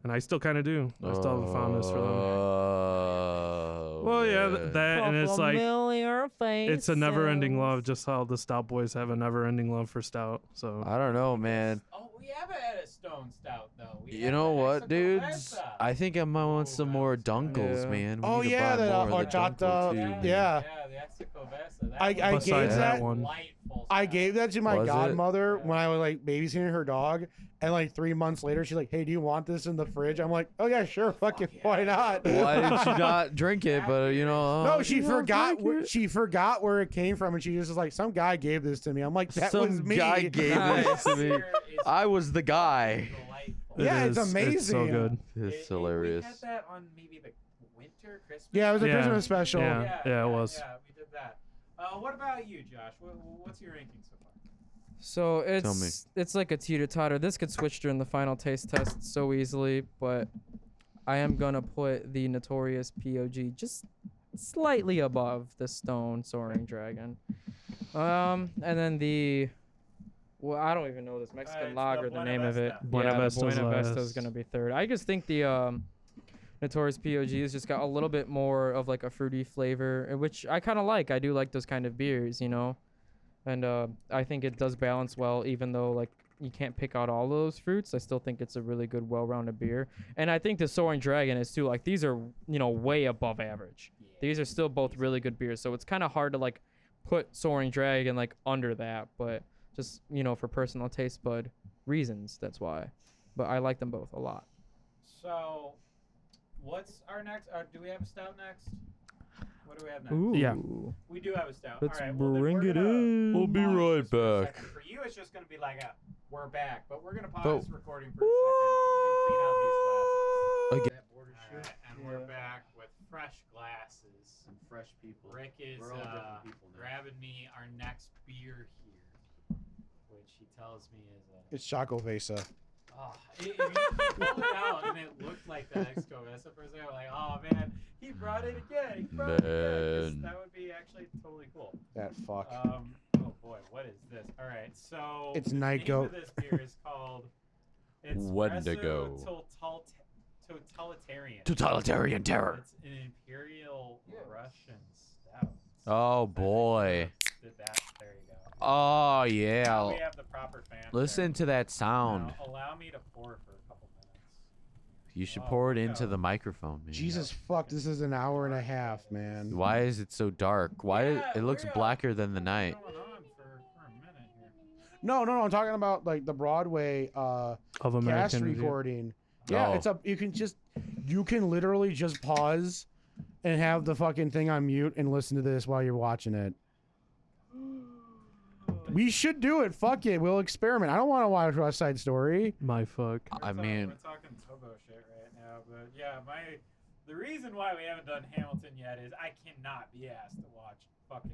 B: and I still kind of do. I still have a fondness for them.
C: Oh.
B: Well, yeah, th-
C: man.
B: that and it's like it's a never-ending love, just how the stout boys have a never-ending love for stout. So
C: I don't know, man.
A: Oh, we haven't had a stone stout though. We
C: You
A: had
C: know
A: the
C: what, dudes?
A: Hexaconasa.
C: I think I might want
A: Oh,
C: some
A: that
C: more
A: was good.
C: dunkles,
E: Yeah.
C: man. We
D: Oh,
C: need to
D: yeah,
C: buy
D: that, uh,
C: more of the
D: horchata-
C: Dunkle, too.
D: yeah.
A: Oh, Yeah, the Hexaconasa, that
D: I-
A: was
D: I
A: a
D: gave that-
B: one.
A: delightful
D: I
A: stout.
D: gave that to my
C: Was it?
D: godmother
A: Yeah.
D: when I was like babysitting her dog, and like three months later, she's like, "Hey, do you want this in the fridge?" I'm like, "Oh yeah, sure, fuck it,
A: Fuck yeah.
D: why not?"
C: Why did she not drink it? But you know,
D: No,
C: uh,
D: she forgot. Where, she forgot where it came from, and she just was like, "Some guy gave this to me." I'm like, "That was
C: Some
D: me."
C: guy gave
A: That
C: this to
A: beer
C: me.
A: is
C: I was the guy.
A: delightful.
B: it
D: Yeah, it's
B: is- so
D: amazing.
B: good.
A: It- it-
C: It's hilarious.
A: We had that on maybe the winter Christmas.
D: Yeah, it was a
B: Yeah.
D: Christmas special.
B: Yeah, yeah, it was.
A: Yeah, we did that. Uh, what about you, Josh? What, what's your ranking so far?
E: So it's
C: me.
E: it's like a teeter totter. This could switch during the final taste test so easily, but I am gonna put the notorious POG just slightly above the stone soaring dragon. Um, and then the well, I don't even know this
A: it's
E: Mexican
A: the
E: lager, the
A: Buena
E: name of it.
A: Vista.
B: Buena
E: yeah, the
B: Vista's
E: Buena Vista is
B: last.
E: gonna be third. I just think the um, Notorious POG has just got a little bit more of like a fruity flavor, uh, which I kind of like. I do like those kind of beers, you know, and uh, I think it does balance well. Even though like you can't pick out all those fruits, I still think it's a really good, well-rounded beer. And I think the Soaring Dragon is too. Like these are you know way above average. These are still both really good beers, so it's kind of hard to like put Soaring Dragon like under that, but just you know for personal taste bud reasons, that's why. But I like them both a lot.
A: So, what's our next? Uh, do we have a stout next? What do we have next?
B: Yeah.
A: We do have a stout.
E: Let's
A: All right, well, then
E: bring
A: we're
E: it
A: gonna
E: in.
C: We'll be
A: pause
C: right
A: just for a
C: back.
A: second. For you, it's just going to be like a we're back, but we're going to pause
C: But-
A: this recording for a second and clean out these glasses. All right, and we're back with fresh glasses.
F: Some fresh people.
A: Rick is
F: We're all different
A: uh,
F: people now.
A: grabbing me our next beer here, which he tells me is a.
D: It's Choco Vesa.
A: Oh, it, it, he pulled it out and it looked like the Exco. That's the first thing I'm like, oh man, he brought it again. He brought it again. 'Cause
C: Man.
A: That would be actually totally cool.
D: That fuck.
A: Um, oh boy, what is this? All right, so
D: It's
A: the name
D: Nyko.
A: of This beer is called
C: Wendigo.
A: Espresso Total- Totalitarian.
C: Totalitarian terror.
A: It's an imperial Russian stout.
C: Oh boy.
A: Did that? There you go. Now
C: Oh yeah.
A: we have the proper fan. there.
C: Listen to that sound.
A: Now, allow me to pour for a couple minutes.
C: You should
A: Oh,
C: pour it
A: yeah.
C: into the microphone, man.
D: Jesus fuck, this is an hour and a half, man.
C: Why is it so dark? Why
A: Yeah,
C: it looks
A: we're, uh,
C: blacker than the night?
A: Going on for, for a minute here.
D: No, no, no. I'm talking about like the Broadway uh,
B: of
D: cast
B: American Idiot.
D: recording. Yeah,
C: Oh.
D: it's up. You can just, you can literally just pause and have the fucking thing on mute and listen to this while you're watching it. We should do it. Fuck it. We'll experiment. I don't want to watch West Side Story.
B: My fuck.
C: I
A: talking-
C: mean-
A: we're talking Tobo shit right now, but yeah, my the reason why we haven't done Hamilton yet is I cannot be asked to watch fucking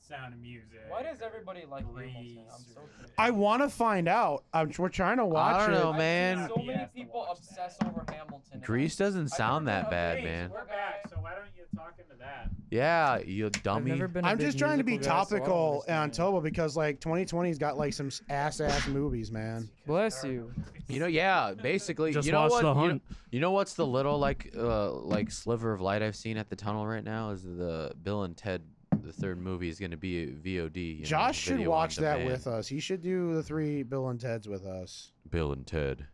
A: Sound of Music. or
E: like
A: Grease or-
D: I want to find out. I'm, we're trying to watch
C: I don't
D: it.
C: know, man.
A: so many people obsess
E: over Hamilton.
C: Grease doesn't
E: I've
C: sound
E: never
C: that
E: done
C: bad,
A: Hey,
C: man.
A: We're back, so why don't you talk into that?
C: Yeah, you dummy.
D: I'm just trying to be topical on Toba because like 2020's got like some ass ass movies, man.
E: Bless you.
C: You know, yeah. Basically,
B: Just
C: you know
B: watch
C: what?
B: The
C: you know-
B: Hunt.
C: You know, what's the little like uh like sliver of light I've seen at the tunnel right now is the Bill and Ted the third movie is going to be VOD. You know,
D: Josh should
C: video on
D: watch that
C: demand.
D: with uh, us. He should do the three Bill and Ted's with us.
C: Bill and Ted.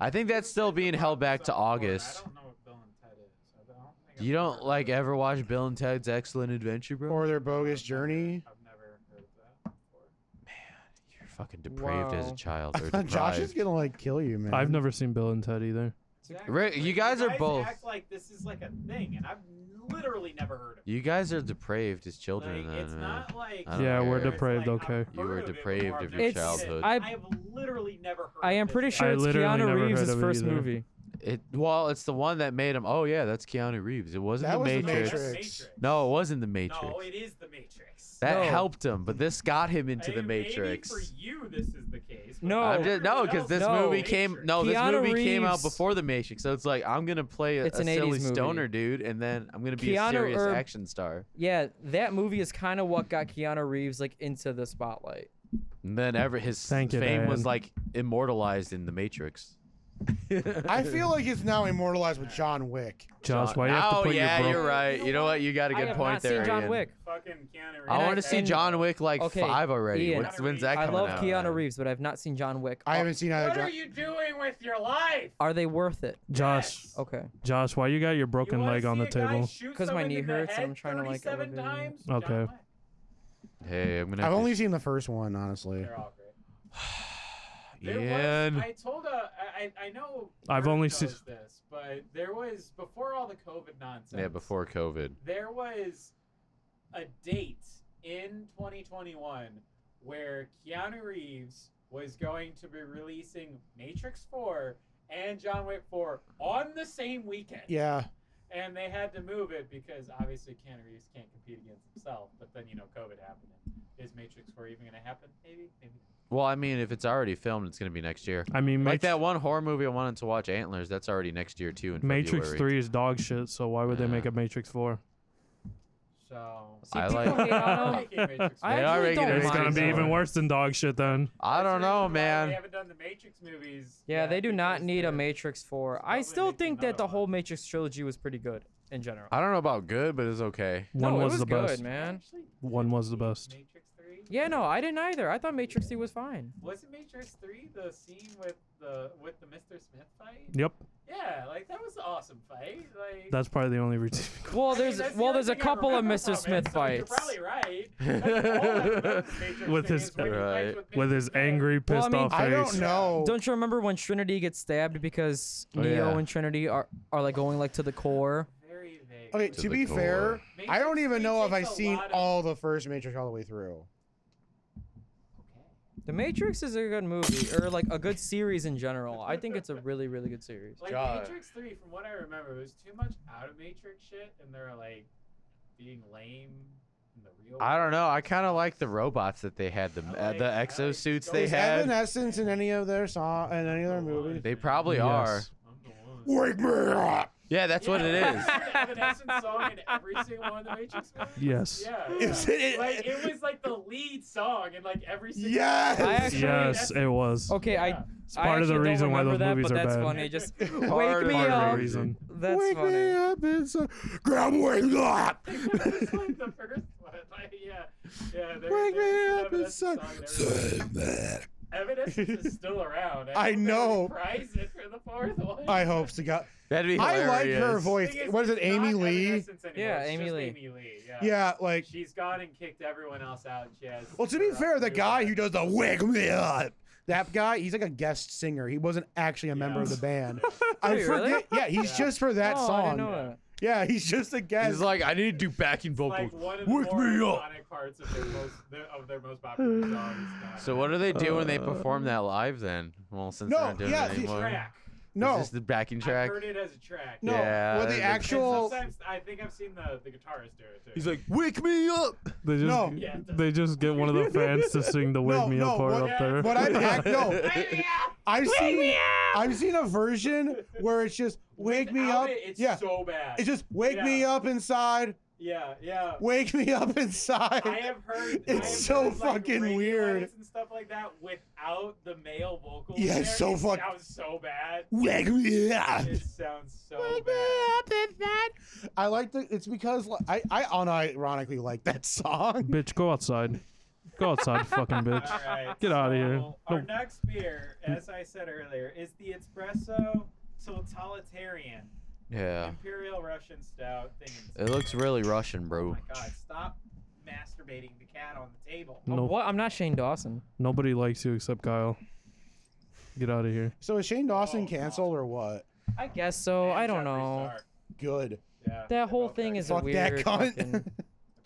C: I think that's still being held back to August.
A: I don't know what Bill and Ted is. I don't think I've
C: You
A: heard
C: don't
A: of
C: like
A: it.
C: ever watch Bill and Ted's Excellent Adventure, bro?
D: Or their bogus journey.
A: I've never heard that before.
C: You're fucking depraved as a
E: Wow.
C: child. Or
D: Josh is
C: deprived.
D: gonna like kill you, man.
B: I've never seen Bill and Ted either.
A: Exactly.
C: Rick, you guys are both-
A: Act like this is like a thing, and I've literally never heard of. it.
C: You guys are depraved as children,
A: Like,
C: then,
A: it's
C: man.
A: not like
C: I don't
B: Yeah, we're
A: it's
B: depraved,
A: like I've
B: okay.
A: heard
C: You were
A: of it
C: depraved
A: before,
C: of
A: I've
C: your
A: never seen it.
C: childhood.
A: I
E: I-
A: have literally never heard.
E: I am
A: of this
E: pretty
A: guy.
E: sure
B: I
E: it's
B: literally never
E: Keanu
B: heard
E: Reeves'
B: of it
E: first
B: either.
E: movie.
C: It well, it's the one that made him. Oh yeah, that's Keanu Reeves. It wasn't
D: That
C: the
D: was The
A: No,
C: Matrix.
A: that's
D: Matrix.
C: No, it wasn't the Matrix.
A: No, it is the Matrix.
C: that
E: No.
C: helped him, but this got him into
A: Hey,
C: the
A: Maybe
C: Matrix.
A: for you, this is the case. but
E: No.
A: for
E: I'm
C: just,
A: everyone
C: no, because
A: else,
C: this
A: it's
E: No.
C: movie
A: the
C: came
A: Matrix.
C: no, this
E: Keanu
C: movie came out
E: Reeves-
C: before the Matrix. So it's like I'm gonna play a,
E: It's
C: a
E: an
C: silly
E: 80s movie.
C: stoner dude, and then I'm gonna be a
E: Keanu
C: serious
E: or-
C: action star.
E: Yeah, that movie is kind of what got Keanu Reeves like into the spotlight.
C: And then ever his
B: Thank you,
C: fame was
B: Dad.
C: like immortalized in the Matrix.
D: I feel like it's now immortalized with John Wick.
B: Josh,
C: John-
B: why you have to
C: oh
B: put
C: yeah,
B: your
C: you're
B: bro-
C: right. You know what? You got a
E: I
C: good
E: have
C: point
E: not
C: there.
E: seen John
C: Ian.
E: Wick.
A: Fucking Keanu
C: I
E: And I-
C: want to see
E: and-
C: John Wick like
E: okay,
C: five already.
E: Ian,
C: When's, when's that
E: I
C: coming
E: love
C: out?
E: Keanu
C: man?
E: Reeves, but I've not seen John Wick.
D: I
E: Are-
D: haven't seen either.
A: Oh, What are
D: John-
A: you doing with your life?
E: Are they worth it?
B: Josh,
A: Yes.
E: Okay.
B: Josh, why you got your broken
A: You wanna
B: leg on
A: see
B: the
A: a guy
B: table?
A: shoot
E: 'Cause my
A: someone
E: knee
A: in the
E: hurts and
A: head
E: I'm trying to, like,
A: 37
E: elevate it.
A: times?
B: Okay.
A: John Wick.
C: Hey, I'm gonna.
D: I've
C: have to
D: only seen the first one, honestly.
A: They're all great. There was-
C: Ian.
A: I told a, I, I I know.
B: I've
A: Bert
B: only
A: knows
B: seen-
A: this, but there was before all the COVID nonsense.
C: Yeah, before COVID.
A: there was a date in 2021 where Keanu Reeves was going to be releasing Matrix 4 and John Wick 4 on the same weekend.
D: Yeah,
A: And they had to move it because obviously Keanu Reeves can't compete against himself. But then, you know, COVID happened. Is Matrix 4 even going to happen? Maybe. Maybe.
C: Well, I mean, if it's already filmed, it's gonna be next year.
B: I mean,
C: Like
B: Matrix,
C: that one horror movie I wanted to watch, Antlers. That's already next year too. In
B: Matrix
C: February.
B: Three is dog shit. So why would they make
C: Yeah.
B: a Matrix Four?
A: So.
E: See,
C: I
E: people
C: like-
E: hate on him.
A: Making Matrix
E: I
C: They
A: four.
C: are
E: actually
C: making
E: don't
C: it.
B: It's
E: mind
B: gonna be
E: him.
B: even worse than dog shit then.
C: I
A: That's
C: don't
A: the reason
C: know,
A: why
C: man.
A: They haven't done the Matrix movies.
E: Yeah,
A: yet
E: they do not
A: because
E: need a
A: they're-
E: Matrix 4. I
A: probably
E: still
A: making
E: think that
A: another
E: the
A: one.
E: whole Matrix trilogy was pretty good in general.
C: I don't know about good, but it's okay.
B: One
E: no, it
B: was, the
E: good,
B: best.
E: man.
A: Actually,
B: One
A: did
B: was the
A: you see
B: best.
A: Matrix 3?
E: Yeah, no, I didn't either. I thought Matrix 3 was fine.
A: Wasn't Matrix 3 the scene with the with the Mr. Smith fight?
B: Yep,
A: Yeah, like that was an awesome fight. Like
B: that's probably the only reason.
A: I
E: Well,
A: mean,
E: there's
A: that's the
E: well,
A: only
E: there's a
A: thing I
E: couple of
A: remember
E: Mr.
A: from it,
E: Smith
A: so you're
E: fights.
A: probably right. That's all I remember from Matrix
B: With
A: three
B: his-
A: is when he fights
C: Right.
A: Mr.
B: With his
A: Smith.
B: angry,
E: Well, I
B: pissed
E: mean,
B: off face.
D: I don't know.
E: Don't you remember when Trinity gets stabbed because
C: Oh,
E: Neo
C: yeah.
E: and Trinity are are like going like to the core?
A: Very vague.
D: Okay,
C: To
D: to
C: the
D: be
C: core.
D: fair, I don't
A: Matrix
D: even
A: three
D: know if
A: takes
D: I've
A: a
D: seen
A: lot of-
D: all the first Matrix all the way through.
E: The Matrix is a good movie or like a good series in general. I think it's a really really good series.
A: Like
C: God.
A: Matrix Three, from what I remember, was too much out of Matrix shit, and they're like being lame in the real.
C: I don't
A: world.
C: know. I kind of like the robots that they had, the
A: I
C: uh,
A: like-
C: the
A: I like
C: exosuits
A: those.
C: they
D: Is
C: had.
D: Evanescence in any of their song in any of their movies?
C: They probably
B: Yes.
C: are.
A: I'm the one.
D: Wake me up.
C: Yeah, that's what it
A: Yeah,
C: is.
A: the Evanescence song in every single one of the Matrix movies.
B: Yes.
A: Yeah.
D: Is
A: yeah.
D: it-
A: like it was like the lead song in like every single.
D: Yes.
E: I actually-
B: Yes, it was.
E: Okay, I
A: Yeah.
B: It's
E: I
B: part of the
E: actually don't
B: reason why
E: remember
B: those
E: that,
B: movies
E: but
B: are
E: that's
B: bad.
E: funny. Just
C: Part
E: wake
C: of
E: me
C: the
E: up.
B: reason.
E: That's
D: wake me
E: funny.
D: up inside. Grab wake up.
A: That was like the first one. Like, yeah. Yeah. There,
D: Wake
A: there
D: me
A: was
D: up
A: an Evanescence
D: inside.
A: song in every-
D: Save me.
A: Evanescence is still around.
D: I
A: hope they
D: know.
A: reprise it for the fourth one.
D: I hope to God.
C: That'd be
D: I like her
C: hilarious.
D: voice.
A: Thing is,
D: What is it,
A: it's
D: Amy
A: not
D: Lee?
A: Evanescence
E: Yeah,
A: it's
E: Amy
A: just
E: Lee.
A: Amy Lee. Yeah.
D: Yeah, like.
A: She's gone and kicked everyone else out. She has.
D: Well, to be
A: her
D: fair, the
A: new
D: guy
A: one.
D: who does the wake me up, that guy, he's like a guest singer. He wasn't actually a member of
A: Yeah.
D: the band. I
E: Wait,
D: forget.
E: really?
D: Yeah, he's
A: Yeah.
D: just for that
E: oh, I
D: song.
E: didn't know that.
D: Yeah, he's just a guest.
C: He's like, I need to do backing
A: It's like
C: vocals.
A: one of the
D: Wake
A: more
D: me up.
A: iconic parts of their most their, of their most popular songs. now.
C: So what do they do when they
B: Uh,
C: perform that live then? Well, since
D: No,
C: they're not doing
D: yeah,
C: it
D: the
A: It's a
C: anymore.
A: track.
D: no,
C: Is this the backing track?
A: I heard it as a track.
D: no.
C: Yeah,
D: well,
C: that-
D: the
C: that-
A: And
D: actual.
A: sometimes I think I've seen the, the guitarist do it too.
C: He's like, wake me up.
B: They just
D: No.
A: Yeah, it does.
B: they just get one of the fans to sing the "Wake
D: No,
B: Me
D: no,
B: Up" part
D: what-
B: up there.
D: What I've act- no,
A: Baby, ah!
D: I've seen. I've seen a version where it's just wake me
A: Without
D: up.
A: it, it's
D: yeah,
A: so bad.
D: it's just wake me
A: Yeah.
D: up inside.
A: yeah, yeah.
D: Wake me up inside.
A: I have heard.
D: It's
A: I have
D: so
A: heard, like,
D: fucking
A: radio
D: weird.
A: edits and stuff like that without the male vocals.
D: Yeah,
A: there.
D: it's so
A: it
D: fuck-
A: Sounds so bad.
D: wake me up.
A: It sounds so
D: Wake me
A: bad.
D: up inside. I like the. It's because like, I I unironically like that song.
B: bitch, go outside. Go outside, fucking bitch.
A: All right.
B: Get outta here.
A: so Our
B: Nope.
A: next beer, as I said earlier, is the Espresso Totalitarian
C: Yeah.
A: Imperial Russian Stout thing.
C: It looks really Russian,
A: Oh
C: bro.
A: my god, stop masturbating the cat on the table.
E: Oh,
B: Nope.
E: What? I'm not Shane Dawson.
B: Nobody likes you except Kyle. Get out of here.
D: So is Shane Dawson
A: Oh, God.
D: canceled or what?
E: I guess so. I
A: And
E: don't
A: Jeffree
E: know.
A: Star.
D: Good.
A: Yeah, they
E: That whole
A: both
E: thing
A: got-
E: is a
D: Fuck
E: weird.
D: that cunt.
E: fucking-
A: they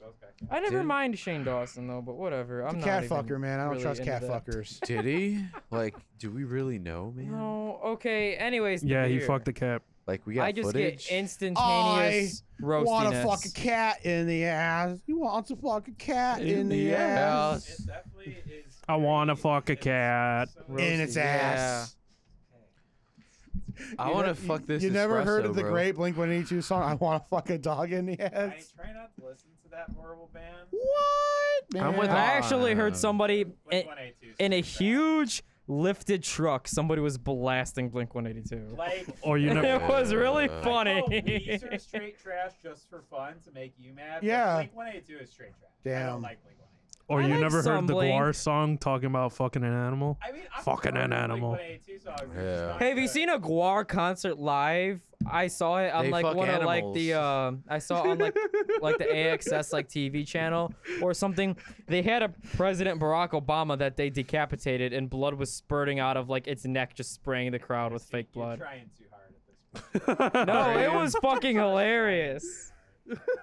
A: both got cat.
E: I never
C: Dude.
E: mind Shane Dawson though, but whatever. I'm
D: It's a
E: not
D: cat
E: even
D: fucker, man. I don't
E: really
D: trust
E: into
D: cat
E: that.
D: fuckers.
C: Did he? Like, do we really know, man?
E: No. Okay. Anyways. the
B: Yeah, he
E: beer.
B: fucked the cap.
C: Like, we got
E: I just
C: footage.
E: get instantaneous roastiness.
D: Want to fuck a cat in the ass? You want to fuck a cat in, the, ass?
A: It definitely is.
B: I wanna
A: very-
B: fuck a
A: it's
B: cat.
A: so-
D: In its
E: Roasty,
D: ass.
C: I
D: You
C: want to
D: ne-
C: fuck
D: you-
C: this.
D: You never heard of
C: espresso,
D: the
C: bro.
D: great Blink 182 song? I want to fuck a dog in the
A: I
D: ass.
A: try not to listen to that horrible band.
D: What? Man,
C: I'm with
E: I
C: Hot.
E: actually heard
C: Uh,
E: somebody in,
A: Blink-182 's
E: in a
A: pretty bad.
E: huge lifted truck. Somebody was blasting Blink 182.
A: Like,
B: Or you
E: And
B: never.
E: it was really
C: Uh,
E: funny.
A: Oh, Weezer is straight trash just for fun to make you mad.
D: Yeah.
A: Blink 182 is straight trash. I
D: Damn.
A: don't like Blink 182.
B: Or
E: I
B: you
E: like
B: never heard the
E: Sunblink.
B: Guar song talking about fucking an animal.
A: I mean, I'm
B: Fucking
A: sorry,
B: an
A: Blink
B: animal.
A: 182 songs are just
C: Yeah.
A: not
E: Hey, have you
A: good.
E: seen a Guar concert live? I saw it on
C: They
E: like
C: fuck
E: one of like the uh, I saw on like like the AXS like TV channel or something. They had a President Barack Obama that they decapitated and blood was spurting out of like its neck, just spraying the crowd with fake
A: You're
E: blood.
A: trying too hard at this point.
E: No,
C: Are
E: it
C: you?
E: was fucking hilarious.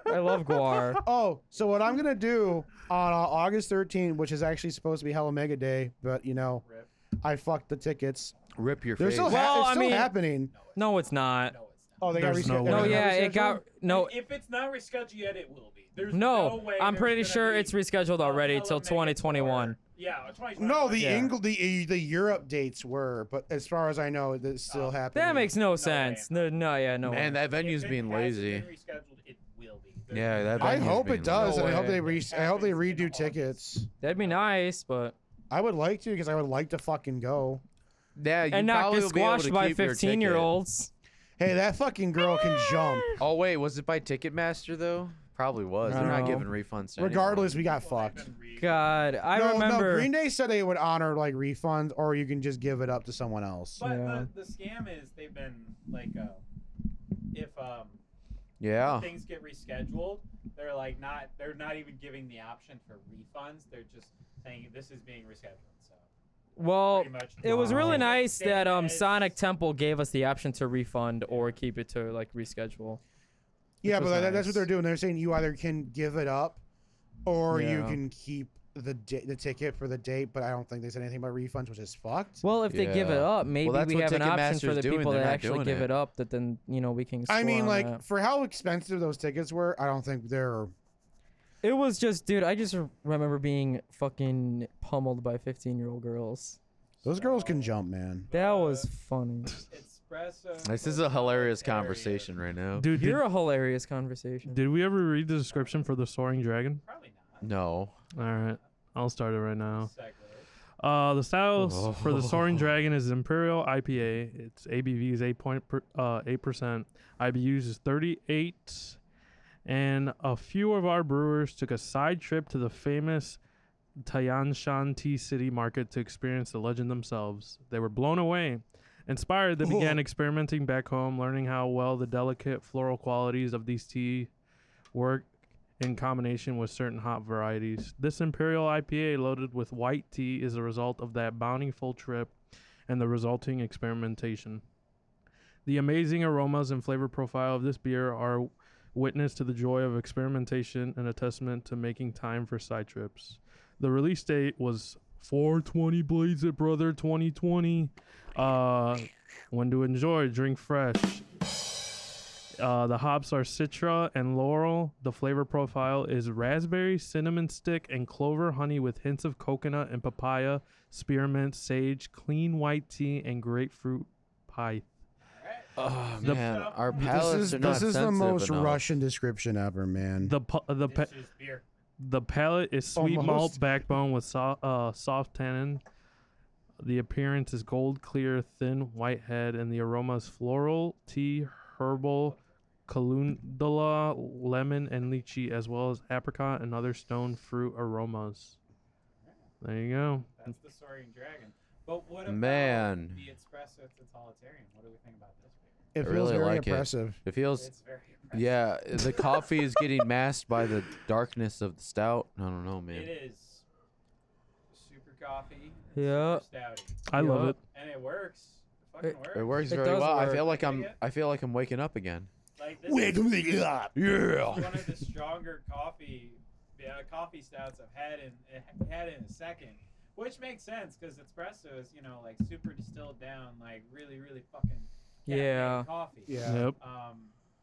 E: I love Guar.
D: Oh, so what I'm gonna do on uh, August 13th, which is actually supposed to be Hell Omega Day, but you know,
A: Rip.
D: I fucked the tickets.
C: Rip your
D: They're
C: face.
D: still, ha-
E: Well,
D: it's
E: I
D: still
E: mean-
D: happening.
E: No, it's not.
A: No, it's not.
D: Oh, they got
B: There's no
D: rescheduled.
B: way.
E: No,
B: Is it
E: yeah, it got Uh, no.
A: If it's not rescheduled yet, it will be. There's no,
E: No,
A: way.
E: I'm
A: there's
E: pretty
A: gonna
E: sure
A: be
E: it's rescheduled
A: a
E: already
A: Hella
E: till
A: Mega
E: 2021.
A: tour. Yeah, 2021.
D: No, the
E: Yeah.
D: Engl- the eh, the Europe dates were, but as far as I know, it's still happening.
E: That makes no
A: way.
E: sense. No, no, yeah, no. way.
C: Man, that venue's
A: If it
C: being
A: hasn't
C: lazy.
A: Been rescheduled, it will be. There's
C: Yeah, that
D: I
C: venue's
D: hope
C: being
D: it does,
E: No
D: and I hope
E: way.
D: they re- I hope they
A: Happens in
D: redo
A: August.
D: tickets.
E: That'd be nice, but
D: I would like to because I would like to fucking go.
C: Yeah, you
E: and not
C: probably
E: get
C: will be able
E: squashed
C: to
E: by
C: keep your
E: 15 year
C: ticket.
E: olds.
D: Hey, that fucking girl can jump.
C: Oh wait, was it by Ticketmaster though? Probably was.
E: I
C: They're not
E: don't know.
C: giving refunds. To anyone.
D: Regardless, we got
A: Well, they've
D: fucked.
A: been re-
E: God, I
D: no,
E: remember.
D: no, Green Day said they would honor like refunds, or you can just give it up to someone else.
A: But
E: Yeah.
A: the, the scam is they've been like, uh, if um
C: Yeah.
A: things get rescheduled, they're like not they're not even giving the option for refunds. They're just saying this is being rescheduled. So
E: well,
A: pretty much.
E: it was really nice
A: Same
E: that um
A: as-
E: Sonic Temple gave us the option to refund or keep it to like reschedule.
D: yeah, but
E: which was
D: that, that's what
E: nice.
D: they're doing. They're saying you either can give it up, or you
E: Yeah.
D: can keep the di- the ticket for the date. But I don't think they said anything about refunds, which is fucked.
E: Well, if they give it
C: Yeah.
E: up, maybe
C: that's
E: we
C: what
E: have an option
C: Ticketmaster's
E: for the
C: doing,
E: people
C: they're
E: that
C: not
E: actually
C: doing
E: give
C: it.
E: it. up. That then you know we can.
D: I
E: score
D: mean,
E: on
D: like
E: that.
D: for how expensive those tickets were, I don't think they're.
E: it was just, dude. I just r- remember being fucking pummeled by 15 year old girls.
D: Those girls can
A: So,
D: jump, man.
E: That
A: Uh,
E: was funny.
A: Espresso.
C: This is a hilarious conversation right now.
B: Dude, did,
E: You're a hilarious conversation.
B: did we ever read the description for the Soaring Dragon?
A: Probably not.
C: No.
B: All right, I'll start it right now.
A: Segue.
B: Uh, the styles for the Soaring
C: Oh.
B: Dragon is Imperial IPA. Its ABV is eight point per, uh, eight percent. IBUs is thirty eight, and a few of our brewers took a side trip to the famous Tayanshan Tea City Market to experience the legend themselves. They were blown away. Inspired, they began
D: Oh.
B: experimenting back home, learning how well the delicate floral qualities of these tea work in combination with certain hop varieties. This Imperial IPA loaded with white tea is a result of that bountiful trip and the resulting experimentation. The amazing aromas and flavor profile of this beer are witness to the joy of experimentation and a testament to making time for side trips. The release date was 420 Blades It Brother 2020. Uh, when to enjoy, drink fresh. Uh, the hops are citra and laurel. The flavor profile is raspberry, cinnamon stick, and clover honey with hints of coconut and papaya, spearmint, sage, clean white tea, and grapefruit pie.
C: Oh
B: The-
C: man, our
D: This
C: palates
D: is
C: are not
D: this is the
C: sensitive
D: most
C: enough.
D: Russian description ever, man.
B: The pu- the pa-
A: This is beer.
B: The palate is sweet malt
D: Almost.
B: backbone with so- uh, soft tannin. The appearance is gold clear, thin white head, and the aroma is floral, tea, herbal, calendula, lemon, and lychee, as well as apricot and other stone fruit aromas. There you go.
A: That's the Saurian dragon. But what about
C: Man.
A: the espresso totalitarian? What do we think about this beer?
D: it feels
C: really
D: very
C: like it.
D: impressive.
C: It feels.
A: It's very impressive.
C: Yeah, the coffee is getting masked by the darkness of the stout. I don't know, man.
A: It is super coffee. Yeah.
E: Yeah.
A: Super stouty.
B: I love
E: Yeah.
B: it.
A: and it works. It fucking
E: It-
A: works.
C: It works
E: It
C: very
E: does
C: well. I feel
A: work.
C: like I'm. I feel like I'm waking up again.
A: Like this is
C: Yeah.
A: one of the stronger coffee yeah, coffee stouts I've had in eh, had in a second, which makes sense because espresso is you know like super distilled down, like really really fucking caffeinated
E: Yeah.
A: coffee.
D: Yeah.
B: Yep.
A: Um,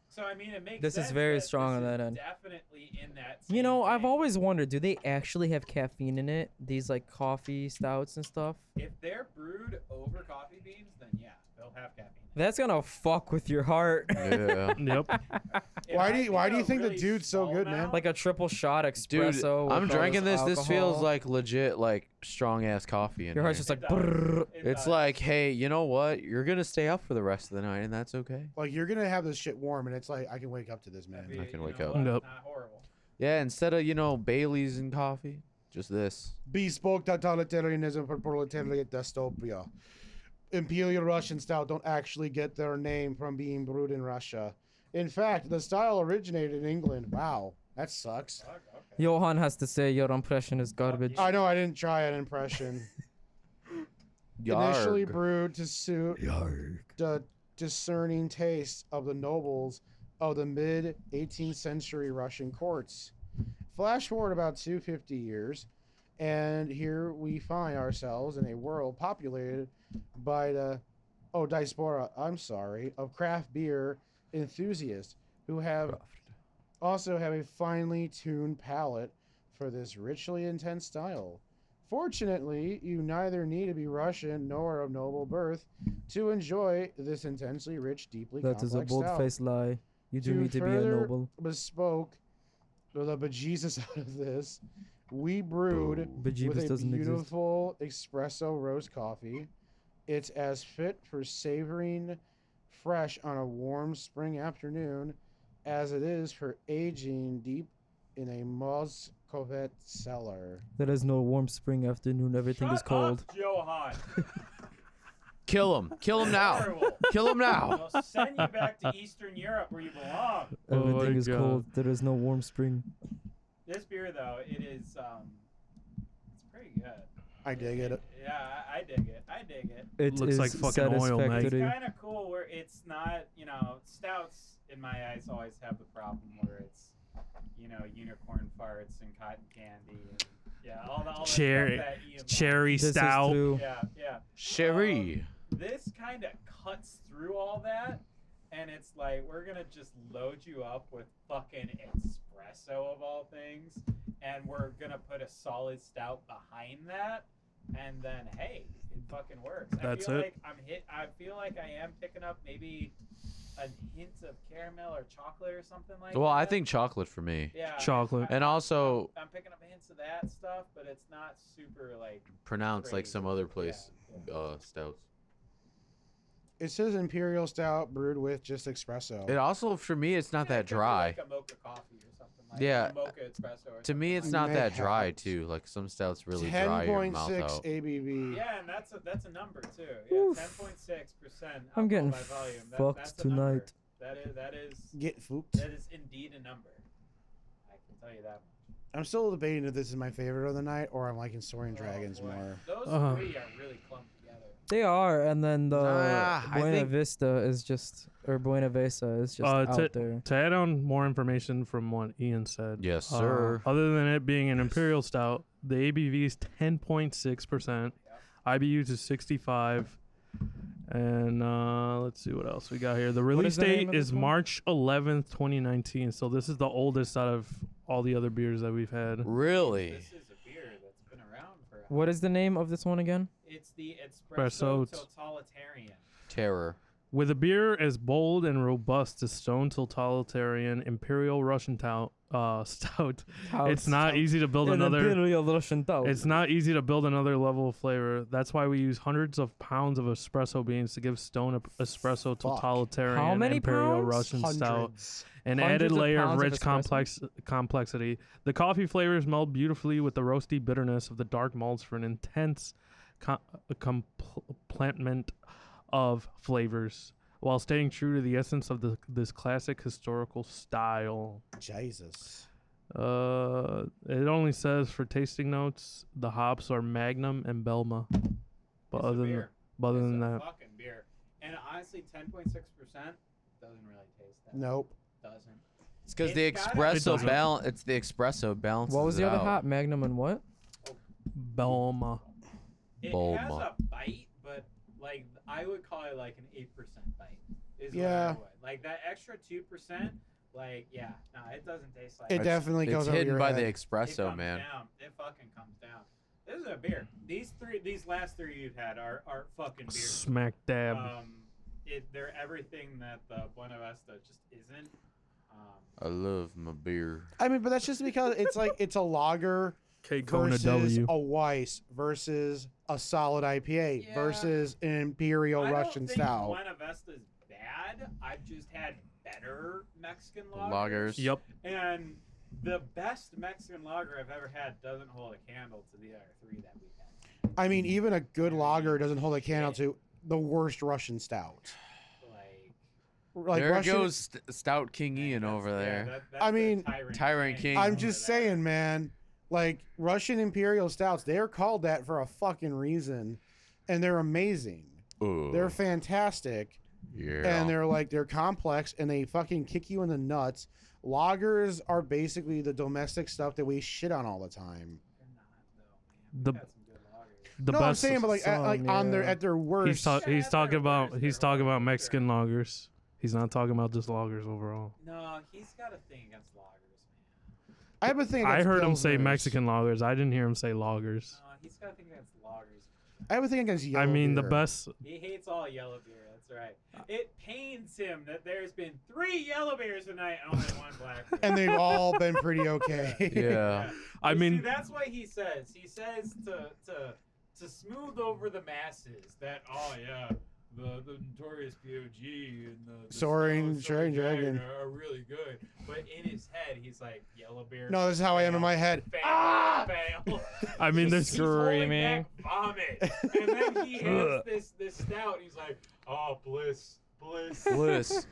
A: so I mean, it makes
E: This is
A: sense
E: very
A: that
E: strong
A: this
E: on
A: is
E: that end.
A: Definitely in that.
E: You
A: same
E: know, I've
A: vein.
E: always wondered, do they actually have caffeine in it? These like coffee stouts and stuff.
A: if they're brewed over coffee beans, then yeah, they'll have caffeine.
E: That's gonna fuck with your heart.
C: Yeah.
B: Yep.
A: It
D: Why do
A: might
D: you-
A: be
D: why do
A: a
D: you think the
A: really
D: dude's so
A: small
D: good, man?
A: amount.
E: like a triple shot
C: Dude,
E: espresso. with all
C: I'm drinking this. This feels
E: alcohol.
C: like legit, like strong ass coffee. In
E: your heart's
C: here.
E: just like.
A: It does.
E: brrrr.
A: It
C: It's
A: does.
C: like, hey, you know what? You're gonna stay up for the rest of the night, and that's okay.
D: Like you're gonna have this shit warm, and it's like I can wake up to this,
A: I
D: man.
A: mean,
C: can
A: you
C: wake
A: know
C: up.
A: what?
B: Nope.
A: Not horrible.
C: Yeah, instead of you know Bailey's and coffee, just this.
D: Bespoke totalitarianism for proletariat dystopia. Imperial Russian style don't actually get their name from being brewed in Russia. In fact, the style originated in England. Wow, that sucks.
A: Fuck, okay.
E: Johan has to say your impression is garbage.
D: I know I didn't try an impression. Initially
C: Yarg.
D: brewed to suit the discerning taste of the nobles of the mid 18th century Russian courts. Flash forward about 250 years, and here we find ourselves in a world populated by the oh diaspora, I'm sorry, of craft beer enthusiasts who have also have a finely tuned palate for this richly intense style. Fortunately, you neither need to be Russian nor of noble birth to enjoy this intensely rich, deeply
E: That
D: complex
E: is a
D: stout
E: bold-faced lie. You do
D: To
E: need to be a
D: further-
E: noble.
D: bespoke or the bejesus out of this. We brewed
E: Bejeebus
D: with a
E: doesn't exist.
D: beautiful espresso roast coffee. It's as fit for savoring fresh on a warm spring afternoon as it is for aging deep in a Moscovet cellar.
E: There is no warm spring afternoon. Everything
A: Shut
E: is cold.
A: Up, Johan.
C: Kill him. Kill him now.
A: Horrible.
C: Kill him now.
A: They'll send you back to Eastern Europe where you belong.
B: Oh my
E: Everything is
B: God.
E: cold. There is no warm spring.
A: This beer, though, it is um, it's pretty good.
D: I dig it.
A: Yeah, I, I dig it. I dig it.
E: It
B: Looks
E: is
B: like fucking oil, mate.
A: It's
E: satisfactory.
A: kind of cool where it's not, you know, stouts in my eyes always have the problem where it's, you know, unicorn farts and cotton candy and yeah, all the all the stuff
B: Cherry-
A: that Ian likes.
B: Cherry
E: This is
B: stout.
E: true.
A: Yeah, yeah.
C: Sherry.
A: this kind of cuts through all that and it's like we're gonna just load you up with fucking espresso of all things and we're gonna put a solid stout behind that and then hey it fucking works
B: That's
A: i feel
B: it.
A: like i'm hit i feel like i am picking up maybe a hint of caramel or chocolate or something like
C: Well, I
A: that.
C: think chocolate for me,
A: yeah
B: Chocolate.
A: I,
C: and also
A: i'm picking up hints of that stuff but it's not super like
C: pronounce like some uh,
A: Crazy.
C: other
A: Yeah,
C: place
A: yeah.
C: uh stouts.
D: It says imperial stout brewed with just
E: Oh.
D: espresso.
C: It also, for me, it's not
A: Yeah,
C: that
A: it could be
C: dry.
A: Like a mocha coffee or something like
C: Yeah,
A: a mocha espresso. Or
C: To me,
A: something
C: it's
A: like
C: not
D: May
C: that dry
D: happens.
C: too. Like some stouts really dry your
D: 10.6
C: mouth out.
D: ABV.
A: that. Yeah, and that's a that's a number too.
E: Oof.
A: Yeah, ten point six percent.
E: I'm getting
A: by volume. That,
E: fucked
A: that's a number.
E: tonight.
A: That is that is
D: Get fooped.
A: that is indeed a number. I can tell you that.
D: I'm still debating if this is my favorite of the night or I'm liking Soaring Dragons
A: oh, boy.
D: more.
A: Those
B: Uh-huh.
A: three are really clumped together.
E: They are, and then the
C: Ah, I
E: Buena
C: think-
E: Vista is just, or Buena Vista is just
B: Uh,
E: out
B: to-
E: there.
B: To add on more information from what Ian said.
C: Yes,
B: uh,
C: sir.
B: other than it being an imperial stout, the ABV is 10.6%, IBU to 65. And uh, let's see what else we got here. The release
E: is the name
B: date
E: of
B: is
E: this one?
B: March 11th, 2019. So this is the oldest out of all the other beers that we've had.
C: Really?
A: This is a beer that's been around for. a-
E: What is the name of this one again?
A: It's the espresso
B: Espresso t-
A: totalitarian.
C: Terror.
B: With a beer as bold and robust as Stone Totalitarian Imperial Russian Stout, uh, stout it's not easy to build another.
E: Oh.
B: It's not easy to build another level of flavor. That's why we use hundreds of pounds of espresso beans to give Stone a espresso totalitarian
E: How many
B: imperial
E: pounds?
B: Russian stout,
D: Hundreds.
B: an
E: Hundreds
B: added
E: of
B: layer of
E: pounds of
B: rich
E: espresso?
B: complex complexity. The coffee flavors meld beautifully with the roasty bitterness of the dark malts for an intense co- complement of flavors, while staying true to the essence of the, this classic historical style.
D: Jesus.
B: Uh, it only says for tasting notes, the hops are Magnum and Belma. But
A: It's a
B: other than,
A: beer.
B: but other
A: It's
B: than
A: a
B: that,
A: fucking beer. And honestly, ten point six percent doesn't really taste that.
D: Nope.
A: doesn't.
C: It's because
A: It's
C: the
A: gotta- It
C: espresso
B: doesn't.
C: balance. It's the espresso balance.
E: What was the other hop? Magnum and what?
B: Belma.
A: It has
C: Bulma.
A: a bite, but like I would call it like an eight percent bite. Is What
D: Yeah.
A: I would. Like that extra two percent, like yeah, no, it doesn't taste like.
D: It definitely
C: It's
D: goes over
C: hidden
D: your
C: by
D: head.
C: the
A: It
C: espresso,
A: comes
C: man.
A: Down. It fucking comes down. This is a beer. These three, these last three you've had are are fucking beers.
B: Smack dab.
A: Um, it, they're everything that the Buena Vista just isn't. Um,
C: I love my beer.
D: I mean, but that's just because it's like it's a lager
B: K Kona
D: versus
B: W.
D: a Weiss versus a solid IPA
A: Yeah.
D: versus an imperial
A: I
D: Russian
A: don't think
D: style.
A: Buena Vesta's bad. I've just had better Mexican
C: Lagers.
B: Yep.
A: And the best Mexican lager I've ever had doesn't hold a candle to the other three that we've had.
D: I mean, even a good
A: Yeah.
D: lager doesn't hold a candle
A: Yeah.
D: to the worst Russian stout.
A: Like,
D: Like
C: there
D: Russian,
C: goes St- Stout King
A: man,
C: Ian
A: that's-
C: over
A: yeah,
C: there.
A: that- that's
D: I
A: the
D: mean,
A: Tyrant,
C: Tyrant King.
D: I'm
A: over
D: just
A: there.
D: saying, man. Like Russian imperial stouts, they're called that for a fucking reason, and they're amazing. They're fantastic,
C: yeah.
D: and they're like they're complex, and they fucking kick you in the nuts. Lagers are basically the domestic stuff that we shit on all the time.
A: They're not, though, man.
B: The-
A: We've had some good lagers.
B: The
D: no,
B: best.
D: I'm saying, but like, at, like
E: some,
D: on their
E: yeah.
D: at their worst.
B: he's, ta-
A: Yeah,
B: he's
A: they're
B: talking
A: worse,
B: about he's
A: they're
B: talking
A: worse,
B: about
A: sure.
B: Mexican lagers. He's not talking about just lagers overall.
A: No, he's got a thing against lagers, man.
D: I have a thing.
B: I
D: against
B: heard him say
D: Pilsners.
B: Mexican lagers. I didn't hear him say lagers.
A: No, Uh, he's got a thing against lagers.
D: I have a thing against. Yellow
B: I mean, the
D: beer.
B: best.
A: He hates all yellow beer. That's right. It pains him that there's been three yellow beers tonight and only one black beer.
D: and they've all been pretty okay.
C: yeah.
B: I
A: You see,
B: mean,
A: that's why he says he says to to to smooth over the masses that oh yeah the the notorious POG and the, the
D: Soaring
A: Snow- Soaring
D: Dragon Dragon.
A: are, are really good, but in his head he's like yellow beer.
D: No, this is how I am in my head.
A: Fail,
D: Ah!
A: fail.
B: I mean,
A: He's
B: there's
A: holding
E: Screaming.
A: back Vomit. And then he has this this stout. He's like, oh bliss, bliss.
C: bliss.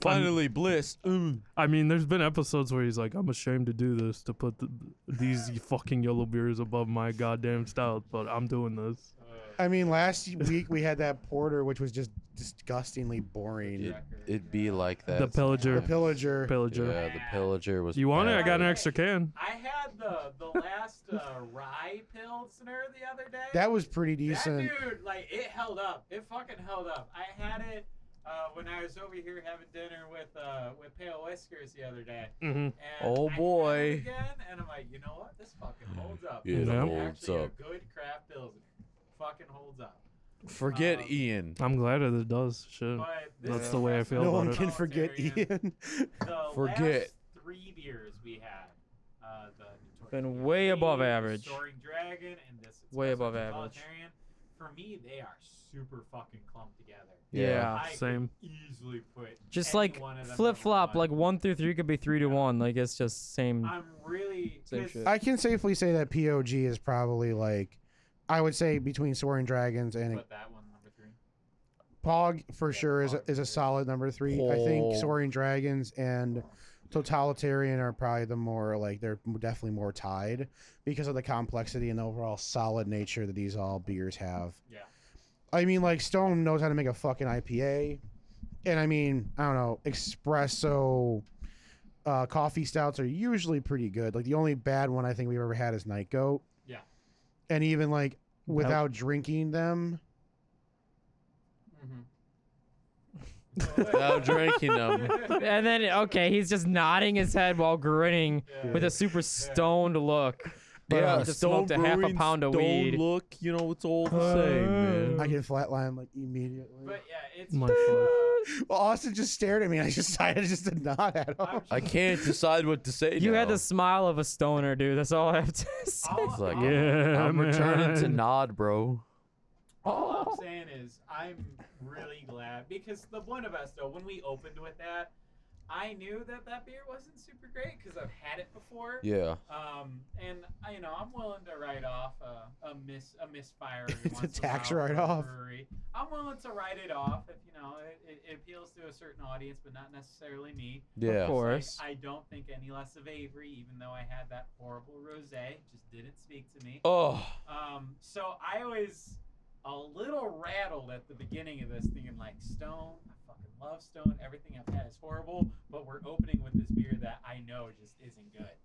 C: Finally, bliss. Mm.
B: I mean, there's been episodes where he's like, "I'm ashamed to do this, to put the, these fucking yellow beers above my goddamn stout, but I'm doing this."
A: Uh,
D: I mean, last week we had that porter, which was just disgustingly boring.
C: It,
A: Yeah.
C: it'd be like that.
B: The Pillager.
D: The
C: sometimes.
D: pillager.
B: Pillager.
C: Yeah, the pillager was.
B: You want it? I
C: bad.
B: got an extra can.
A: I had the the last uh, rye pilsner the other day.
D: that was pretty decent.
A: That dude, like, it held up. It fucking held up. I had it uh, when I was over here having dinner with uh, with Pale Whiskers the other day.
B: Mm-hmm.
A: And
C: Oh,
A: I had it
C: boy.
A: again, and I'm like, you know what? This fucking holds up.
C: Mm-hmm. It
A: It's
C: holds
A: actually
C: up.
A: A good craft pilsner. Fucking holds up.
C: Forget
A: Um,
C: Ian.
B: I'm glad that it does. Shit.
A: But this
B: That's the way I feel
D: no
B: about
D: one
B: it.
D: can forget
A: Totalitarian,
D: Ian.
A: the
C: Forget.
A: last three beers we had. Uh, the Notorious
E: Been
A: B.I.G.,
E: way above
A: the
E: average.
A: Soaring Dragon and this
E: Way
A: Espresso
E: above average.
A: Totalitarian. for me, they are super fucking clumped together.
E: Yeah.
A: I could
B: Same.
A: easily put
E: Just
A: any
E: like
A: one of them
E: flip
A: number
E: flop,
A: one.
E: like one through three could be three to
A: Yeah.
E: one. Like it's just same.
A: I'm really
E: Same
A: 'cause
E: shit.
D: I can safely say that POG is probably like, I would say between Soaring Dragons and
A: Put that one number three.
D: Pog for
A: Yeah,
D: sure is a,
A: Pog
D: is a
A: for sure.
D: solid number three. I think
C: Pog.
D: Soaring Dragons and Totalitarian are probably the more like they're definitely more tied because of the complexity and overall solid nature that these all beers have.
A: Yeah.
D: I mean, like Stone knows how to make a fucking IPA, and I mean, I don't know, espresso. Uh, coffee stouts are usually pretty good. Like the only bad one I think we've ever had is Night Goat.
A: Yeah.
D: And even like without drinking them,
C: Now drinking them.
E: and then okay, he's just nodding his head while grinning
A: Yeah.
E: with a super stoned look. But
D: Yeah,
E: yeah, just smoked a half a pound of weed.
C: look, you know, it's all
E: the same, man.
D: I get flatline like immediately.
A: But yeah, it's
B: My
A: uh,
D: Well, Austin just stared at me. and I just decided just to nod at
A: I'm
D: him.
A: just-
C: I can't decide what to say.
E: you
C: now.
E: had the smile of a stoner, dude. That's all I have to say.
A: all-
C: It's like,
A: all-
B: Yeah,
C: I'm returning to
B: man.
C: nod, bro.
A: All
D: Oh.
A: I'm saying is I'm really glad because the one of us though, when we opened with that, I knew that that beer wasn't super great because I've had it before.
C: Yeah.
A: Um, and I- you know I'm willing to write off a, a miss a misfire. every
D: It's a
A: once in
D: tax
A: while for a
D: write-off.
A: brewery. I'm willing to write it off if you know it, it, it appeals to a certain audience, but not necessarily me.
C: Yeah.
E: Of course.
A: It's like, I don't think any less of Avery, even though I had that horrible rosé. Just didn't speak to me.
C: Oh,
A: Um, so I was a little rattled at the beginning of this, thinking like Stone. I fucking love Stone. Everything I've had is horrible, but we're opening with this beer that I know just isn't good.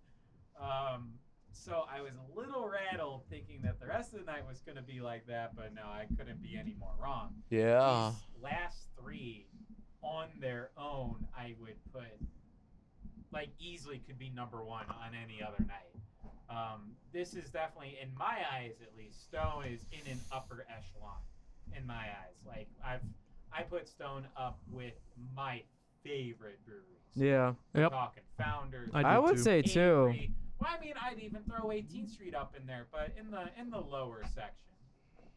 A: Um, so I was a little rattled, thinking that the rest of the night was gonna be like that, but no, I couldn't be any more wrong.
C: yeah.
A: These last three on their own, I would put like easily could be number one on any other night. Um, this is definitely, in my eyes at least, Stone is in an upper echelon. In my eyes, like I've I put Stone up with my favorite breweries.
E: yeah,
A: We're
B: Yep.
A: talking Founders.
B: I
E: I,
B: do
E: would
B: too.
E: say too.
A: Avery. Well, I mean, I'd even throw 18th Street up in there, but in the in the lower section,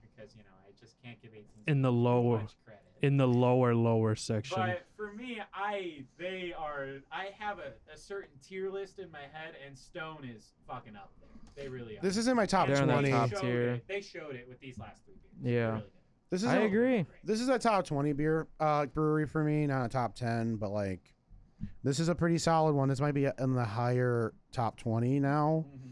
A: because you know I just can't give 18th Street
B: In the
A: too
B: lower,
A: much credit.
B: in the lower, lower section.
A: But for me, I they are I have a, a certain tier list in my head, and Stone is fucking up there. They really are.
D: This isn't my top
A: And
E: They're in the
D: twenty.
A: they
E: top
A: showed
E: tier.
A: It, they showed it with these last three beers. They
E: Yeah.
A: really did.
D: This is
E: I
D: a,
E: agree.
D: this is a top twenty beer uh, brewery for me, not a top ten, but like this is a pretty solid one. This might be in the higher top twenty now.
A: Mhm.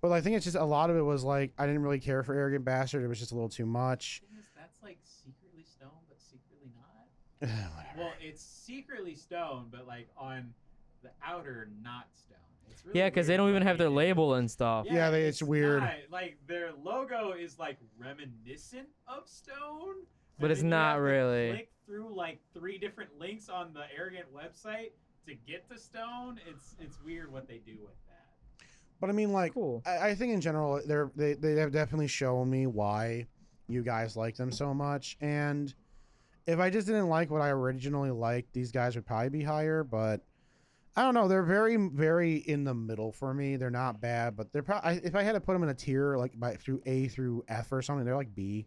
D: But I think it's just a lot of it was like I didn't really care for Arrogant Bastard. It was just a little too much.
A: Thing is, that's like secretly Stone, but secretly not.
D: Whatever.
A: Well, it's secretly Stone, but like on the outer, not Stone. It's really
E: Yeah, because they
A: weird
E: don't
A: what
E: even have their
A: did.
E: label and stuff.
D: Yeah, they- it's weird.
A: not- like their logo is like reminiscent of Stone,
E: But
A: and
E: it's
A: then you
E: not
A: have to
E: really.
A: Click through like three different links on the Arrogant website to get to Stone. It's it's weird what they do with that.
D: But I mean, like
E: Cool.
D: I, I think in general they're they, they have definitely shown me why you guys like them so much and if i just didn't like what i originally liked these guys would probably be higher but i don't know they're very very in the middle for me they're not bad but they're probably if i had to put them in a tier like by through a through f or something they're like b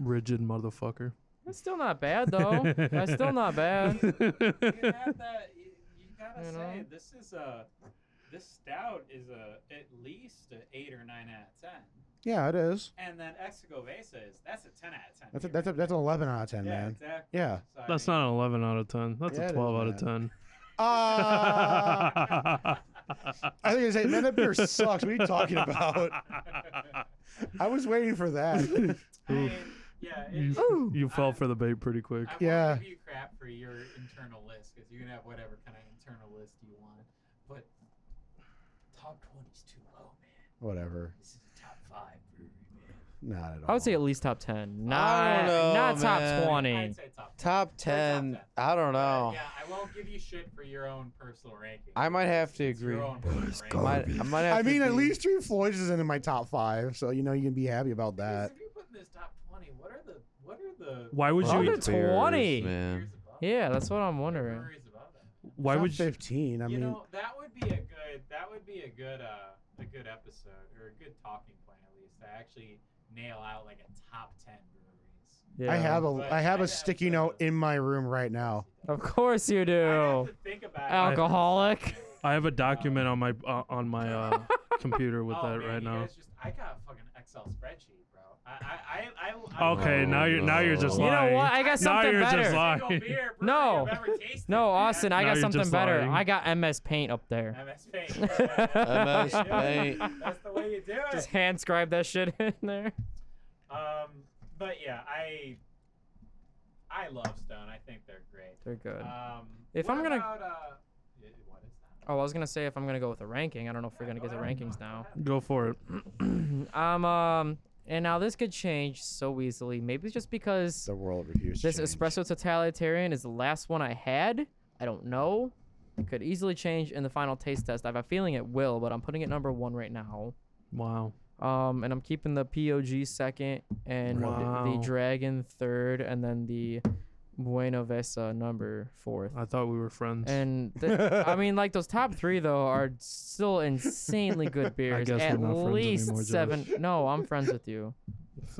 B: Rigid motherfucker.
E: That's still not bad though. That's still not bad.
A: You have that. You, you gotta
E: Mm-hmm. You
A: say
E: know?
A: this is a this stout is a at least a eight or nine out of ten,
D: yeah it is
A: and then Excavesa is that's a ten out of ten.
D: that's a,
A: beer
D: that's a,
A: right
D: that's an
A: there.
D: 11 out of 10
A: yeah,
D: man
A: Exactly.
D: yeah
A: So, I
B: That's
A: mean-
B: not an 11 out of 10. That's
D: Yeah, it
B: a
D: is
B: 12 out of
D: bad.
B: 10.
D: uh, i think it's hey man that beer sucks what are you talking about i was waiting for that
A: I mean, yeah, it's,
B: you,
E: Ooh.
B: you fell
A: I-
B: for the bait pretty quick.
A: I
D: Yeah.
A: won't give you crap for your internal list because you can have whatever kind of internal list you want. But top 20 is too low, man.
D: whatever
A: This is a top five brewery, man.
D: Not at all.
E: I would say at least top ten. Not
C: know,
E: not top
C: man.
E: twenty.
A: I'd say top 10.
C: Top
A: ten.
C: ten. I
A: But,
C: don't know.
A: Yeah, I won't give you shit for your own personal ranking.
C: I might have to
A: It's your
C: agree.
A: own personal ranking.
C: Might, I might have
D: I
C: to
D: mean, at
C: be-
D: least Street Floyds isn't in my top five, so you know you can be happy about
A: Because
D: that.
A: If you put in this top 20, what are the. What are the.
B: Why would
E: Well,
B: you?
E: that's- 20.
C: man.
A: beers above that?
E: Yeah, that's what I'm
A: What
E: wondering.
A: breweries above that?
B: Why
D: Top
B: would you?
D: fifteen? I
A: you
D: mean,
A: know that would be a good that would be a good uh a good episode or a good talking point at least. I actually nail out like a top ten breweries.
E: Yeah.
D: I have
A: But
D: a I
A: I'd
D: have a
A: have
D: sticky
A: the-
D: note in my room right now.
E: Of course
A: I
E: you
A: have
E: do.
A: to think about it.
E: Oh, Alcoholic.
B: I have a document on my uh, on my uh, computer with
A: Oh,
B: that
A: man,
B: right
A: you
B: now.
A: guys just- I got a fucking Excel spreadsheet, bro. I, I, I, I, I
B: Okay,
C: Oh,
B: now you're now you're just
E: You
C: no.
B: lying.
E: know what? I got
B: now
E: something
B: you're
E: better.
B: just
A: Single beer
B: lying.
A: brewery
E: No.
A: I've ever tasted,
E: No,
A: man.
E: Austin, I
B: Now
E: got
B: you're
E: something
B: just
E: better.
B: lying.
E: I got MS Paint up there.
A: MS Paint. bro. That's
C: MS
A: the way you do it.
C: Paint.
A: That's the way you do it.
E: Just hand scribe that shit in there.
A: Um, but yeah, I I love Stone. I think they're great.
E: They're good.
A: Um,
E: If
A: what
E: I'm gonna-
A: about, uh, y- what is that?
E: Oh, I was gonna say if I'm gonna go with a ranking, I don't know if we're gonna get the rankings now.
B: Go for it.
E: Um, um, and now this could change so easily. Maybe just because
D: The world reviews.
E: this
D: change.
E: espresso totalitarian is the last one I had. I don't know. It could easily change in the final taste test. I have a feeling it will, but I'm putting it number one right now.
B: Wow.
E: Um, and I'm keeping the POG second and the- the
B: Wow.
E: Dragon third, and then the Buena Vesa number fourth.
B: I thought we were friends.
E: And th- I mean, like those top three though are still insanely good beers.
B: guess we're
E: At
B: not friends
E: least
B: anymore, Josh.
E: seven. No, I'm friends with you.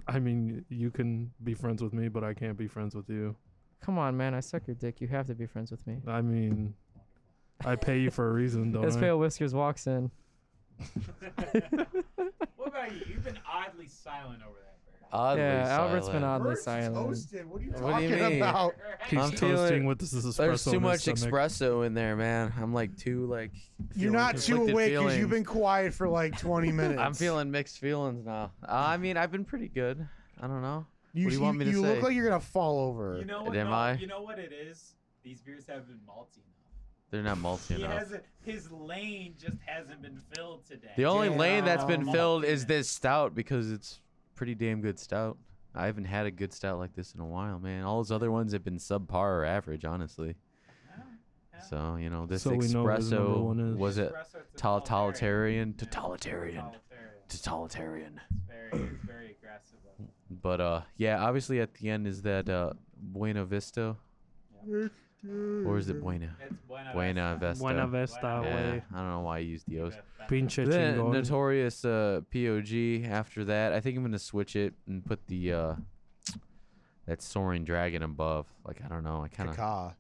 B: I mean, you can be friends with me, but I can't be friends with you.
E: Come on, man. I suck your dick. You have to be friends with me.
B: I mean, I pay you for a reason, don't
E: As
B: I?
E: Pale Whiskers walks in.
A: What about you? You've been oddly silent over there.
C: Oddly
E: yeah, Albert's been
C: silent.
E: oddly
F: Birds is
E: silent.
F: toasted. What are you
C: What
F: talking
C: do you
D: Talking
C: mean?
D: about
A: Bert.
B: He's
C: Oh, I'm feeling-
B: toasting with this espresso.
C: There's too
B: in his
C: much
B: stomach.
C: espresso in there, man. I'm like too like.
D: you're
C: feeling
D: not too
C: conflicted
D: awake because you've
C: feelings.
D: been quiet for like 20 minutes.
C: I'm feeling mixed feelings now. I mean, I've been pretty good. I don't know.
D: You,
C: what do you want me to
D: you look
C: say?
D: like you're gonna fall over.
A: You know
C: Uh,
A: what?
C: am
A: no,
C: I?
A: You know what it is? These beers haven't been malty enough.
C: They're not multi
A: He
C: enough.
A: hasn't. His lane just hasn't been filled today.
C: The only lane that's been
A: Malty
C: filled is
A: enough.
C: this stout because it's pretty damn good stout. I haven't had a good stout like this in a while, man. All those other ones have been subpar or average, honestly.
A: yeah.
C: So you know this
B: So we know what his number one
C: espresso
B: is.
C: was it
A: Espresso, it's a
C: totalitarian,
A: Yeah, it's a
C: totalitarian,
A: totalitarian.
C: totalitarian.
A: It's very, it's very aggressive. of him.
C: But uh, yeah, obviously at the end is that uh, Buena Vista, or is it Buena?
A: It's Buena.
C: Buena
A: Vista.
C: Vista.
B: Buena Vista
A: Buena
C: Yeah,
B: way.
C: I don't know why I used the O's.
B: Pinche
C: Then
B: chingón.
C: notorious uh, POG. After that, I think I'm gonna switch it and put the uh, that soaring dragon above. Like I don't know. I kind of
D: Caca.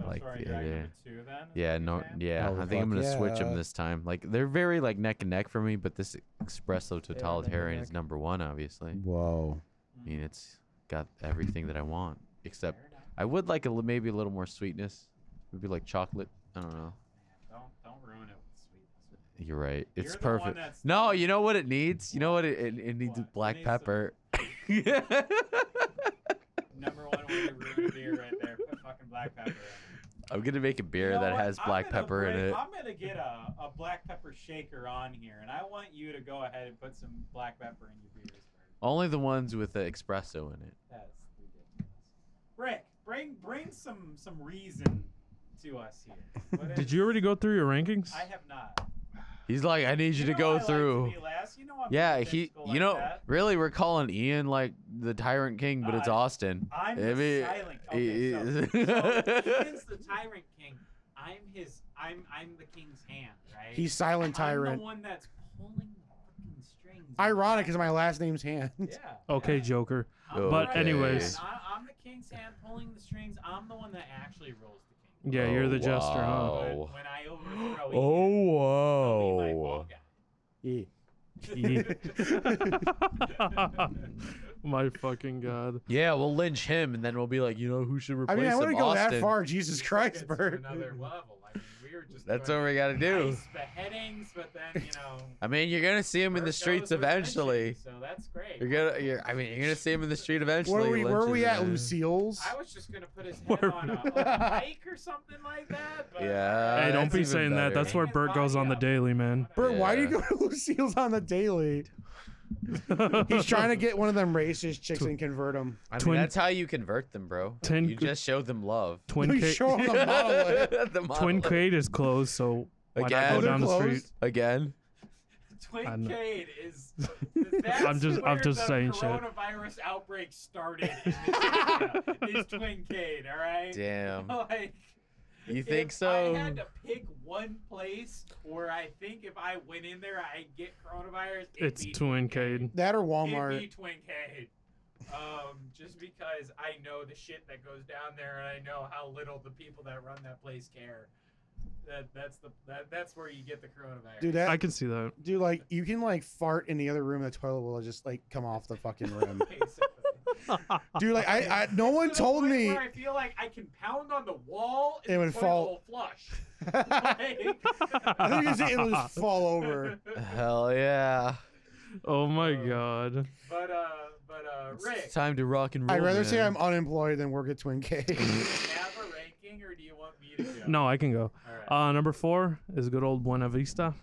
A: So
C: like
A: sorry,
C: the
A: Dragon
C: idea.
A: number two, then, is
C: Yeah,
A: what you're
C: no,
A: saying?
C: yeah.
D: Oh,
C: I think I'm
D: fuck
C: gonna 'em switch
D: yeah.
C: them this time. Like they're very like neck and neck for me, but this espresso
E: and
C: totalitarian is
E: neck.
C: number one, obviously.
D: Whoa.
C: I mean, it's got everything that I want, except
A: Fair enough.
C: I would like a li- maybe a little more sweetness. Maybe like chocolate. I don't know.
A: Don't don't ruin it with sweetness.
C: You're right. It's
A: You're the one
C: perfect.
A: that's-
C: No, you know what it needs? You know what it it, it needs?
A: What? It
C: Black
A: needs some-
C: pepper.
A: Number one way to ruin a beer right there. Put fucking black pepper. In. it.
C: I'm gonna make a beer
A: You know
C: that
A: what?
C: has
A: I'm
C: black
A: gonna
C: pepper in
A: bring-
C: it.
A: I'm gonna get a, a black pepper shaker on here, and I want you to go ahead and put some black pepper in your beers. Bert.
C: Only the ones with the espresso in it.
A: That's ridiculous. Rick, bring bring some some reason to us here. What
B: Did
A: is-
B: you already go through your rankings?
A: I have not.
C: He's like, I need you, to
A: know I
C: go
A: like
C: through.
A: be last. You know I'm
C: yeah,
A: pretty
C: he.
A: physical
C: You
A: like
C: know,
A: that.
C: really, we're calling Ian like the tyrant king, but it's
A: I-
C: Austin.
A: I'm
C: I
A: the
C: mean,
A: silent.
C: he-
A: Okay, so,
C: he-
A: so Ian's the tyrant king. I'm his. I'm I'm the king's hand, right?
D: He's silent
A: I'm
D: tyrant.
A: the one that's pulling the fucking strings.
D: Ironic is my last name's hand.
A: Yeah.
B: Okay,
A: yeah.
B: Joker.
A: I'm the
C: But
A: right hand.
B: anyways.
A: I, I'm the king's hand pulling the strings. I'm the one that actually rolls the king.
B: Yeah, you're the jester, huh?
A: But
C: Oh.
A: when I overthrow Ian, I'll be my fall
C: wow.
A: guy.
D: Yeah.
C: Oh.
B: My fucking god.
C: Yeah, we'll lynch him, and then we'll be like, you know, who should
D: I
C: replace
D: mean, I
C: him?
D: wouldn't go
C: Austin.
D: that far. Jesus
A: It's
D: Christ, Bert.
A: another level. I mean, we were just
C: That's
A: doing
C: what we gotta do.
A: nice beheadings, but then you know.
C: I mean, you're gonna see him in the
A: Bert
C: streets
A: goes with
C: eventually.
A: mentions, So that's great.
C: You're gonna, you're, I mean, you're gonna see him in the street eventually.
D: Where we where
C: lynches
D: we at,
C: him.
D: Lucille's?
A: I was just gonna put his head
B: Where-
A: on a, on a bike or something like that. But
C: Yeah. Uh,
B: hey, don't be
C: that's even
B: saying that.
C: better.
B: That's where
A: Hang
B: Bert
A: his
B: goes
A: body
B: on the
A: up.
B: daily, man.
D: Bert, why do you
C: Yeah.
D: go to Lucille's on the daily? uh, He's trying to get one of them racist chicks and convert him.
C: I mean,
B: Twin-
C: that's how you convert them, bro.
B: Ten-
C: you just show them love.
B: Twin
D: You
B: Ca-
D: show him the
C: The
D: model.
B: Twin
C: monolith.
B: Crate is closed, so why
C: Again?
B: not
D: Oh,
B: go
D: they're
B: down the street?
D: closed?
C: again.
B: I
A: Twin
B: know.
A: Cade is.
B: I'm
A: that's
B: just- I'm
A: where
B: just
A: the
B: saying shit.
A: Coronavirus outbreak started. In Michigan, is Twin Cade, all right?
C: Damn.
A: Like,
C: You think
A: if Oh,
C: so?
A: I had to pick one place where I think if I went in there I'd get coronavirus. it'd
B: It's
A: be
B: Twincade.
D: That or
A: It'd be
D: Walmart.
A: Twincade. Um, just because I know the shit that goes down there, and I know how little the people that run that place care. That that's the that, that's where you get the coronavirus.
D: Dude,
B: I
D: that
B: can see that.
D: dude, like you can like fart in the other room. The toilet will just like come off the fucking rim.
A: Basically.
D: dude, like I, I no one
A: To the
D: told
A: point
D: me.
A: Where I feel like I can pound on the wall. And
D: It
A: the
D: would
A: toilet
D: fall.
A: will flush.
D: I think it's, it'll just fall over.
C: Hell yeah.
B: oh my
A: Uh,
B: god.
A: but uh, but uh, Rick,
C: It's time to rock and roll.
D: I'd rather say
C: man.
D: I'm unemployed than work at Twin Cave.
A: do you have a ranking, or do you want me to go?
B: No, I can go.
A: All right.
B: Uh, number four is good old Buena Vista.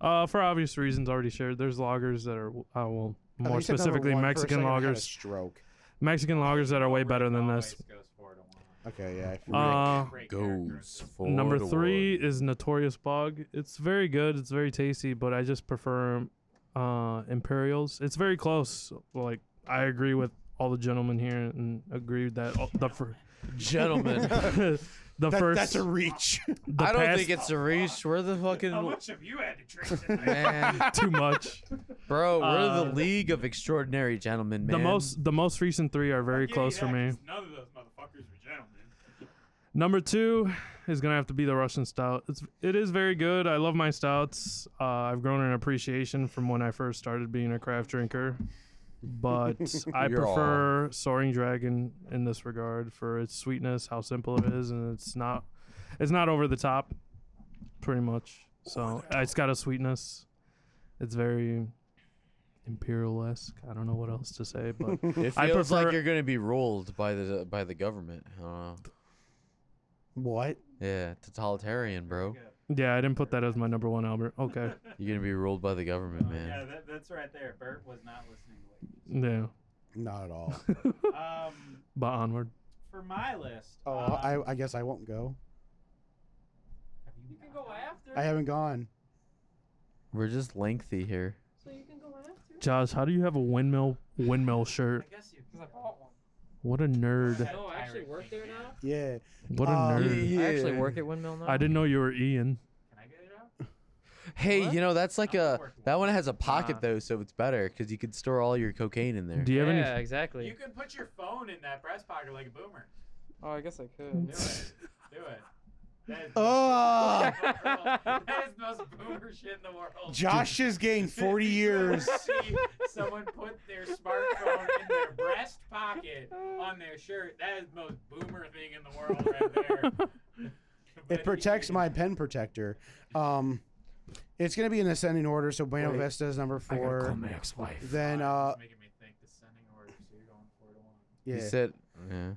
B: Uh, for obvious reasons already shared, there's lagers that are, uh, well, more specifically Mexican lagers.
D: Stroke.
B: Mexican lagers that are way
A: Rick
B: better than
A: always
B: this.
A: goes four to one.
D: Okay, yeah. I feel-
B: Uh,
A: Great
C: Goes
A: characters.
C: for
B: Number
C: the
B: three
C: one.
B: is Notorious Bog. It's very good. It's very tasty, but I just prefer uh, Imperials. It's very close. Like I agree with all the gentlemen here and agree that all, the fir-
C: Gentlemen.
B: the
D: That-
B: first
D: that's a reach.
B: the
C: I don't
B: past-
C: think it's a reach. We're the
A: How
C: fucking.
A: much have you had to drink tonight?
C: Man,
B: too much.
C: bro, we're
B: Uh,
C: the League of Extraordinary Gentlemen, man.
B: the most the most recent three are very
A: Give
B: close
A: that,
B: for me.
A: 'cause None of those motherfuckers were gentlemen.
B: Number two is gonna have to be the Russian stout. It's it is very good. I love my stouts. Uh, I've grown an appreciation from when I first started being a craft drinker, but I
C: You're all-
B: prefer Soaring Dragon in this regard for its sweetness, how simple it is, and it's not it's not over the top, pretty much. So it's got a sweetness. It's very imperial esque. I don't know what else to say, but
C: It feels
B: I prefer-
C: like you're gonna be ruled by the by the government. I don't know.
D: what?
C: Yeah, totalitarian, bro.
A: Good.
B: yeah, I didn't put that as my number one, Albert. Okay,
C: You're gonna be ruled by the government,
A: Oh, yeah,
C: man.
A: that, that's right there. Bert was not listening to
B: yeah,
D: Not at all.
A: what you said. Um,
B: but onward.
A: for my list.
D: Oh,
A: um,
D: I, I guess I won't go.
A: you can go after.
D: I haven't gone.
C: We're just lengthy here.
G: So you can go after.
B: Josh, how do you have a windmill windmill shirt?
A: I guess you because I bought one.
B: What a nerd!
G: No, Oh, I actually
A: Pirate
G: work
A: thing,
G: there
A: man.
G: now.
D: Yeah.
B: What a
D: Uh,
B: nerd!
E: I actually work at Windmill now.
B: I didn't know you were Ian.
A: Can I get it out?
C: Hey,
E: What?
C: you know that's like
A: I'm
C: a
A: working
C: that
A: on
C: one has a pocket
E: Ah.
C: though, so it's better because you could store all your cocaine in there.
B: Do you have
E: yeah, exactly.
A: You can put your phone in that breast pocket like a boomer.
E: Oh, I guess I
A: Do
E: could.
A: it. Do it. That is,
D: Oh,
A: that is the most boomer shit in the world.
D: Josh is getting 40 years.
A: See someone put their smartphone in their breast pocket on their shirt. That is the most boomer thing in the world right there. But
D: It protects
A: you-
D: my pen protector. Um, it's gonna be in ascending order. So Bueno
E: Wait.
D: Vesta is number four.
E: my ex-wife.
D: Then uh,
A: It's making me think descending order, so you're going four to one.
C: He
D: yeah.
C: said, yeah.
A: Yeah.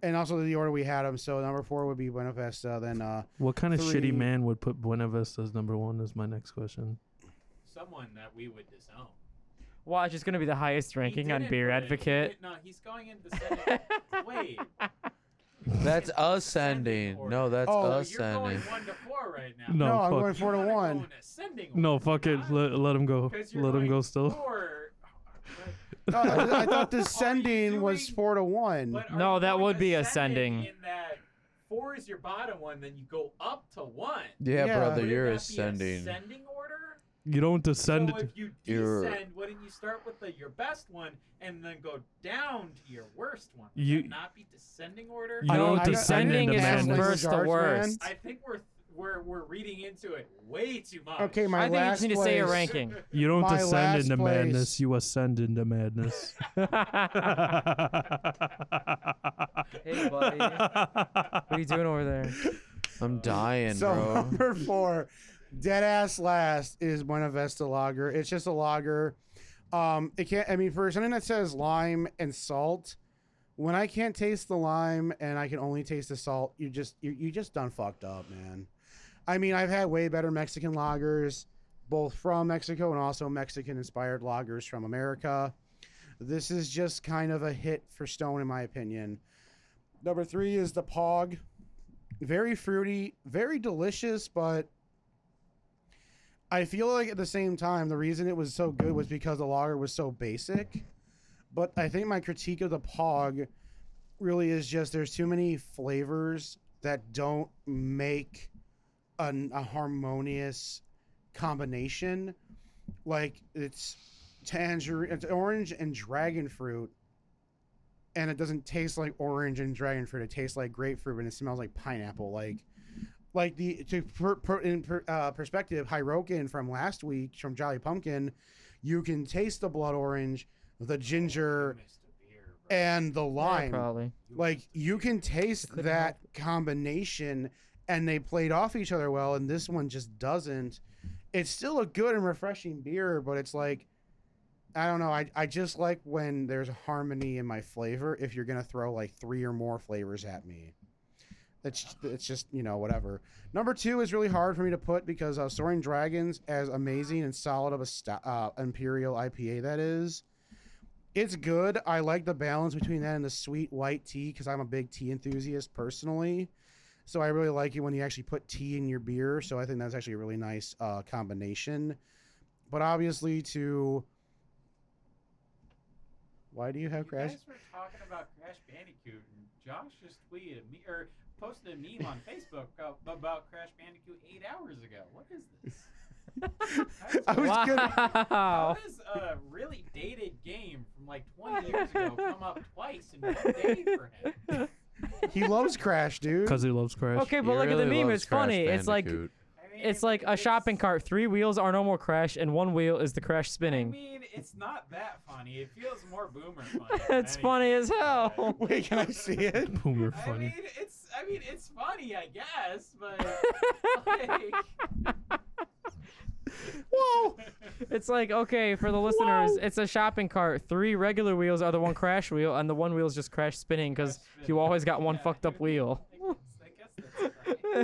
D: And also the order we had them. So number four would be Bueno Vesta. Then uh,
B: What kind of
D: Three.
B: shitty man would put Buena Vista as number one? Is my next question.
A: Someone that we would disown.
H: Watch, it's gonna be the highest
A: He
H: ranking on
A: didn't
H: Beer
A: put it- he
H: Advocate.
A: didn't- No, he's going into descending. Wait.
C: That's
A: It's
C: ascending.
A: order.
C: No, that's
D: Oh,
A: So you're
C: ascending.
A: going one to four right now.
B: No,
D: no, I'm
B: fuck.
D: going four to
A: You wanna go
D: one.
A: in ascending
B: No,
A: order,
B: fuck it.
A: not
B: Let, let him go.
A: 'cause you're
B: Let him
A: going
B: go still.
A: four. Oh,
D: No, I, I thought descending was
A: doing-
D: four to one.
A: But are
H: No,
A: you
H: that
A: going
H: would be ascending.
A: In that four is your bottom one, then you go up to one.
C: Yeah,
D: Yeah.
C: brother,
A: Wouldn't
C: you're
A: that be
C: ascending.
A: Ascending order.
B: You don't descend.
A: So if you
C: You're-
A: descend, wouldn't you start with the, your best one and then go down to your worst one? Would
B: You-
A: that not be descending order.
B: You don't
H: No,
D: I- I-
H: descending
B: I-
H: is
B: I-
H: from
B: I-
H: first to
D: Jards,
H: worst.
A: I think we're we're we're reading into it way too much.
D: Okay, my
H: I think you
D: last
H: just need to say your
D: place-
H: ranking.
B: You don't
D: My
B: descend
D: last
B: into
D: place.
B: madness. You ascend into madness.
E: Hey, buddy. What are you doing over there?
C: I'm dying,
D: So
C: bro.
D: number four, dead ass last is Buena Vista Lager. It's just a lager. Um, it can't. I mean, for something that says lime and salt, when I can't taste the lime and I can only taste the salt, you just you you just done fucked up, man. I mean, I've had way better Mexican lagers, both from Mexico and also Mexican inspired lagers from America. This is just kind of a hit for Stone, in my opinion. Number three is the Pog very fruity, very delicious, but I feel like at the same time the reason it was so good was because the lager was so basic. But I think my critique of the pog really is just there's too many flavors that don't make an, a harmonious combination. Like it's tangerine, it's orange and dragon fruit, and it doesn't taste like orange and dragon fruit. It tastes like grapefruit, and it smells like pineapple. Like, like the to per, per, in per, uh, perspective, Hyrokin from last week from Jolly Pumpkin, you can taste the blood orange, the ginger,
A: missed a beer, bro.
D: and the
H: Yeah,
D: lime.
H: probably.
D: Like you can taste
E: couldn't
D: that combination, and they played off each other well, and this one just doesn't. It's still a good and refreshing beer, but it's like, I don't know. I, I just like when there's harmony in my flavor. If you're gonna throw like three or more flavors at me, it's it's just you know whatever. Number two is really hard for me to put because uh, Soaring Dragons, as amazing and solid of a st- uh, Imperial IPA that is, it's good. I like the balance between that and the sweet white tea because I'm a big tea enthusiast personally. So I really like it when you actually put tea in your beer. So I think that's actually a really nice uh, combination. But obviously, to why do you have
A: you
D: crash?
A: guys were talking about Crash Bandicoot, and Josh just tweeted me or posted a meme on Facebook about- about Crash Bandicoot eight hours ago. What is this?
D: I was
A: How
D: gonna-
H: Wow.
A: does a really dated game from like 20 years ago come up twice in one day for him?
D: He loves Crash, dude.
B: Because he loves Crash.
H: Okay, but
C: He
H: look at the
C: really
H: meme.
C: loves
H: It's
C: Crash
H: funny. It's like
C: Bandicoot.
A: I mean,
H: it's like a shopping cart. Three wheels are no more crash, and one wheel is the crash
A: I
H: spinning.
A: mean, it's not that funny. It feels more boomer funny. than
H: It's
A: anything.
H: funny as hell.
D: Wait, can I see it?
B: Boomer
A: I
B: funny.
A: mean, it's I mean, it's funny, I guess, but like,
D: Whoa!
H: It's like okay for the listeners. It's a shopping cart. Three regular wheels are the one crash wheel, and the one wheel's just crash spinning because you always got one
A: Yeah,
H: fucked up wheel.
A: I guess, I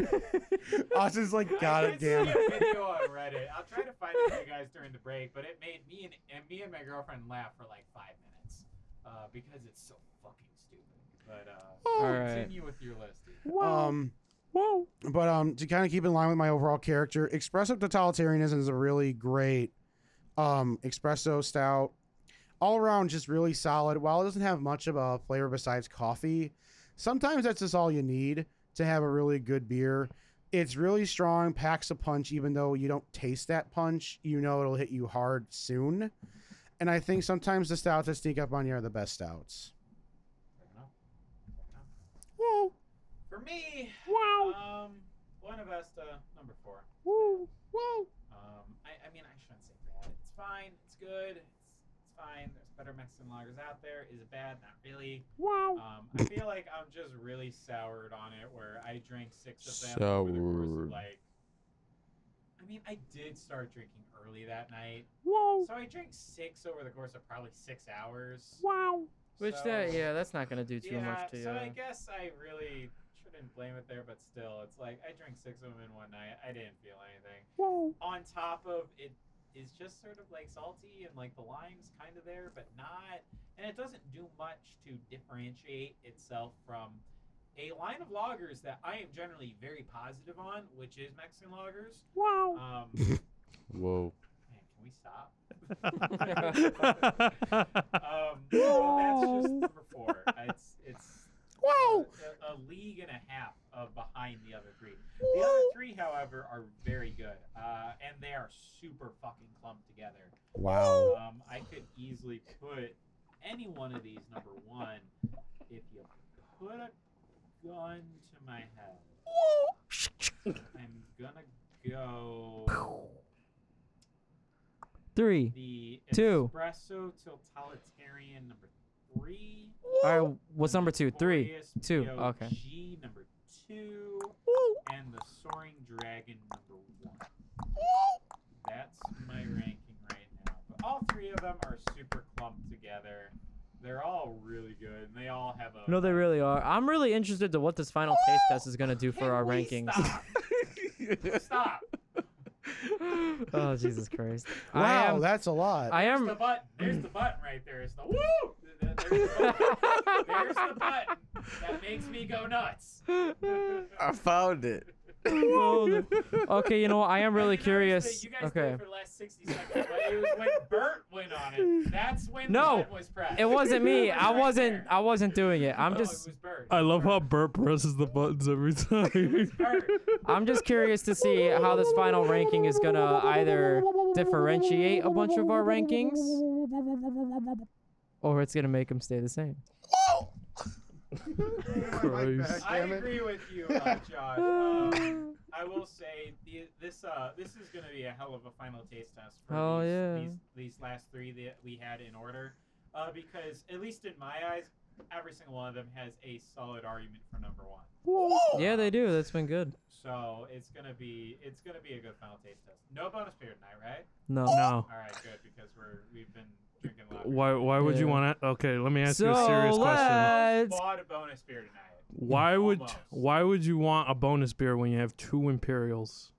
A: guess that's right.
D: Austin's like, God
A: I did
D: damn.
A: see a video on Reddit. I'll try to find it for you guys during the break, but it made me and, and me and my girlfriend laugh for like five minutes uh, because it's so fucking stupid. But uh,
H: All right.
A: continue with your list. Ethan.
D: Um,
H: Whoa.
D: but um, to kind of keep in line with my overall character, expressive totalitarianism is a really great um espresso stout. All around, just really solid. While it doesn't have much of a flavor besides coffee, sometimes that's just all you need to have a really good beer. It's really strong, packs a punch, even though you don't taste that punch. You know it'll hit you hard soon. And I think sometimes the stouts that sneak up on you are the best stouts.
A: Fair enough.
D: Whoa.
A: For me, um, Buena Vista, uh, number four.
D: Whoa.
A: Um, I, I mean, I shouldn't say bad. It's fine. It's good. It's, it's fine. There's better Mexican lagers out there. Is it bad? Not really.
D: Wow.
A: Um, I feel like I'm just really soured on it, where I drank six of them over the course of
C: Soured.
A: like. I mean, I did start drinking early that night,
D: Whoa.
A: so I drank six over the course of probably six hours.
D: Wow.
H: Which
A: So-
H: that yeah, that's not gonna do too
A: yeah,
H: much to you.
A: so
E: uh,
A: I guess I really shouldn't blame it there, but still, it's like I drank six of them in one night. I didn't feel anything.
D: Whoa.
A: On top of it is just sort of like salty and like the lime's kind of there, but not. And it doesn't do much to differentiate itself from a line of lagers that I am generally very positive on, which is Mexican lagers.
D: Wow.
A: Um, man,
C: Whoa.
A: can we stop? Um, so that's just number four. It's it's
D: Wow.
A: a, a league and a half uh, behind the other three. The other three, however, are very good, uh, and they are super fucking clumped together.
D: Wow.
A: Um, I could easily put any one of these number one if you put a gun to my head. I'm gonna go
H: Three.
A: the
H: Two.
A: espresso totalitarian number three.
H: All right. What's number two? Three.
A: Notorious
H: two,
A: POG
H: okay.
A: number two, and the Soaring Dragon number one. That's my ranking right now. But all three of them are super clumped together. They're all really good, and they all have a.
H: No, they really are. I'm really interested to what this final taste test is gonna do for
A: Can
H: our
A: we
H: rankings.
A: Stop. stop.
H: oh Jesus Christ! I
D: Wow,
H: am.
D: that's a lot.
H: I
A: There's the
H: am.
A: button. There's the button right there. It's the woo. There's the button, There's the button that makes me go nuts.
C: I found it.
E: Golden. Okay, you know what? I am really curious.
A: You guys did
E: Okay.
A: it for the last 60 seconds, but it was when Bert went on it. That's when
E: No,
A: the button was pressed.
E: It wasn't me.
A: That
E: I
A: right
E: wasn't
A: there.
E: I wasn't doing it. I'm
A: No,
E: just
A: It was Bert.
B: I love how Bert presses the buttons every time.
A: Bert.
E: I'm just curious to see how this final ranking is gonna either differentiate a bunch of our rankings, or it's gonna make them stay the same.
B: Christ.
A: I
D: Damn it.
A: agree with you, uh, Josh. Um, I will say the, this uh, this is going to be a hell of a final taste test for
E: Oh,
A: these,
E: yeah.
A: these, these last three that we had in order, uh, because at least in my eyes, every single one of them has a solid argument for number one.
E: Yeah, they do. That's been good.
A: So it's gonna be it's gonna be a good final taste test. No bonus period tonight, right?
E: No.
B: No.
A: All right, good because we're we've been drinking. Lager.
B: Why? Why would you
E: Yeah.
B: want to? Okay, let me ask
E: So uh,
B: you a serious question.
A: Almost
E: let's.
A: bought a bonus beer tonight.
B: Why would?
A: Almost.
B: Why would you want a bonus beer when you have two Imperials?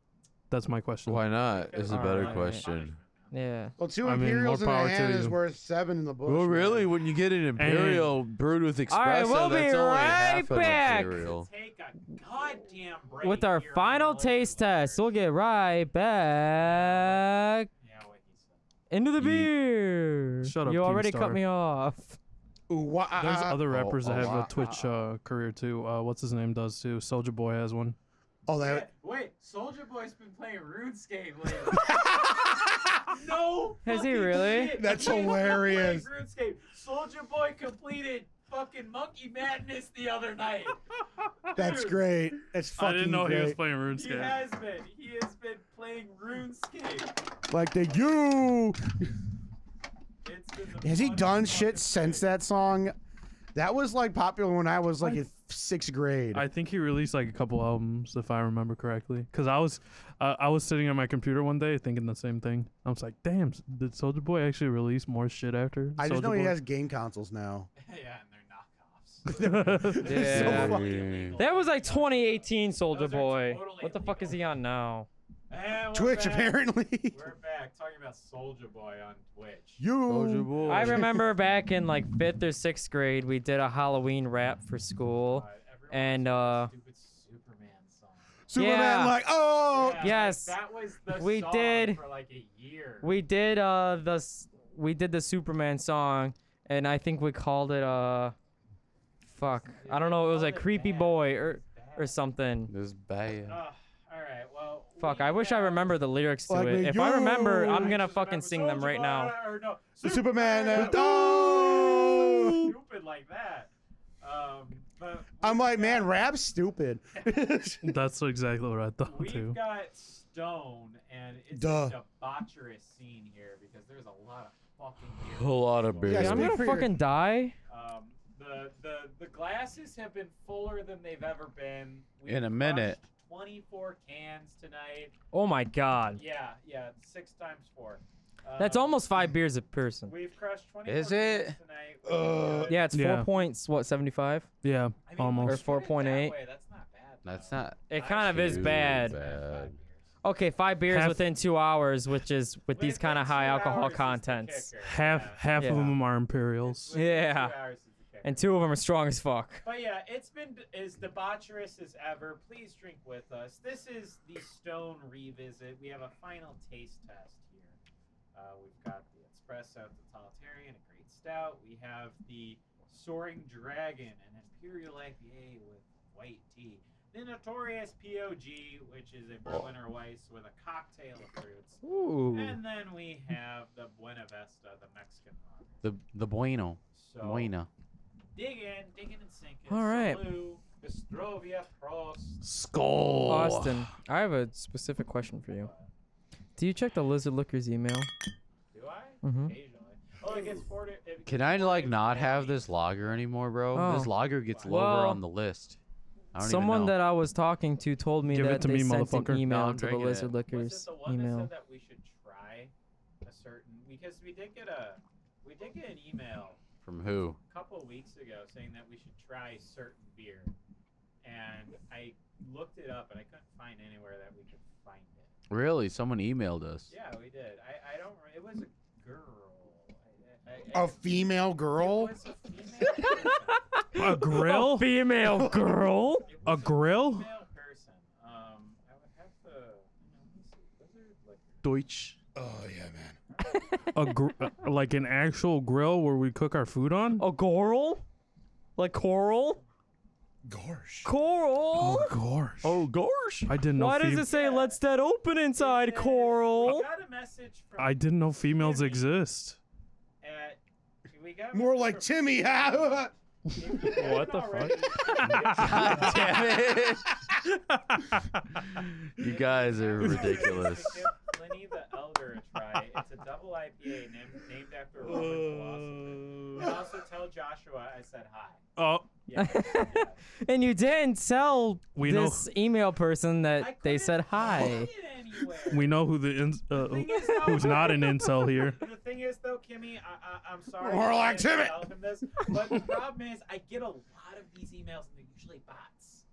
B: That's my question.
C: Why not?
A: Because
C: Is a
A: I'm
C: better
A: not gonna
C: question.
A: punishment.
E: Yeah.
D: Well, two
B: I mean, more
D: Imperials in
B: power
D: the
B: to
D: hand is
B: you. Oh,
D: worth seven in the bush.
C: Well,
D: man.
C: really, when you get an imperial brewed with espresso,
E: right, we'll be
C: that's only
E: right
C: half
E: back.
C: of an imperial.
A: Take a goddamn break.
E: With our
A: here on
E: final
A: Local
E: taste test, we'll
A: Lager.
E: get right back
A: Yeah, what he said.
E: into the
C: Ye-
E: beer.
B: Shut up,
E: You already
B: Keemstar.
E: cut me off.
D: Ooh, wha-
B: There's
D: uh,
B: other
C: oh,
B: rappers
C: oh,
B: that have
C: wow.
B: a Twitch uh, career too. Uh, what's his name does too. Soldier Boy has one.
D: oh,
A: Yeah,
D: that.
A: wait, Soldier Boy's been playing RuneScape lately. no.
E: Has he
A: fucking
E: really?
A: shit.
D: That's
A: He was playing
D: hilarious.
A: RuneScape. Soldier Boy completed fucking Monkey Madness the other night.
D: That's
A: Dude.
D: great. That's fucking
B: I didn't know
D: great.
B: he was playing
A: He
B: RuneScape.
A: has been. He has been playing RuneScape.
D: Like the you.
A: It's been the
D: Has he
A: funnest fucking
D: done shit since
A: thing.
D: that song? That was like popular when I was like in sixth grade.
B: I think he released like a couple albums, if I remember correctly. Because I was, uh, I was sitting on my computer one day thinking the same thing. I was like, "Damn, s- did Soldier Boy actually release more shit after?"
D: I just
B: Soulja
D: know he
B: Boy?
D: has game consoles now.
A: yeah, and they're knockoffs.
E: Yeah.
D: so fucking
A: illegal.
E: That was like 2018
A: Those are
E: Soldier Boy.
A: totally
E: what the fuck is he
A: illegal.
E: on now?
A: And we're
D: Twitch
A: back.
D: apparently.
A: We're back talking about Soldier Boy on Twitch.
C: Soldier
D: you.
C: boy.
E: I remember back in like fifth or sixth grade, we did a Halloween rap for school.
A: God, Uh, everyone
E: And,
A: was
E: uh,
A: singing stupid Superman song.
D: Superman
E: Yeah.
D: like oh.
A: Yeah, like,
E: yes.
A: that was the
E: We
A: song
E: did-
A: for like a year.
E: We did uh the s- we did the Superman song, and I think we called it uh, fuck, I don't know. It was like Creepy Boy or or something.
C: This bad.
A: Ugh, all right, well.
E: Fuck,
A: we
E: I wish I
A: have-
E: remember the lyrics to
D: Like
E: it.
D: the
E: If I remember,
D: yo-
E: I'm gonna
A: just
E: fucking
A: remember
E: sing them
A: Soulja
E: right
A: Boy, uh,
E: now.
A: or no,
D: Superman and
A: oh,
D: oh.
A: Stupid like that. Um, but
D: I'm
A: we've
D: like, man,
A: got-
D: rap's stupid.
B: That's exactly what I thought
A: We've
B: too.
A: got Stone, and it's
D: Duh.
A: a debaucherous scene here because there's a lot of fucking.
C: A lot of
A: people.
C: beer.
D: Yeah,
E: Dude, I'm
D: speak
E: gonna
D: for your-
E: fucking die.
A: Um, the, the the glasses have been fuller than they've ever been. We
C: In a minute.
A: crushed 24 cans tonight.
E: Oh my god,
A: Yeah, yeah, six times four.
E: that's
A: Um,
E: almost five beers a person.
A: We've crushed 24
C: Is
A: cans
C: it?
A: tonight.
D: Uh,
E: Yeah, it's
B: Yeah.
E: four points. What seventy five?
B: Yeah,
A: I mean,
B: almost.
A: when you
E: Or
A: put it that
E: 4.8.
A: way, That's not bad.
C: That's
A: though.
C: not.
E: It kind of is
C: Too
E: bad.
C: bad.
E: Okay, five beers
B: Half-
E: within two hours, which is with these
A: Within
E: kind of high
A: two
E: alcohol
A: hours is the
E: contents,
A: kicker,
B: half
A: yeah.
B: half of
E: Yeah.
B: them are Imperials.
A: Within two
E: Yeah.
A: hours is the kicker.
E: and two of them are strong as fuck.
A: But yeah, it's been as debaucherous as ever. Please drink with us. This is the Stone revisit. We have a final taste test here. Uh, we've got the espresso, totalitarian, a great stout. We have the soaring dragon, an imperial IPA with white tea. The notorious POG, which is a Berliner Weiss with a cocktail of fruits.
E: Ooh.
A: And then we have the Buena Vesta, the Mexican lager.
C: The the bueno,
A: So
C: buena.
A: dig in, dig in and sink it.
E: All right.
A: Salud. Gastrovia Prost.
B: Skull.
E: Austin, I have a specific question for you. Do you check the Lizard Liquor's email?
A: Do I?
E: Mhm.
A: Occasionally. Oh, it gets forty. It
C: Can
A: gets
C: I like
A: forty
C: not
A: to
C: have
A: 40.
C: this lager anymore, bro? This
E: Oh.
C: lager gets
E: Well,
C: lower on the list. I don't
E: Someone
C: even know.
E: that I was talking to told me
B: Give it
E: that
B: to
E: they
B: me,
E: sent
B: motherfucker.
E: an email
C: No, I'm
E: to the
C: drinking it.
A: Was
E: Lizard Liquor's
A: it the one that
E: email.
A: said that we should try a certain? Because we did get a, we did get an email
C: from who?
A: a couple of weeks ago saying that we should try certain beer, and I looked it up and I couldn't find anywhere that we could find it.
C: Really? Someone emailed us.
A: Yeah, we did. I I don't. re- It was a girl. I, I, I,
D: A female girl?
E: Oh.
A: It was a female. person.
B: A grill.
E: female girl.
A: It
B: A
A: was
B: grill?
A: female person. Um,
C: Deutsch.
D: Oh yeah, man.
B: a gr- uh, like an actual grill where we cook our food on.
E: A coral? Like coral?
C: Oh,
D: Gorsh.
E: Coral?
B: gosh.
E: gosh.
B: I didn't know.
E: Why does
B: fem-
E: it say let's dead open inside
A: We
E: coral?
A: got a message from
B: I didn't know females
A: Timmy.
B: exist.
A: at- we got a
D: More
A: message
D: like
A: from-
D: Timmy. ha!
A: if you haven't
B: the
A: already,
C: God damn it. you guys are ridiculous.
A: Give Pliny the Elder a try. It's a double IPA named, named after a Roman philosopher. And also tell Joshua I said hi.
B: Oh,
A: Yeah.
E: And you didn't tell
B: We know-
E: this email person
A: I
E: that they said
A: couldn't
E: hi.
A: find it anywhere.
B: we know who the in-
A: The
B: uh,
A: thing is,
B: who- who's
A: though-
B: not an incel here.
A: The thing is, though, Kimmy, I, I, I'm sorry.
D: More
A: I
D: like
A: didn't
D: Timmy.
A: tell him this, but the problem is, I get a lot of these emails, and they're usually bots.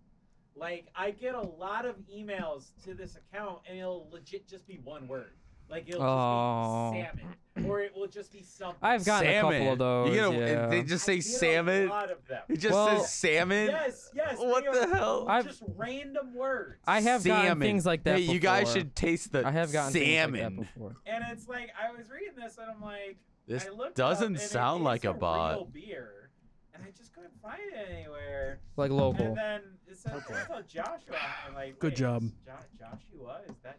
A: Like, I get a lot of emails to this account, and it'll legit just be one word. Like, it'll
E: Oh.
A: just be salmon, or it will just be something.
E: I've gotten
C: salmon.
E: a couple of those.
C: You get a-
E: yeah.
C: They just
A: I
C: say
A: get A
C: salmon.
A: lot of them.
C: It just
E: Well-
C: says salmon.
A: Yes, yes.
C: What
A: they are
C: the hell?
E: I've-
A: Just random words.
E: I have gotten
C: Salmon.
E: things like that
C: Hey, you guys
E: before.
C: should taste the
E: I have gotten
C: salmon.
E: things like that before.
A: and it's like, I was reading this, and I'm like,
C: This
A: I looked it up, and
C: doesn't
A: it
C: sound
A: is
C: like a
A: real
C: bot.
A: beer, and I just couldn't find it anywhere.
E: Like local.
A: And then it says "Don't tell Joshua. I'm like,
B: Good
A: wait,
B: job.
A: is Jo- Joshua, is that Josh?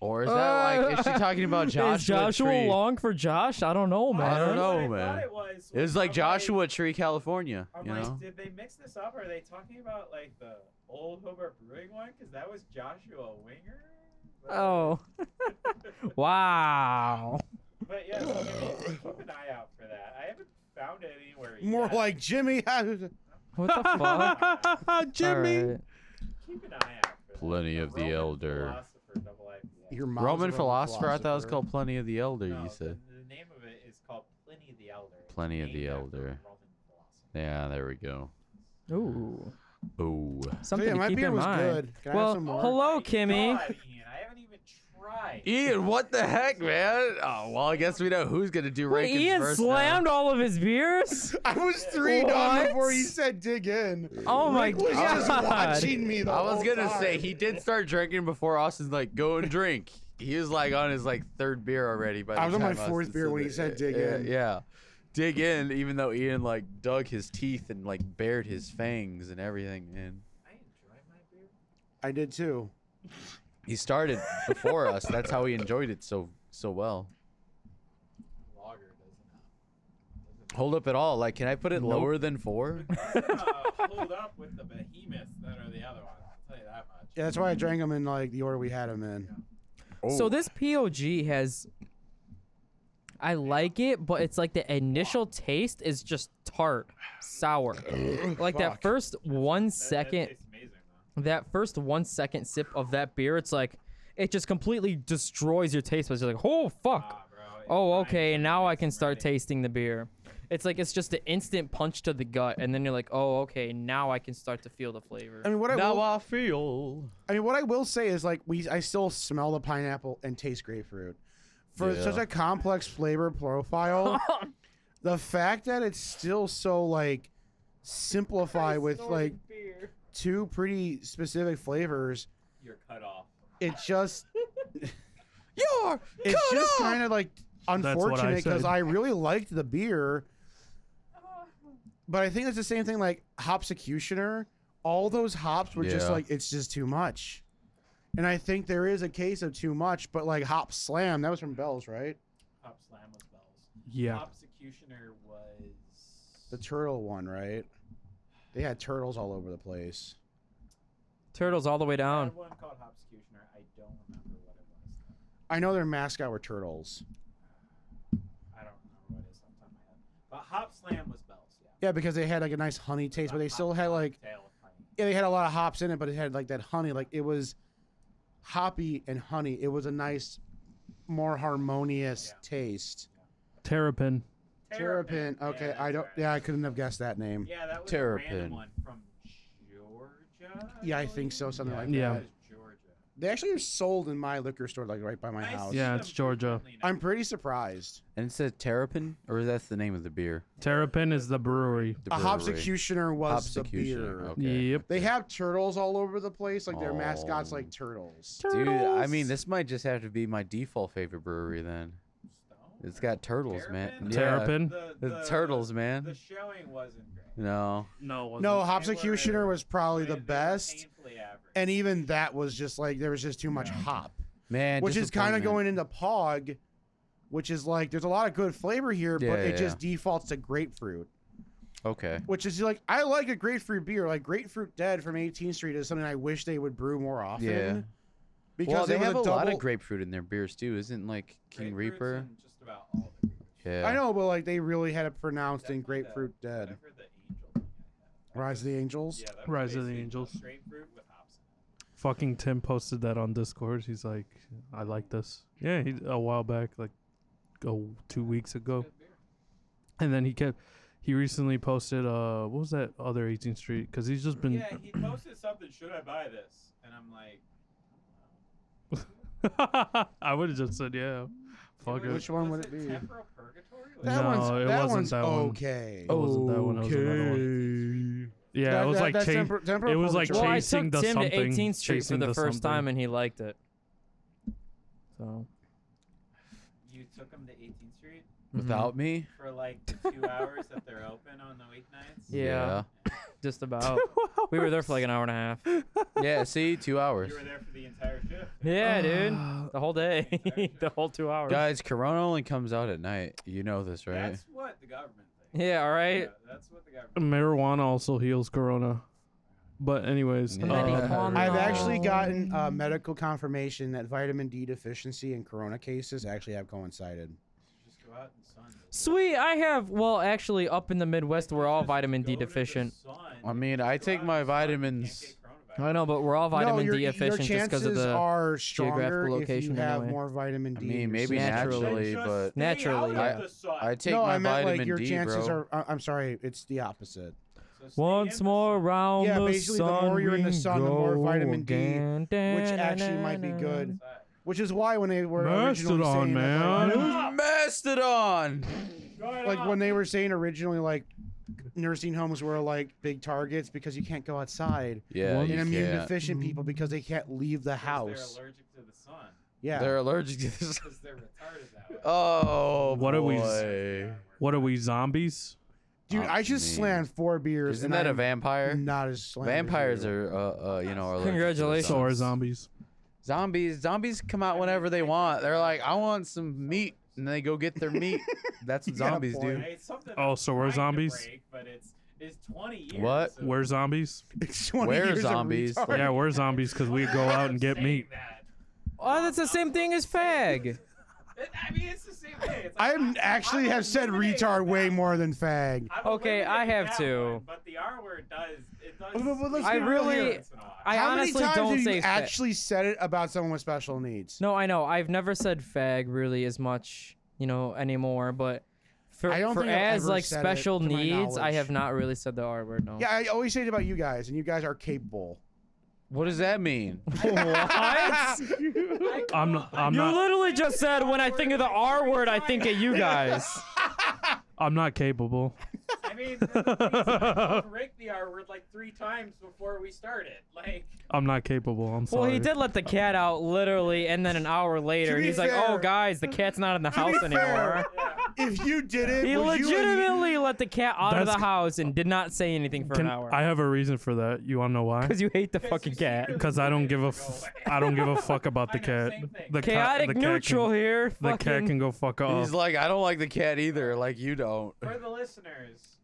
C: Or is that like? Is she
E: Uh,
C: talking about Joshua?
E: Is Joshua
C: Tree?
E: long for Josh? I don't know, man.
A: Honestly,
C: don't know,
A: what I thought
C: man.
A: It was,
C: It was like
A: I'm
C: Joshua Tree, California.
A: I'm
C: You
A: like,
C: know.
A: did they mix this up? Are they talking about like the old Hobart Brewing one? Because that was Joshua Winger. But-
E: Oh. wow.
A: But yeah, so keep keep an eye out for that. I haven't found it anywhere yet.
D: More like Jimmy. ha!
E: What the fuck?
B: Jimmy.
E: All right.
A: Keep an eye out for
C: Plenty
A: that.
C: of the
A: Roman
C: elder.
A: philosopher, double IPA.
D: Your mom's a
C: Roman philosopher. I thought it was
D: philosopher.
C: called Pliny of the Elder.
A: No,
C: you
A: the-
C: said.
A: The, name of it is called Pliny the Elder. It's
C: Pliny of the
A: named after a
C: Elder.
A: Roman philosopher.
C: Yeah, there we go.
E: Ooh.
C: Ooh.
D: So,
E: Something
D: yeah,
E: to
D: my
E: keep
D: beer
E: in
D: was
E: mind.
D: good. Can I have
E: Well,
D: some more?
A: Oh
E: Hello,
A: my
E: Kimmy.
A: God, Ian, I haven't even tried.
C: Ian, what the heck, man? Oh, well, I guess we know who's gonna do
E: Wait,
C: Rankin's
E: Ian
C: verse now.
E: slammed all of his beers?
D: I was three down
E: What?
D: before he said dig in.
E: Oh my
D: Rick was
E: god.
D: just watching me the
C: I was
D: whole
C: gonna say
D: time.
C: he did start drinking before Austin's like, go and drink. He was like on his like third beer already. By the
D: I was on my
C: time Austin
D: fourth beer when he
C: that.
D: said dig
C: Yeah,
D: in.
C: Yeah, dig in. Even though Ian like dug his teeth and like bared his fangs and everything, and
A: I enjoy my beer.
D: I did too.
C: he started before us. That's how he enjoyed it so so well.
A: Lager doesn't
C: Hold up at all. Like, can I put it
E: Nope.
C: lower than four?
A: uh, hold up with the behemoths that are the other ones. I'll tell you that much.
D: Yeah, that's why I drank them in like the order we had them in.
C: Oh.
E: So this POG has I like it, but it's like the initial taste is just tart, sour. like that
D: Fuck.
E: first one
A: That- that
E: second
A: tastes amazing, though.
E: that first one second sip of that beer, it's like it just completely destroys your taste buds. You're like, oh fuck.
A: Ah, bro, it
E: Oh,
A: binds
E: okay.
A: you,
E: Now I
A: it's
E: can start
A: ready.
E: tasting the beer. It's like it's just an instant punch to the gut, and then you're like, oh, okay. Now I can start to feel the flavor.
D: I mean, what I
C: now
D: will,
C: I feel.
D: I mean, what I will say is like we, I still smell the pineapple and taste grapefruit. For
C: Yeah.
D: such a complex flavor profile, the fact that it's still so like simplified with like two pretty specific flavors,
A: You're cut off.
D: it just
C: You're
D: it's just kind of like
B: what I
D: unfortunate because
B: said.
D: I really liked the beer, but I think it's the same thing like Hopsecutioner. All those hops were just
C: Yeah.
D: like it's just too much, and I think there is a case of too much. But like Hop Slam, that was from Bell's, right?
A: Pop slam with bells.
B: Yeah.
A: Obsecutioner was.
D: The turtle one, right? They had turtles all over the place.
E: Turtles all the way
A: I
E: down.
A: had one called Obsecutioner. I don't remember what it was. Though.
D: I know their mascot were turtles.
A: I don't remember what it is off the top of my head. But Hop Slam was Bell's, yeah.
D: Yeah, because they had like a nice honey taste, but they still had like
A: Tail of Pine.
D: yeah, they had a lot of hops in it, but it had like that honey. Like it was hoppy and honey. It was a nice, more harmonious
A: Yeah.
D: taste.
B: Terrapin.
D: Terrapin. Okay,
A: yeah,
D: I don't.
A: that's right.
D: Yeah, I couldn't have guessed that name.
A: Yeah, that was a
C: Terrapin.
A: random one from Georgia.
D: Yeah, I think so, something
A: yeah,
D: like
A: I think
B: that.
A: it was Georgia.
D: They actually are sold in my liquor store, like right by my
A: I
D: house.
A: see
B: Yeah,
A: them
B: it's Georgia.
A: frequently now.
D: I'm pretty surprised.
C: And it says Terrapin, or that's the name of the beer.
B: Terrapin is the brewery.
C: The
D: A hops
C: brewery.
D: executioner was the
C: Hopsecutioner,
D: beer.
C: okay.
B: Yep.
D: They have turtles all over the place. Like their mascots,
C: Oh.
D: like turtles.
C: Dude, I mean, this might just have to be my default favorite brewery then.
A: Stone?
C: It's got turtles,
A: Terrapin?
C: man. Yeah.
B: Terrapin.
A: The,
C: The, turtles, man.
A: The showing wasn't great.
C: no.
B: No, it
D: No,
B: wasn't.
D: hops
A: They were-
D: executioner was probably
A: They-
D: the
A: they were
D: best,
A: painfully average.
D: and even that was just like there was just too much hop,
C: Man,
D: which is kind of
C: disappointment.
D: going into Pog, which is like there's a lot of good flavor here,
C: Yeah,
D: but it
C: yeah,
D: just defaults to grapefruit,
C: Okay.
D: which is like I like a grapefruit beer. Like grapefruit dead from 18th Street is something I wish they would brew more often.
C: Yeah.
D: Because
C: well,
D: it
C: they
D: was
C: have a, lot
D: double-
C: of grapefruit in their beers too, isn't like King
A: Grapefruits
C: Reaper?
A: and Just about all the grapefruits.
C: Yeah.
D: I know, but like they really had it pronounced in
A: Definitely the-
D: grapefruit dead.
A: Whatever the angel thing I had.
D: Rise of the Angels.
A: Yeah, that was
B: Rise of the
A: basically
B: Angels.
A: just Grapefruit with hops.
B: Fucking Tim posted that on Discord. He's like, I like this. Yeah, he, a while back, like oh, two weeks ago.
A: Good beer.
B: And then he kept, he recently posted, uh, what was that other 18th Street? Because he's just been.
A: Yeah, he posted something. Should I buy this? And I'm like,
B: I would have just said, yeah. Fuck it.
D: Which one would
A: was
D: it be?
A: Temporal Purgatory? Was
D: That
B: No,
D: one's
B: it
D: that
B: wasn't
D: one's
B: that one.
D: okay.
B: It wasn't that one. It was another one.
D: Okay.
B: Yeah,
D: That-
B: it was
D: that-
B: like
D: that's
B: change.
D: temper- temporal
B: it was like
D: purgatory.
H: Well, I
B: chasing
H: took
B: the
H: Tim to
B: something,
H: 18th Street for
B: chasing
H: the,
B: the
H: first time,
B: something.
H: and he liked it. So
A: You took them to 18th Street
C: Without me?
A: for like the two hours that they're open on the weeknights.
H: Yeah. just about. we were there for like an hour and a half.
C: Yeah. Yeah, see, two hours.
A: You were there for the entire shift.
D: Ah.
H: Yeah, dude, the whole day, the whole two hours.
C: Guys, Corona only comes out at night. You know this, right?
A: That's what the government thinks.
H: Yeah, all right.
A: Yeah, that's what the government.
B: Marijuana also heals corona. But anyways,
C: Yeah.
B: uh,
H: Marijuana.
D: I've actually
H: No.
D: gotten uh, medical confirmation that vitamin D deficiency and corona cases actually have coincided.
A: Just go out in the sun.
H: Sweet. I have. Well, actually, up in the Midwest, we're all
A: Just
H: vitamin D
A: go to the
H: deficient.
A: sun.
C: I mean, I
A: Go
C: take
A: out in
C: my
A: the sun, you can't
C: vitamins-
A: get coronavirus.
H: I know, but we're all
D: no,
H: vitamin
D: your,
H: D efficient
D: your
H: just
D: chances
H: because of the.
D: are stronger
H: geographical
D: if
H: location
D: you have
H: anyway.
D: more vitamin
C: I
D: D. in
C: mean,
D: your
C: maybe
D: system.
H: Naturally,
C: naturally,
A: Then just
C: but
A: stay out
H: Naturally,
A: in
H: yeah.
A: the sun.
C: I take
D: no,
C: my
D: I meant
C: vitamin
D: like your
C: D,
D: chances
C: bro.
D: are. I- I'm sorry, it's the opposite.
A: So stay in
H: Once
A: the
H: more
A: sun.
H: round
D: Yeah,
H: the
D: basically, the
H: sun,
D: more you're in the
H: we
D: sun, the more
H: go
D: vitamin D,
H: again.
D: which actually might be good. Which is why when they were originally
B: Mastodon,
D: saying that, like,
B: man.
D: it was
C: Mastodon.
A: Shut
D: like
A: up.
D: when they were saying originally like nursing homes were like big targets because you can't go outside
C: Yeah,
D: and
C: you
D: immune
C: can't.
D: deficient people because they can't leave the
A: Because
D: house
A: They're allergic to the sun.
D: yeah
C: They're allergic to this.
A: Because they're retarded that way.
C: Oh,
B: What are we-
C: boy.
B: what are we zombies?
D: dude
C: Oh,
D: i just
C: man.
D: slammed four beers
C: Isn't
D: and
C: that a
D: I'm
C: vampire?
D: not as slammed as
C: Vampires
D: you.
C: are, uh, uh, you know, are allergic to the
H: Congratulations.
B: So
C: sun.
B: are zombies.
C: Zombies, zombies come out whenever they want. They're like, I want some meat, and they go get their meat. That's what
D: You got a
C: zombies do.
D: point.
A: Right? It's something
B: Oh,
A: I'm
B: so we're
A: trying to
B: zombies?
A: break, but it's it's 20 years.
C: What?
A: so-
B: We're zombies.
D: It's 20
C: Where are
D: years of
C: zombies?
D: retard.
B: Yeah, we're zombies because we go out and get
A: Saying
B: meat.
A: that.
H: Oh, that's the same thing as fag.
A: It- I mean, it's the same thing. It's
D: i
A: like,
D: am- actually
A: I'm
D: have said
A: eliminating
D: retard way
A: that.
D: more than fag
A: I'm
H: Okay, I
A: eliminating
H: have
A: that
H: to.
A: one, but the R word does. It does.
D: But- but- but let's
A: I
H: be real
A: really.
H: here. I
D: how many
H: honestly
D: times
H: don't
D: have you
H: say fa-
D: actually said it about someone with special needs
H: No, I know. I've never said fag really as much, you know, anymore. But for,
D: I don't
H: for
D: think I've
H: as
D: ever
H: like
D: said it,
H: special
D: to my
H: needs, I
D: knowledge.
H: have not really said the R word. No.
D: yeah i always say it about you guys and you guys are capable
C: What does that mean?
H: what?
B: I'm not. I'm
H: you
B: not.
H: literally just said when I think of the R word, I think of you guys.
B: I'm not capable.
A: I mean, the reason I told Rick the R word like three times before we started. Like,
B: I'm not capable. I'm sorry.
H: well, he did let the cat out literally, and then an hour later,
D: be
H: he's like, "Oh,
D: fair-
H: guys, the cat's not in the house
D: be fair,
H: anymore."
A: yeah.
D: if you did it
H: He
D: would you
H: legitimately let the cat out of
B: That's-
H: the house and did not say anything for
B: Can-
H: an hour.
B: I have a reason for that. You wanna know why?
H: Because you hate the
A: 'Cause
H: fucking
A: you
H: cat.
A: secretly
B: Because I don't
A: wanted
B: give
A: it
B: a.
A: to
B: F-
A: go away.
B: I don't give a fuck about the
A: I know,
B: cat.
A: same thing.
B: The cat-
H: Chaotic
B: the cat can-
H: neutral here.
B: The cat
H: fucking-
B: can go fuck off.
C: He's like, I don't like the cat either. Like you don't.
A: For the listeners,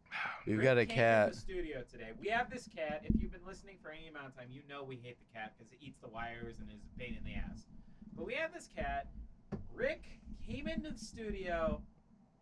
C: You've
A: Rick
C: got a
A: came In
C: cat.
A: the studio today. We have this cat. If you've been listening for any amount of time, you know we hate the cat because it eats the wires and is a pain in the ass. But we have this cat. Rick came into the studio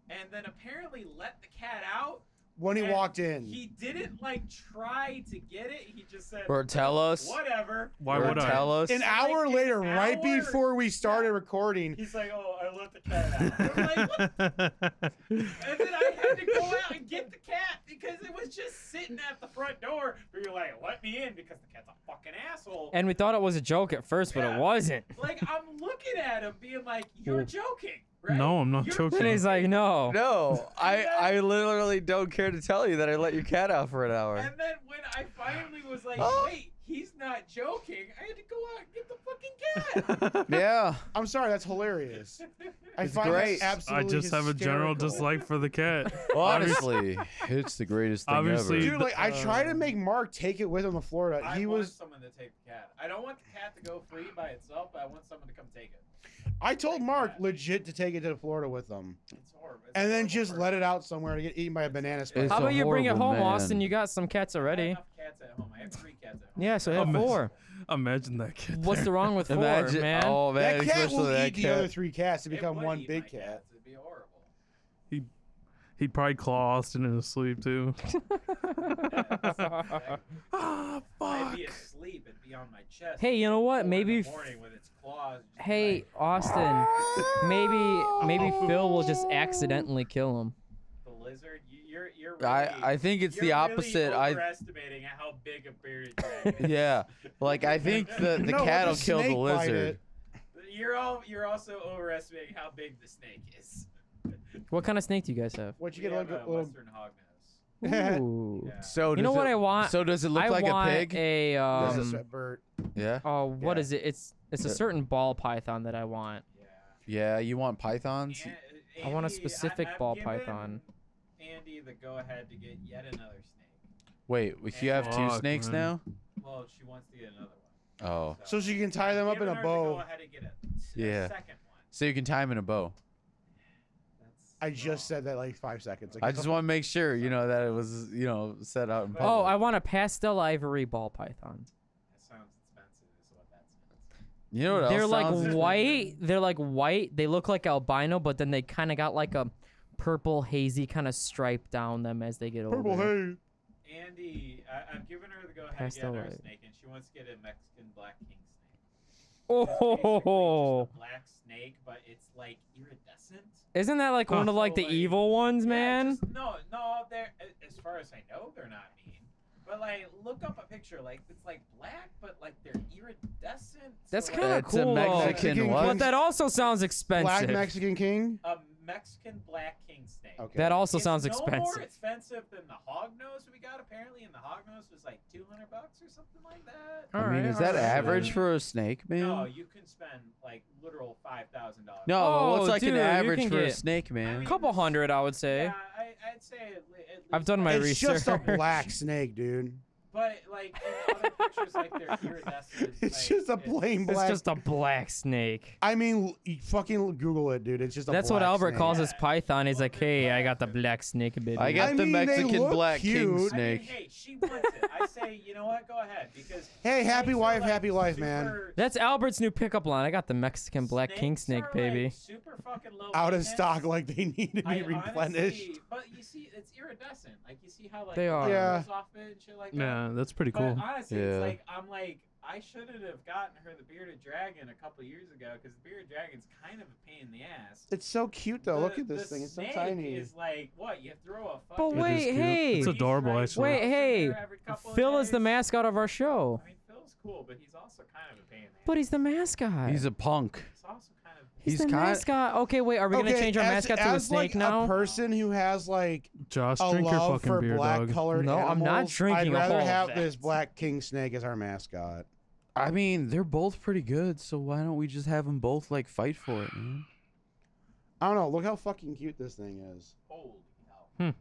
A: and then apparently let the cat out.
D: when he
A: and
D: walked in
A: He didn't like try to get it. He just said,
C: Or tell us.
A: "Whatever."
B: Why would I?
C: tell us.
D: An
A: like
D: hour
A: an
D: later, right
A: hour-
D: before we started recording,
A: He's like, "Oh, I let the cat out." I'm like, "What?" and then I had to go out and get the cat because it was just sitting at the front door, but you're like, let me in because the cat's a fucking asshole.
E: And we thought it was a joke at first, but
A: Yeah.
E: it wasn't.
A: like I'm looking at him, being like, you're
B: Well,
A: joking, right?
B: No, I'm not
A: You're-
B: joking.
E: And he's like, no.
C: No, I I literally don't care to tell you that I let your cat out for an hour.
A: And then when I finally was like,
C: Oh.
A: wait, he's not joking, I had to go out and get the fucking cat.
C: Yeah.
D: I'm sorry, that's hilarious. I
C: It's
D: find
C: great.
D: that
B: I
D: absolutely
B: just have a general
D: hysterical.
B: dislike for the cat.
C: Honestly, it's the greatest thing
B: Obviously-
C: ever.
D: Dude, like I tried to make Mark take it with him to Florida.
A: I
D: he
A: want
D: was.
A: someone to take the cat. I don't want the cat to go free by itself. But I want someone to come take it.
D: I told Mark
A: that.
D: legit to take it to Florida with him,
A: It's horrible. It's
D: and then
A: horrible
D: just
A: for-
D: let it out somewhere to get eaten by a banana spider.
C: It's
E: How
C: a
E: about you bring it
C: horrible
E: home,
C: man.
E: Austin? You got some cats
A: I have
E: already.
A: enough cats at home. I have three cats at home.
E: Yeah, so
B: Oh,
E: have
B: man.
E: four.
B: Imagine that cat.
E: What's the wrong with four,
C: Imagine,
E: man?
C: oh man,
D: That cat
C: especially
D: will
C: that
D: eat the
C: cat.
D: other three cats to
A: It
D: become
A: would
D: one
A: eat
D: big
A: my
D: cat.
A: Cats. It'd be horrible.
B: He'd probably claw Austin in his sleep too.
E: Uh-huh.
B: ah,
A: I'd
B: fuck.
A: be asleep. It'd be on my chest.
E: Hey, you know
A: Or
E: what?
A: in
E: Maybe.
A: the
E: f-
A: morning with its claws. just be
E: Hey,
A: like,
E: Austin. Maybe maybe Phil will just accidentally kill him.
A: the lizard. You, you're you're. Really,
C: Oh. I I think it's
A: you're
C: the opposite.
A: Really
C: I
A: overestimating how big a bearded dragon. is.
C: yeah, like I think the the
D: No,
C: cat will
D: let the
C: kill the
D: snake bite
C: lizard.
D: it.
A: You're all. You're also overestimating how big the snake is.
E: What kind of snake do you guys have?
D: What you
A: We
D: get a
A: have
D: little,
A: a
D: little
A: Western hognose.
E: Ooh.
A: Yeah.
C: So
E: You know
C: does
E: what
C: it-
E: I want?
C: So does it look
E: I
C: like
E: want
C: a pig?
E: a
D: That's a
E: um.
D: sweat bird.
C: yeah.
E: Oh, what
D: Yeah.
E: is it? It's it's a
C: Uh,
E: certain ball python that I want.
A: yeah.
C: Yeah, you want pythons?
A: An-
E: I want a
A: Andy,
E: specific
A: I've
E: ball
A: given
E: python.
A: Andy, the go ahead to get yet another snake.
C: Wait, if you have two
B: Fuck,
C: snakes
B: man.
A: Well, she wants to get another one.
C: now? Oh.
D: So she can tie
A: I've
D: them up in
A: given
D: a
A: her The go
D: bow.
A: ahead to get a,
C: Yeah.
A: yeah. second one.
C: So you can tie them in a bow.
A: That's oh,
D: I just
A: wrong.
D: said that like five seconds ago.
C: I just want to make sure, you know, that it was, you know, set out in
A: Oh,
C: public.
E: Oh, I want a pastel ivory ball python.
A: That sounds expensive. Is what that sounds.
C: You know what else
E: They're like
C: sounds-
E: white. They're like white. They look like albino, but then they kind of got like a purple hazy kind of stripe down them as they get older.
D: purple hay.
A: Andy, I, I've given her the go ahead to get
E: Pastel
A: another
E: white.
A: snake, and she wants to get a Mexican black king snake. It's basically
E: Oh,
A: just a black snake, but it's like iridescent.
E: isn't that like one
B: Huh.
E: of like the
A: Like-
E: evil ones,
A: Yeah,
E: man?
A: just- no, no, they're a- as far as I know, they're not mean. But like, look up a picture. Like it's like black, but like they're iridescent. so,
E: That's
A: like,
E: kinda
C: It's a
E: cool, though.
C: Mexican
D: Mexican
C: what?
E: But that also sounds expensive.
D: Black Mexican king.
A: a Mexican black king snake.
D: Okay.
E: that also
A: It's
E: sounds
A: no more
E: expensive.
A: expensive than the hog nose we got apparently, and the hog nose was like two hundred bucks or something like that.
C: I mean,
E: Alright,
C: is that
E: alright.
C: average for a snake, man?
A: No, you can spend like literal five thousand dollars.
C: No, but
E: Oh,
C: what's like
E: dude,
C: an
E: you
C: average
E: can
C: for a
E: get-
C: snake,
A: I
C: man?
A: mean,
E: Couple hundred, I would say.
A: yeah, I, I'd say at, le- at least
E: eh? I've done my
A: that.
D: it's just a
E: research.
D: black snake, dude.
A: But like in other pictures, like they're iridescent.
D: It's
A: like,
D: just a
A: it's-
D: plain
E: It's
D: black.
E: just a black snake.
D: I mean, l- fucking Google it, dude. It's just a.
E: That's what
D: black
E: Albert
D: snake.
E: calls
A: Yeah.
E: his python. He's like, hey, I got the black snake, baby.
C: I got
D: I
C: the
D: mean, they
C: Mexican
D: look
C: black king
D: cute.
A: I mean,
C: snake.
A: hey, she wants it. I say, you know what? Go ahead because.
D: Hey, happy
A: snakes are,
D: wife,
A: like,
D: happy life, man.
A: super-
E: That's Albert's new pickup line. I got the Mexican black king
A: snakes
E: snake,
A: are,
E: baby.
A: Like, super fucking low.
D: out of
A: maintenance.
D: stock, like they need to be
A: I
D: replenished.
A: honestly- but you see, it's iridescent. Like you see how like
E: They
A: the
E: are.
A: colors
D: Yeah.
A: off it and shit like that.
B: Yeah, that's pretty
A: But
B: cool.
A: honestly,
C: Yeah.
A: it's like I'm like I shouldn't have gotten her the bearded dragon a couple years ago because the bearded dragon's kind of a pain in the ass.
D: It's so cute though.
A: The-
D: Look at
A: the
D: this thing. It's so
A: snake
D: tiny.
A: Is like what you throw a.
E: But
A: fucking
B: It is
E: wait,
B: cute.
E: hey.
B: It's adorable,
A: Wait,
B: actually.
E: Wait, hey. Phil is the
A: mask.
E: mascot of our show.
A: I mean, Phil's cool, but he's also kind of a pain in the
E: But
A: ass.
E: he's the mascot.
C: He's a punk.
A: He's also kind of.
E: He's,
C: he's
E: the
C: kind-
E: mascot. Okay, wait, are we gonna
D: Okay,
E: change our
D: as-
E: mascot to a
D: as,
E: snake
D: like,
E: now?
D: A person who has like
B: Josh,
D: a
B: drink your
D: love
B: fucking
D: for
B: beer,
D: black
B: dog.
D: colored
E: No, I'm not
D: animals,
E: drinking
D: I'd
E: a
D: rather
E: Hall of
D: have this
E: Fact.
D: black king snake as our mascot.
C: I mean, they're both pretty good, so why don't we just have them both like fight for it, man?
D: I don't know. Look how fucking cute this thing is.
A: Holy hell.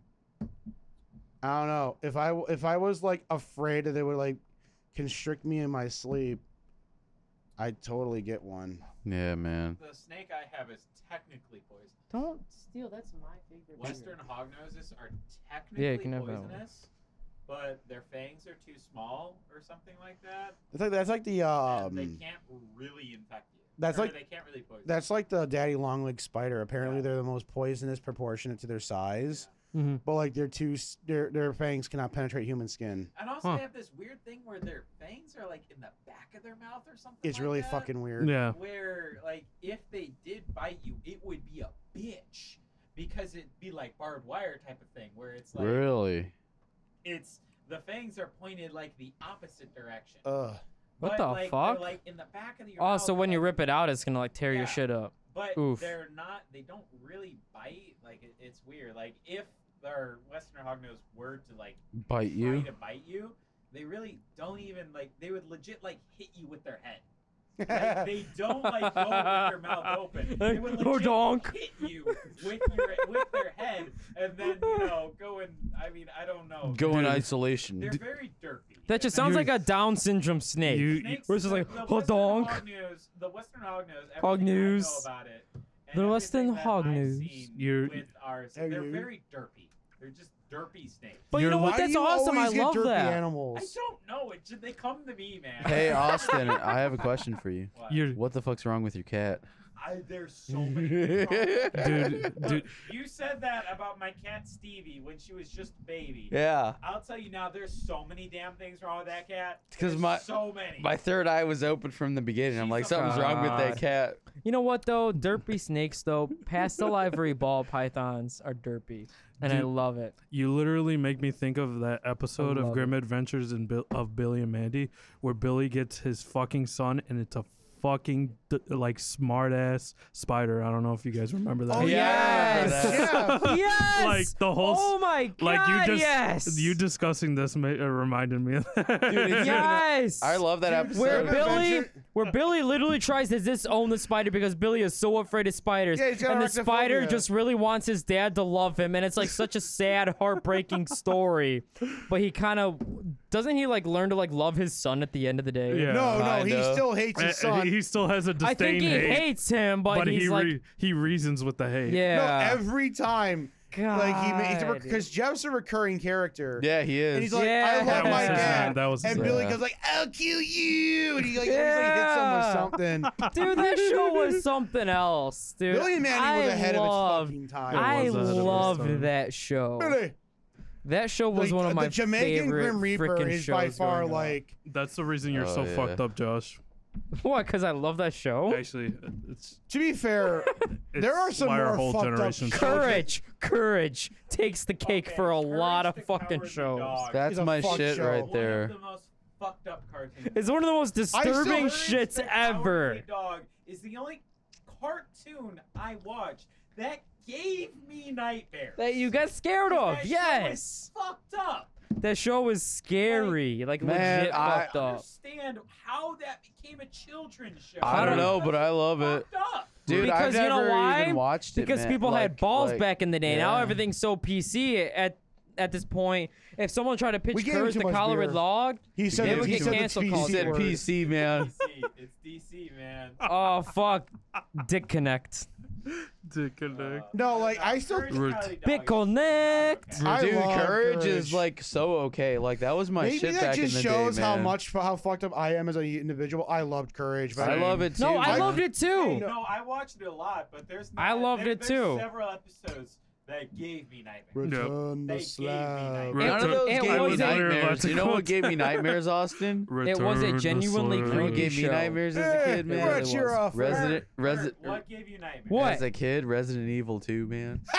D: I don't know. If I w- if I was like afraid that they would like constrict me in my sleep, I'd totally get one.
C: Yeah, man.
A: The snake I have is technically poisonous.
E: Don't steal. That's my favorite.
A: Western hognoses are technically
E: Yeah, you can have that one.
A: poisonous, but their fangs are too small or something like that.
D: That's like that's like the
A: and they
D: um
A: can't really infect you.
D: that's
A: Or
D: like-
A: they can't really poison. you.
D: that's like the daddy long leg spider. Apparently,
A: Yeah.
D: they're the most poisonous proportionate to their size.
A: Yeah.
E: Mm-hmm.
D: But like their two s- their their fangs cannot penetrate human skin.
A: And also,
B: Huh.
A: they have this weird thing where their fangs are like in the back of their mouth or something.
D: It's
A: like
D: really
A: that,
D: fucking weird.
B: Yeah.
A: Where like if they did bite you, it would be a bitch because it'd be like barbed wire type of thing where it's like
C: Really?
A: it's the fangs are pointed like the opposite direction.
D: Ugh.
E: What
A: But,
E: the
A: like, they're,
E: fuck?
A: Like in the back of your
E: Oh,
A: mouth,
E: so when you
A: and-
E: rip it out, it's gonna like tear
A: Yeah.
E: your shit up.
A: But
E: Oof.
A: they're not. They don't really bite. Like it, it's weird. Like if their Westerner hognose were to like
C: Bite
A: try
C: you.
A: to bite you, they really don't even like. They would legit like hit you with their head. Like, they don't like go with their mouth open. They would
E: Like,
A: legit
E: "Donk."
A: hit you with your with their head, and then you know go and I mean I don't know.
C: Go in
A: They're-
C: isolation.
A: They're
C: D-
A: very dirty.
E: That just sounds
B: You-
E: like a Down syndrome snake.
B: You-
A: Snakes,
E: We're just
A: the-
E: like,
A: the
E: "Oh,
A: Western
E: donk."
A: Hog News, the Western Hog News.
E: Hog
A: everything I know
E: News.
A: about it, and
E: The
A: everything
E: Western
A: that
E: Hog
A: I've
E: News.
A: seen
B: You're-
A: with ours,
D: There
A: they're
D: you-
A: very derpy. They're just derpy snakes.
E: But you
D: You're
E: know what?
D: li-
E: That's
D: you
E: awesome. I
D: always get
E: love
D: derpy
E: that.
A: I
D: Animals.
A: don't know. It just, they come to me, man.
C: hey uh, Austin, I have a question for you.
A: What?
B: You're
C: What the fuck's wrong with your cat?
A: I, there's so many. problems.
B: dude, dude.
A: Look, you said that about my cat Stevie when she was just a baby.
C: Yeah,
A: I'll tell you now, there's so many damn things wrong with that cat.
C: 'Cause
A: There's
C: my-
A: so many.
C: my third eye was open from the beginning. I'm like,
A: Jesus
C: something's wrong with that
E: God.
C: cat.
E: You know what though? Derpy snakes though. Pastel ivory ball pythons are derpy, and I
B: Dude.
E: love it.
B: You literally make me think of that episode of
E: love
B: Grim Adventures in Bill, of Billy and Mandy, where Billy gets his fucking son, and it's a fucking d- like smart ass spider. I don't know if you guys remember that.
D: Oh
C: yes.
D: yes. yeah.
E: Yes.
B: Like the whole. s-
E: Oh my god.
B: like you just
E: yes.
B: you discussing this ma- uh, reminded me of that.
C: Dude, it's-
E: Yes.
C: I love that
D: Dude,
C: episode.
E: where
D: Seven
E: Billy,
D: Adventure-
E: where Billy literally tries to disown the spider because Billy is so afraid of spiders,
D: Yeah, he's got
E: and the spider
D: arachnophobia.
E: just really wants his dad to love him, and it's like such a sad, heartbreaking story. But he kind of doesn't he like learn to like love his son at the end of the day.
B: Yeah.
D: No, no, he
C: Kinda.
D: still hates
B: Uh,
D: his son.
B: he, he still has a disdain.
E: I think he
B: hate,
E: hates him, but,
B: but
E: he's
B: he
E: like,
B: re- he reasons with the hate.
D: no,
E: yeah,
D: every time,
E: God.
D: like he, ma- he's because Jeff's a recurring character.
C: Yeah, he is.
D: And he's like,
E: Yeah.
D: I
B: That
D: love
B: was
D: Oh my
B: his name.
D: dad.
B: That was his
D: and
B: name.
D: Billy
C: Yeah.
D: goes like, I'll kill you. And he like, always, like hits him with something.
E: dude, that show was something else, dude.
D: Billy and Manny
E: I
D: was ahead
E: loved,
D: of its fucking time.
E: I
B: It was ahead of its time.
E: loved that show.
D: Really?
E: That show was
D: Like,
E: one of my
D: the Jamaican
E: favorite
D: Grim Reaper
E: frickin'
D: is by
E: shows
D: far
E: growing up.
D: like
B: That's the reason you're
C: Oh,
B: so
C: yeah.
B: fucked up, Josh.
E: what? Because I love that show.
B: Actually, it's,
D: to be fair,
B: it's
D: There are some
B: why our
D: more
B: whole
D: fucked up
B: generation.
D: shit.
E: Courage, courage takes the cake
A: Okay,
E: for a
A: Courage
E: lot of
A: the
E: fucking
A: Cowardly
E: shows.
A: Dog.
C: That's
D: He's a
C: my
D: fuck
C: shit
D: show.
C: right
A: One
C: there.
A: of the most fucked up cartoons.
E: It's one of the most disturbing
D: Big
A: Courage
E: shits
A: the Cowardly
E: ever.
A: Dog is the only cartoon I watched that gave me nightmares.
E: That you got scared
A: That
E: of.
A: show is
E: Yes.
A: fucked up.
E: That show was scary. Like,
C: Man,
E: legit
C: I-
E: fucked
A: I
E: up.
A: understand how that became a children's show.
C: I don't know, but I love it.
A: Fucked up.
C: Dude, I've
E: Because you know
C: never
E: why?
C: even watched it.
E: Because
C: man.
E: people had
C: Like-
E: balls
C: like-
E: back in the day. Now
C: yeah.
E: everything's so PC at at this point. If someone tried to pitch
D: We gave him
E: Courage
D: too
E: the
D: much
E: Cowardly
D: beer.
E: Dog,
D: he said
E: They
D: the-
E: would
D: he
E: get
D: said the
E: cancel
D: PC
C: He
E: calls.
C: said
D: word.
C: PC, man.
A: DC. It's DC, man.
E: oh fuck, dick connect.
B: To connect.
D: No, like, I still-
A: Courage the Uh, Cowardly Dog
E: Big
A: is-
E: connect.
A: Okay.
D: I
C: Dude,
D: love
C: courage, is
D: Courage.
C: like so okay. Like that was my
D: Maybe
C: shit
D: that
C: back
D: just
C: in the
D: shows
C: day,
D: how
C: man.
D: much how fucked up I am as an individual. I loved courage, but
C: I love it too.
E: No, I
C: man.
E: loved it
A: Hey,
E: too.
A: no, I watched it a lot, but there's not,
E: I loved
A: there-
E: it
A: there's
E: too.
A: Several episodes that gave me nightmares.
D: Return
A: They gave me
D: the slab.
A: nightmares.
C: None of
E: It-
C: those
E: it
C: gave me
E: wasn't-
C: nightmares. You know what
B: Quote.
C: gave me nightmares, Austin?
E: It was a
B: Return the
E: genuinely
B: slave.
C: You know what
E: Creepy
C: gave me
E: show.
C: nightmares as
D: Hey,
C: a kid, man?
D: what's your
C: Really was.
D: offer?
C: Resident,
A: Bert,
C: Resident,
A: what gave you nightmares?
E: er, What?
C: as a kid, Resident Evil 2, man.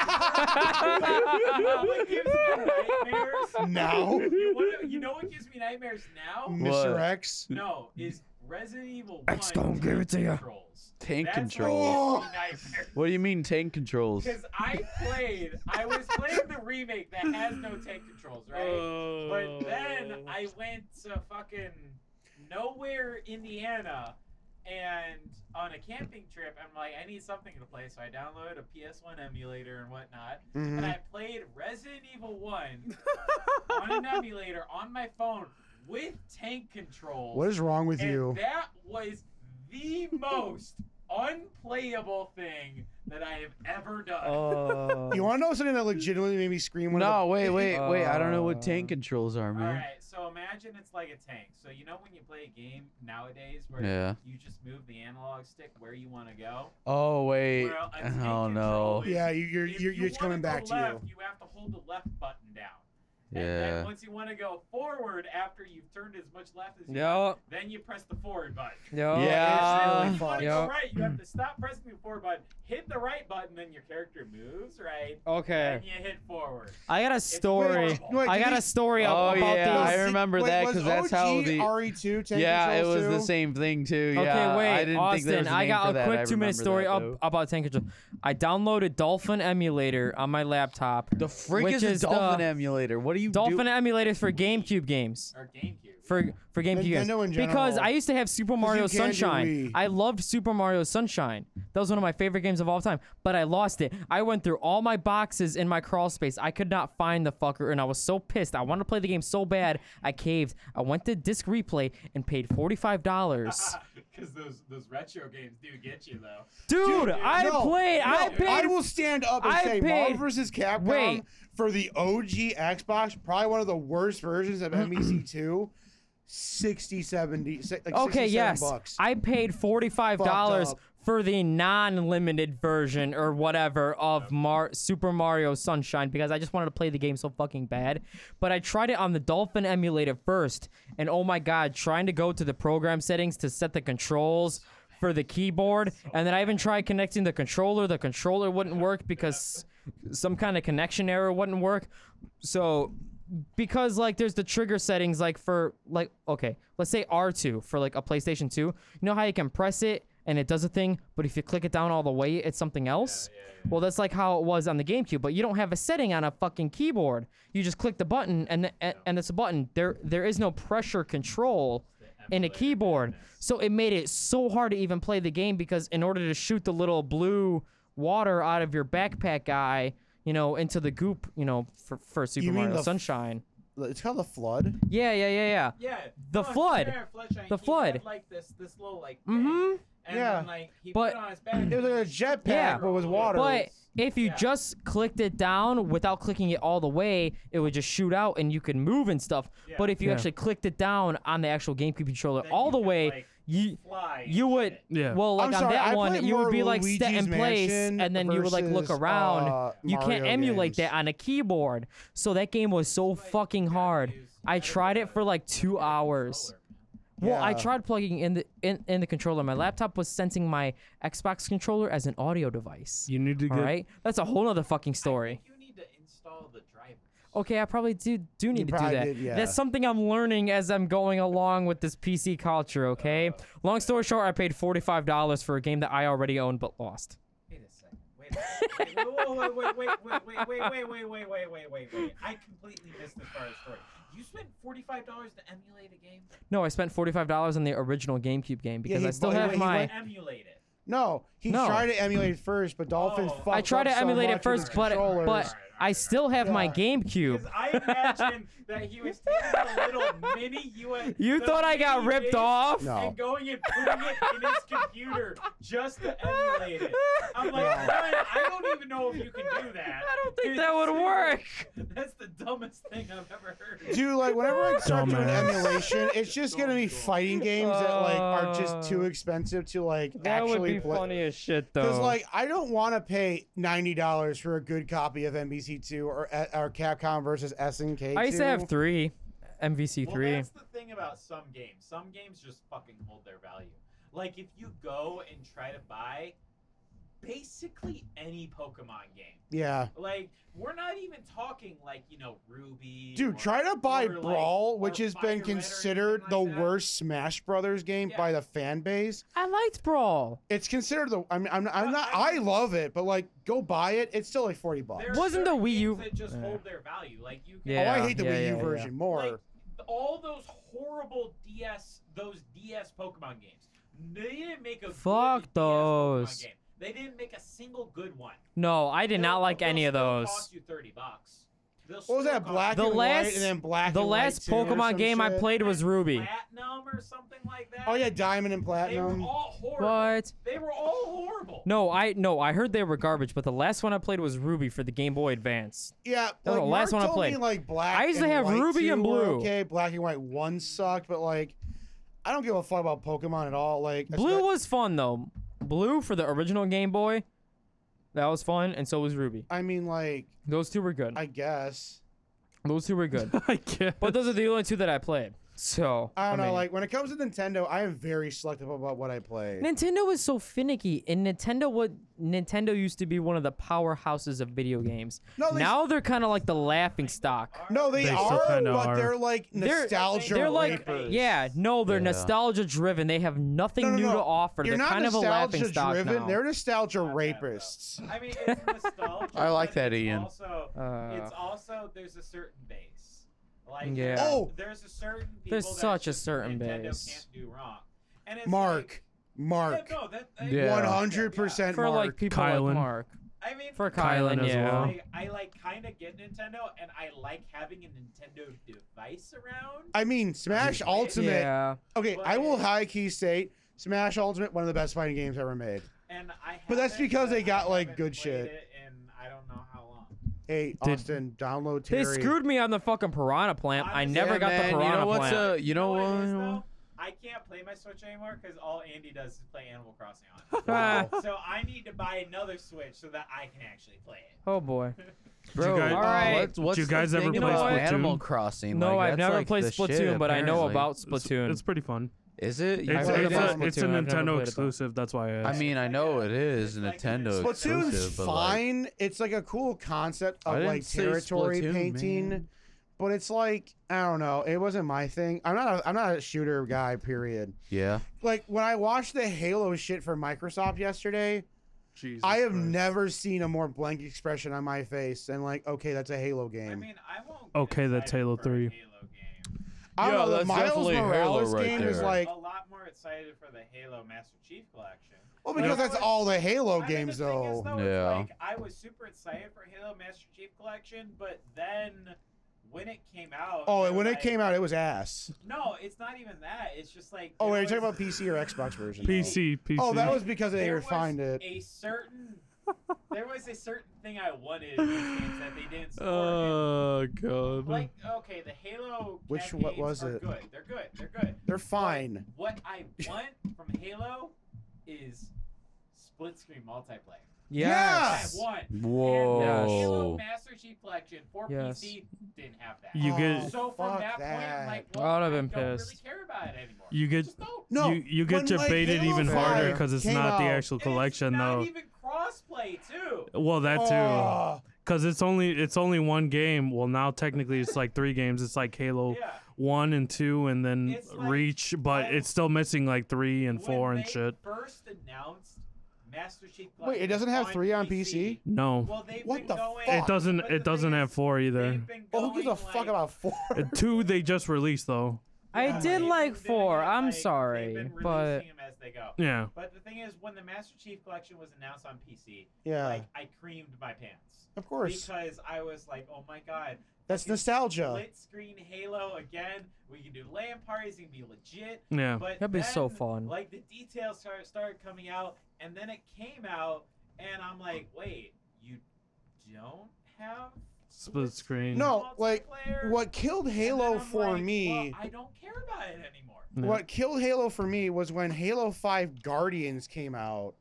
A: what gives me nightmares?
D: Now,
A: You, wanna- you know what gives me nightmares now?
D: Mr. X.
A: No, is Resident Evil 1.
E: X don't give it to ya.
A: Controls.
C: Tank
A: That's
C: controls.
A: What gives me nightmares.
C: What do you mean tank controls?
A: Because I played, I was playing the remake that has no tank controls, right? But
E: Oh.
A: then I went to fucking nowhere, Indiana, and on a camping trip, I'm like, I need something to play, so I downloaded a PS1 emulator and whatnot, and
D: Mm-hmm.
E: Mm-hmm.
A: I played Resident Evil 1 on an emulator on my phone with tank controls.
D: What is wrong with
A: And
D: you?
A: That was the most unplayable thing that I have ever done.
E: Oh.
D: You want to know something that legitimately made me scream? One
C: No,
D: of
C: wait, wait, wait. I don't know
E: Uh,
C: what tank controls are,
A: All
C: man.
A: right, so imagine it's like a tank. So you know when you play a game nowadays where
C: Yeah.
A: you just move the analog stick where you want to go.
C: Oh, wait.
A: Well, a tank
C: Oh, no.
D: the, yeah, you, you're
A: If
D: you're,
A: you
D: you're it's
A: wanna
D: coming
A: go
D: back to
A: left,
D: you.
A: have to hold the left button down. And
C: Yeah.
A: then once you want to go forward after you've turned as much left as you want,
E: Yup.
A: then you press the forward button.
E: Yo.
A: if
D: Yeah.
A: you want to go
E: Uh, Yup.
A: right, you have to stop pressing the forward button, hit the right button, then your character moves right,
E: Okay.
A: and you hit forward.
E: I got a story.
A: horrible.
D: Wait,
E: I
D: did
E: got
D: he-
E: a story up
C: Oh,
E: about
C: yeah, I
E: these.
C: remember
D: Wait,
C: that
D: was
C: 'cause that's how
D: OG
C: the-
D: RE2 tank
C: yeah, it was
D: controls
C: the
D: too?
C: same thing too.
E: Okay,
C: yeah,
E: wait,
C: I didn't
E: Austin,
C: think there was a
E: I
C: name
E: got
C: for
E: a
C: that. I
E: quick two-minute
C: remember
E: story
C: that,
E: up
C: though.
E: about tank control. I downloaded Dolphin Emulator on my laptop.
C: The freak
E: which
C: is,
E: is
C: a dolphin
E: the-
C: emulator. What are you
E: Dolphin
C: do-
E: Emulator is for GameCube games.
A: Or GameCube.
E: For for GameCube games.
D: Nintendo in
E: because
D: general.
E: I used to have Super
D: you
E: Mario
D: can't do
E: Sunshine.
D: Wii.
E: I loved Super Mario Sunshine. That was one of my favorite games of all time. But I lost it. I went through all my boxes in my crawl space. I could not find the fucker, and I was so pissed. I wanted to play the game so bad. I caved. I went to Disc Replay and paid forty five dollars.
A: Because those those retro games do get you though.
E: Dude,
D: Dude,
E: I
D: no,
E: played. I
A: no,
E: paid.
D: I will stand up and
E: I
D: say
E: paid-
D: Marvel vs. Capcom
E: Wait.
D: for the OG Xbox, probably one of the worst versions of E MEC2, 60, 70, si- like
E: okay,
D: 67
E: yes,
D: bucks.
E: I paid forty five dollars
D: Fucked up.
E: for the non limited version or whatever of Mar- Super Mario Sunshine because I just wanted to play the game so fucking bad. But I tried it on the Dolphin emulator first, and oh my god, trying to go to the program settings to set the controls. For the keyboard, and then I even tried connecting the controller. The controller wouldn't work because some kind of connection error wouldn't work. So because like there's the trigger settings like for like okay, let's say R2 for like a PlayStation 2. You know how you can press it and it does a thing, but if you click it down all the way, it's something else? Well, that's like how it was on the GameCube, but you don't have a setting on a fucking keyboard. You just click the button and the, and, and it's a button. There there is no pressure control in a keyboard. So it made it so hard to even play the game because in order to shoot the little blue water out of your backpack guy, you know, into the goop, you know, for, for Super
D: mean
E: Mario
D: the f-
E: Sunshine.
D: it's called the flood.
E: yeah, yeah, yeah, yeah.
A: Yeah.
E: The
A: no,
E: flood.
A: Sierra Fletcher,
E: The
A: he
E: flood.
A: Had, like this this little like. thing,
E: Mm-hmm.
A: And
D: Yeah.
A: Then, like he
E: But-
A: put it on his back.
D: It was like a jetpack,
E: Yeah.
D: but with water.
E: But if you
A: Yeah.
E: just clicked it down without clicking it all the way, it would just shoot out and you could move and stuff.
A: Yeah.
E: But if you
B: Yeah.
E: actually clicked it down on the actual GameCube controller
A: Then
E: all
A: you
E: the
A: could,
E: way,
A: like,
E: you
A: fly. and
E: you would
A: shit.
B: Yeah.
E: well like
D: I'm
E: on
D: sorry,
E: that
D: I
E: one
D: played
E: you would be
D: more
E: like set in
D: Luigi's
E: place
D: Mansion
E: and then you would like look
D: versus,
E: around
D: uh,
E: you can't
D: Mario
E: emulate
D: games.
E: that on a keyboard so that game was so
A: Like,
E: fucking
A: you gotta
E: hard
A: use- you
E: i
A: gotta
E: tried
A: get
E: it
A: a-
E: for like
A: you
E: two
A: gotta get a
E: hours
A: controller.
E: well i
D: Yeah.
E: tried plugging in the in, in the controller my laptop was sensing my xbox controller as an audio device
B: You need to
E: all
B: get
E: right that's a whole nother fucking
A: I
E: story
A: think you need to install the driver.
E: okay i probably do do need to do
D: probably
E: that
D: did, yeah.
E: that's something i'm learning as i'm going along with this pc culture
D: Uh.
E: okay long story short i paid $45 for a game that i already owned but lost
A: Wait a second. Wait a second. Wait, wait, wait, wait, wait, wait, wait, wait, wait, wait, wait, wait, wait, wait. I completely missed this part of the story. You spent forty-five dollars to emulate a game.
E: No, I spent forty five dollars on the original GameCube game because
D: he
E: I still
D: bought-
E: have
D: wait, he
E: my.
D: went-
A: Emulate it.
D: No, he
E: No.
D: tried to emulate it first, but Dolphins
A: Oh.
D: fucked
E: I tried
D: up
E: to
D: so
E: emulate
D: much
E: it
D: with
E: first,
D: his
E: but
D: controllers.
E: but I still have my
D: Yeah.
E: GameCube.
A: Because I imagine that he was taking a little mini US.
E: You
A: the
E: thought I got
A: mini
E: ripped
A: disc
E: off?
D: No.
A: And going and putting it in his computer just to emulate it. I'm like,
D: No.
A: Ryan, I don't even know if you can do that.
E: I don't think
A: It's
E: that would
A: super-
E: work.
A: That's the dumbest thing I've ever heard.
D: Dude, like whenever I start doing
B: Dumbass.
D: emulation, it's just gonna be fighting games that like are just too expensive to like
E: Uh, That would
D: actually
E: be
D: play.
E: funny as shit though.
D: Because like I don't want to pay ninety dollars for a good copy of NBC two or uh, or Capcom versus SNK.
E: I used to have three, MVC
A: Well,
E: three.
A: that's the thing about some games. Some games just fucking hold their value. Like if you go and try to buy basically any Pokemon game.
D: Yeah,
A: Like we're not even talking like you know Ruby.
D: dude,
A: or-
D: try to buy
A: or, like-
D: Brawl,
A: or
D: which has
A: Fire Red
D: been
A: or
D: considered
A: anything
D: the
A: like that.
D: worst Smash Brothers game
A: Yeah.
D: by the fan base.
E: I liked Brawl.
D: It's considered the. I mean, I'm,
A: Uh,
D: I'm not.
A: I
D: I
A: mean-
D: love it, but like, go buy it. It's still like forty bucks.
A: There are
E: Wasn't the
A: certain
E: Wii U-
A: games that just
E: Yeah.
A: hold their value? Like you can.
D: Oh,
E: Yeah,
D: I hate the
E: yeah,
D: Wii
E: yeah,
D: U
E: yeah.
D: version more.
A: Like, all those horrible DS, those DS Pokemon games. They didn't make a
E: Fuck
A: good
E: those.
A: DS Pokemon game. They didn't make a single good one.
E: No, I did not
A: They'll-
E: like
A: they'll
E: any of
A: still
E: those.
A: Cost you thirty bucks. They'll
D: what
A: still
D: was that?
A: cost
D: Black
E: The
D: and
E: last-
D: white, and then black.
E: The
D: and white
E: last
D: two or
E: Pokemon
D: some
E: game I
D: shit?
E: played was Ruby.
A: Platinum or something like that.
D: Oh yeah, Diamond and
A: They were
D: Platinum.
A: all horrible.
E: What?
A: They were all horrible.
E: No, I no, I heard they were garbage, but the last one I played was Ruby for the Game Boy Advance.
D: Yeah,
E: That was
D: like,
E: the last
D: Mark
E: one I
D: told me,
E: played.
D: like black.
E: I used to
D: and
E: have
D: white
E: Ruby and
D: two were
E: Blue.
D: Okay, black and white one sucked, but like, I don't give a fuck about Pokemon at all. Like
E: Blue
D: espe-
E: was fun though. Blue for the original Game Boy, that was fun, and so was Ruby.
D: I mean, like,
E: Those two were good.
D: I guess.
H: Those two were good.
B: I guess.
H: but those are the only two that I played. So
D: I don't know.
H: mean-
D: Like when it comes to Nintendo, I am very selective about what I play.
H: Nintendo is so finicky, and Nintendo what Nintendo used to be one of the powerhouses of video games.
D: No, they-
H: now they're kind of like the laughing stock.
D: No, they,
B: They still
D: are, but
B: kinda are.
D: they're like
H: They're-
D: nostalgia
H: They're like,
D: rapers.
H: yeah, no, they're
C: Yeah.
H: nostalgia driven. They have nothing
D: No, no,
H: new
D: no.
H: to offer.
D: You're
H: they're
D: not
H: kind of a laughing
D: nostalgia
H: stock
D: driven.
H: now.
D: They're nostalgia rapists.
A: I mean, it's nostalgia.
C: I like
A: but
C: that,
A: it's
C: Ian.
A: Also,
H: Uh,
A: it's also there's a certain base. Like
H: Yeah.
D: Oh!
A: there's a certain people
H: There's
A: that
H: such a
A: just
H: certain
A: Nintendo
H: base.
A: can't do wrong. And it's like,
D: Mark, Mark,
A: yeah, no, that, I-
C: Yeah.
D: one hundred percent
H: for
D: Mark.
H: like people
B: Kylan.
H: like Mark,
A: I mean,
H: for
B: Kylan
H: Kylan,
B: as
H: yeah.
B: well.
A: I, I like kind of get Nintendo, and I like having a Nintendo device around.
D: I mean, Smash Ultimate.
H: Yeah,
D: Okay, I will
A: But-
D: high key state Smash Ultimate, one of the best fighting games ever made.
A: And I
D: But that's
A: haven't,
D: because they
A: I
D: got, like,
A: haven't
D: good
A: played
D: shit.
A: it in I don't know how long.
D: Hey,
B: Did-
D: Austin, download Terry.
H: they screwed me on the fucking piranha plant. I
A: Honestly,
H: never
C: Yeah,
H: got
C: man,
H: the piranha
C: You know what's
H: plant.
C: uh, you know
A: what it is,
C: what?
A: though? I can't play my Switch anymore because all Andy does is play Animal Crossing on. it.
H: Wow.
A: so I need to buy another Switch so that I can actually play it.
H: Oh boy.
C: Bro,
B: guys-
C: all
B: Did
C: right.
B: you
C: what's, what's the
B: guys ever
C: thing
B: play
C: about
B: Splatoon?
C: Animal Crossing?
H: No,
C: Like, that's
H: I've never
C: like
H: played
C: the
H: Splatoon,
C: shit,
H: but I know
C: apparently.
H: about
B: It's-
H: Splatoon.
B: It's pretty fun.
C: Is it? You
B: It's,
C: played
H: played
B: it's,
H: it?
B: a,
H: Splatoon,
B: it's a
H: I've never played it,
B: Nintendo
H: though.
B: exclusive. That's why I
C: I
B: asked.
C: mean, I know it is
A: It's like-
C: Nintendo
A: Splatoon's
D: Splatoon's
C: exclusive, but like,
D: fine. it's like a cool concept
C: I
D: of
C: didn't
D: like
C: say
D: territory
C: Splatoon,
D: painting,
C: man.
D: but it's like I don't know. It wasn't my thing. I'm not. A, I'm not a shooter guy. Period.
C: yeah.
D: Like when I watched the Halo shit for Microsoft yesterday,
B: Jesus
D: I have
B: Christ.
D: never seen a more blank expression on my face and like, okay, that's a Halo game.
A: I
D: I,
A: mean, I won't. get
B: Okay, that's
A: excited
B: Halo
A: for a
B: 3
A: Halo game.
D: don't
C: Yeah,
D: know. The
C: that's
D: Miles
C: definitely Halo
D: Morales
C: right
D: game is
C: there.
D: like,
A: a lot more excited for the Halo Master Chief collection.
D: well, oh, because that's all the Halo
A: I mean,
D: games
A: the thing is,
D: though.
A: though, it's
C: Yeah.
A: Like, I was super excited for Halo Master Chief collection, but then when it came out.
D: Oh, and when
A: they're
D: it came
A: like-
D: out, it was ass.
A: No, it's not even that. It's just like.
D: Oh,
A: there
D: wait, are you talking
A: was-
D: about PC or Xbox version? though?
B: PC, PC.
D: Oh, that was because they
A: there
D: refined
A: was
D: it.
A: A certain. there was a certain thing I wanted in those games that they didn't support.
B: Oh god.
A: And, like okay, the Halo.
D: Which- what
A: campaigns
D: was
A: are
D: it?
A: Good. They're good. They're good.
D: They're fine.
A: What I want from Halo is split screen multiplayer.
D: Yes.
A: I want.
C: Whoa.
A: And the
C: uh,
A: Halo Master Chief Collection for
H: Yes.
A: PC didn't have that.
B: You get- Oh,
A: so from
D: fuck
A: that, point, I'm like,
H: that.
A: well,
H: I would've
A: I
H: been
A: don't
H: pissed.
A: really care about it anymore.
B: You get-
A: Just don't.
D: No,
B: you, you get
D: when, like,
B: debated
D: Halo
B: even
D: five
B: harder because it's
D: came
B: not the
D: out-
B: actual collection
A: it's not
B: though.
A: even crossplay too.
B: Well, that too,
D: Oh,
B: because it's only it's only one game. Well, now technically it's like three games. It's like Halo
A: Yeah.
B: one and two, and then
A: It's like-
B: Reach, but
A: I-
B: it's still missing like three and
A: When
B: four and
A: they
B: shit.
A: First announced Master Chief.
D: Wait, it
A: Collection
D: doesn't have three on PC?
B: No,
A: Well, they've
D: What
A: been
D: the
A: going.
D: fuck?
B: it doesn't.
A: but the
B: It doesn't
A: thing
B: have
A: is,
B: four either.
A: they've been
D: oh, who gives a
A: going,
D: fuck
A: like-
D: about four?
B: Uh, Two they just released though.
H: I
A: Yeah,
H: did
A: they've
H: like
A: been doing
H: four.
A: it,
H: I'm
A: like, they've
H: sorry,
A: been
H: but
A: releasing 'em as they go.
B: Yeah.
A: But the thing is, when the Master Chief Collection was announced on PC,
D: Yeah,
A: like I creamed my pants
D: of course.
A: because I was like, "Oh my god,
D: That's
A: fucking
D: nostalgia.
A: Split screen Halo again. We can do LAN parties. It can be legit."
B: Yeah.
A: But
H: That'd be so
A: then,
H: fun.
A: Like the details start, started coming out, and then it came out, and I'm like, "Wait, you don't have
B: Split screen.
D: No, like,
A: multiplayer?"
D: What killed
A: And then
D: Halo
A: I'm
D: for
A: like,
D: me.
A: "Well, I don't care about it anymore.
B: No.
D: What killed Halo for me was when Halo 5 Guardians came out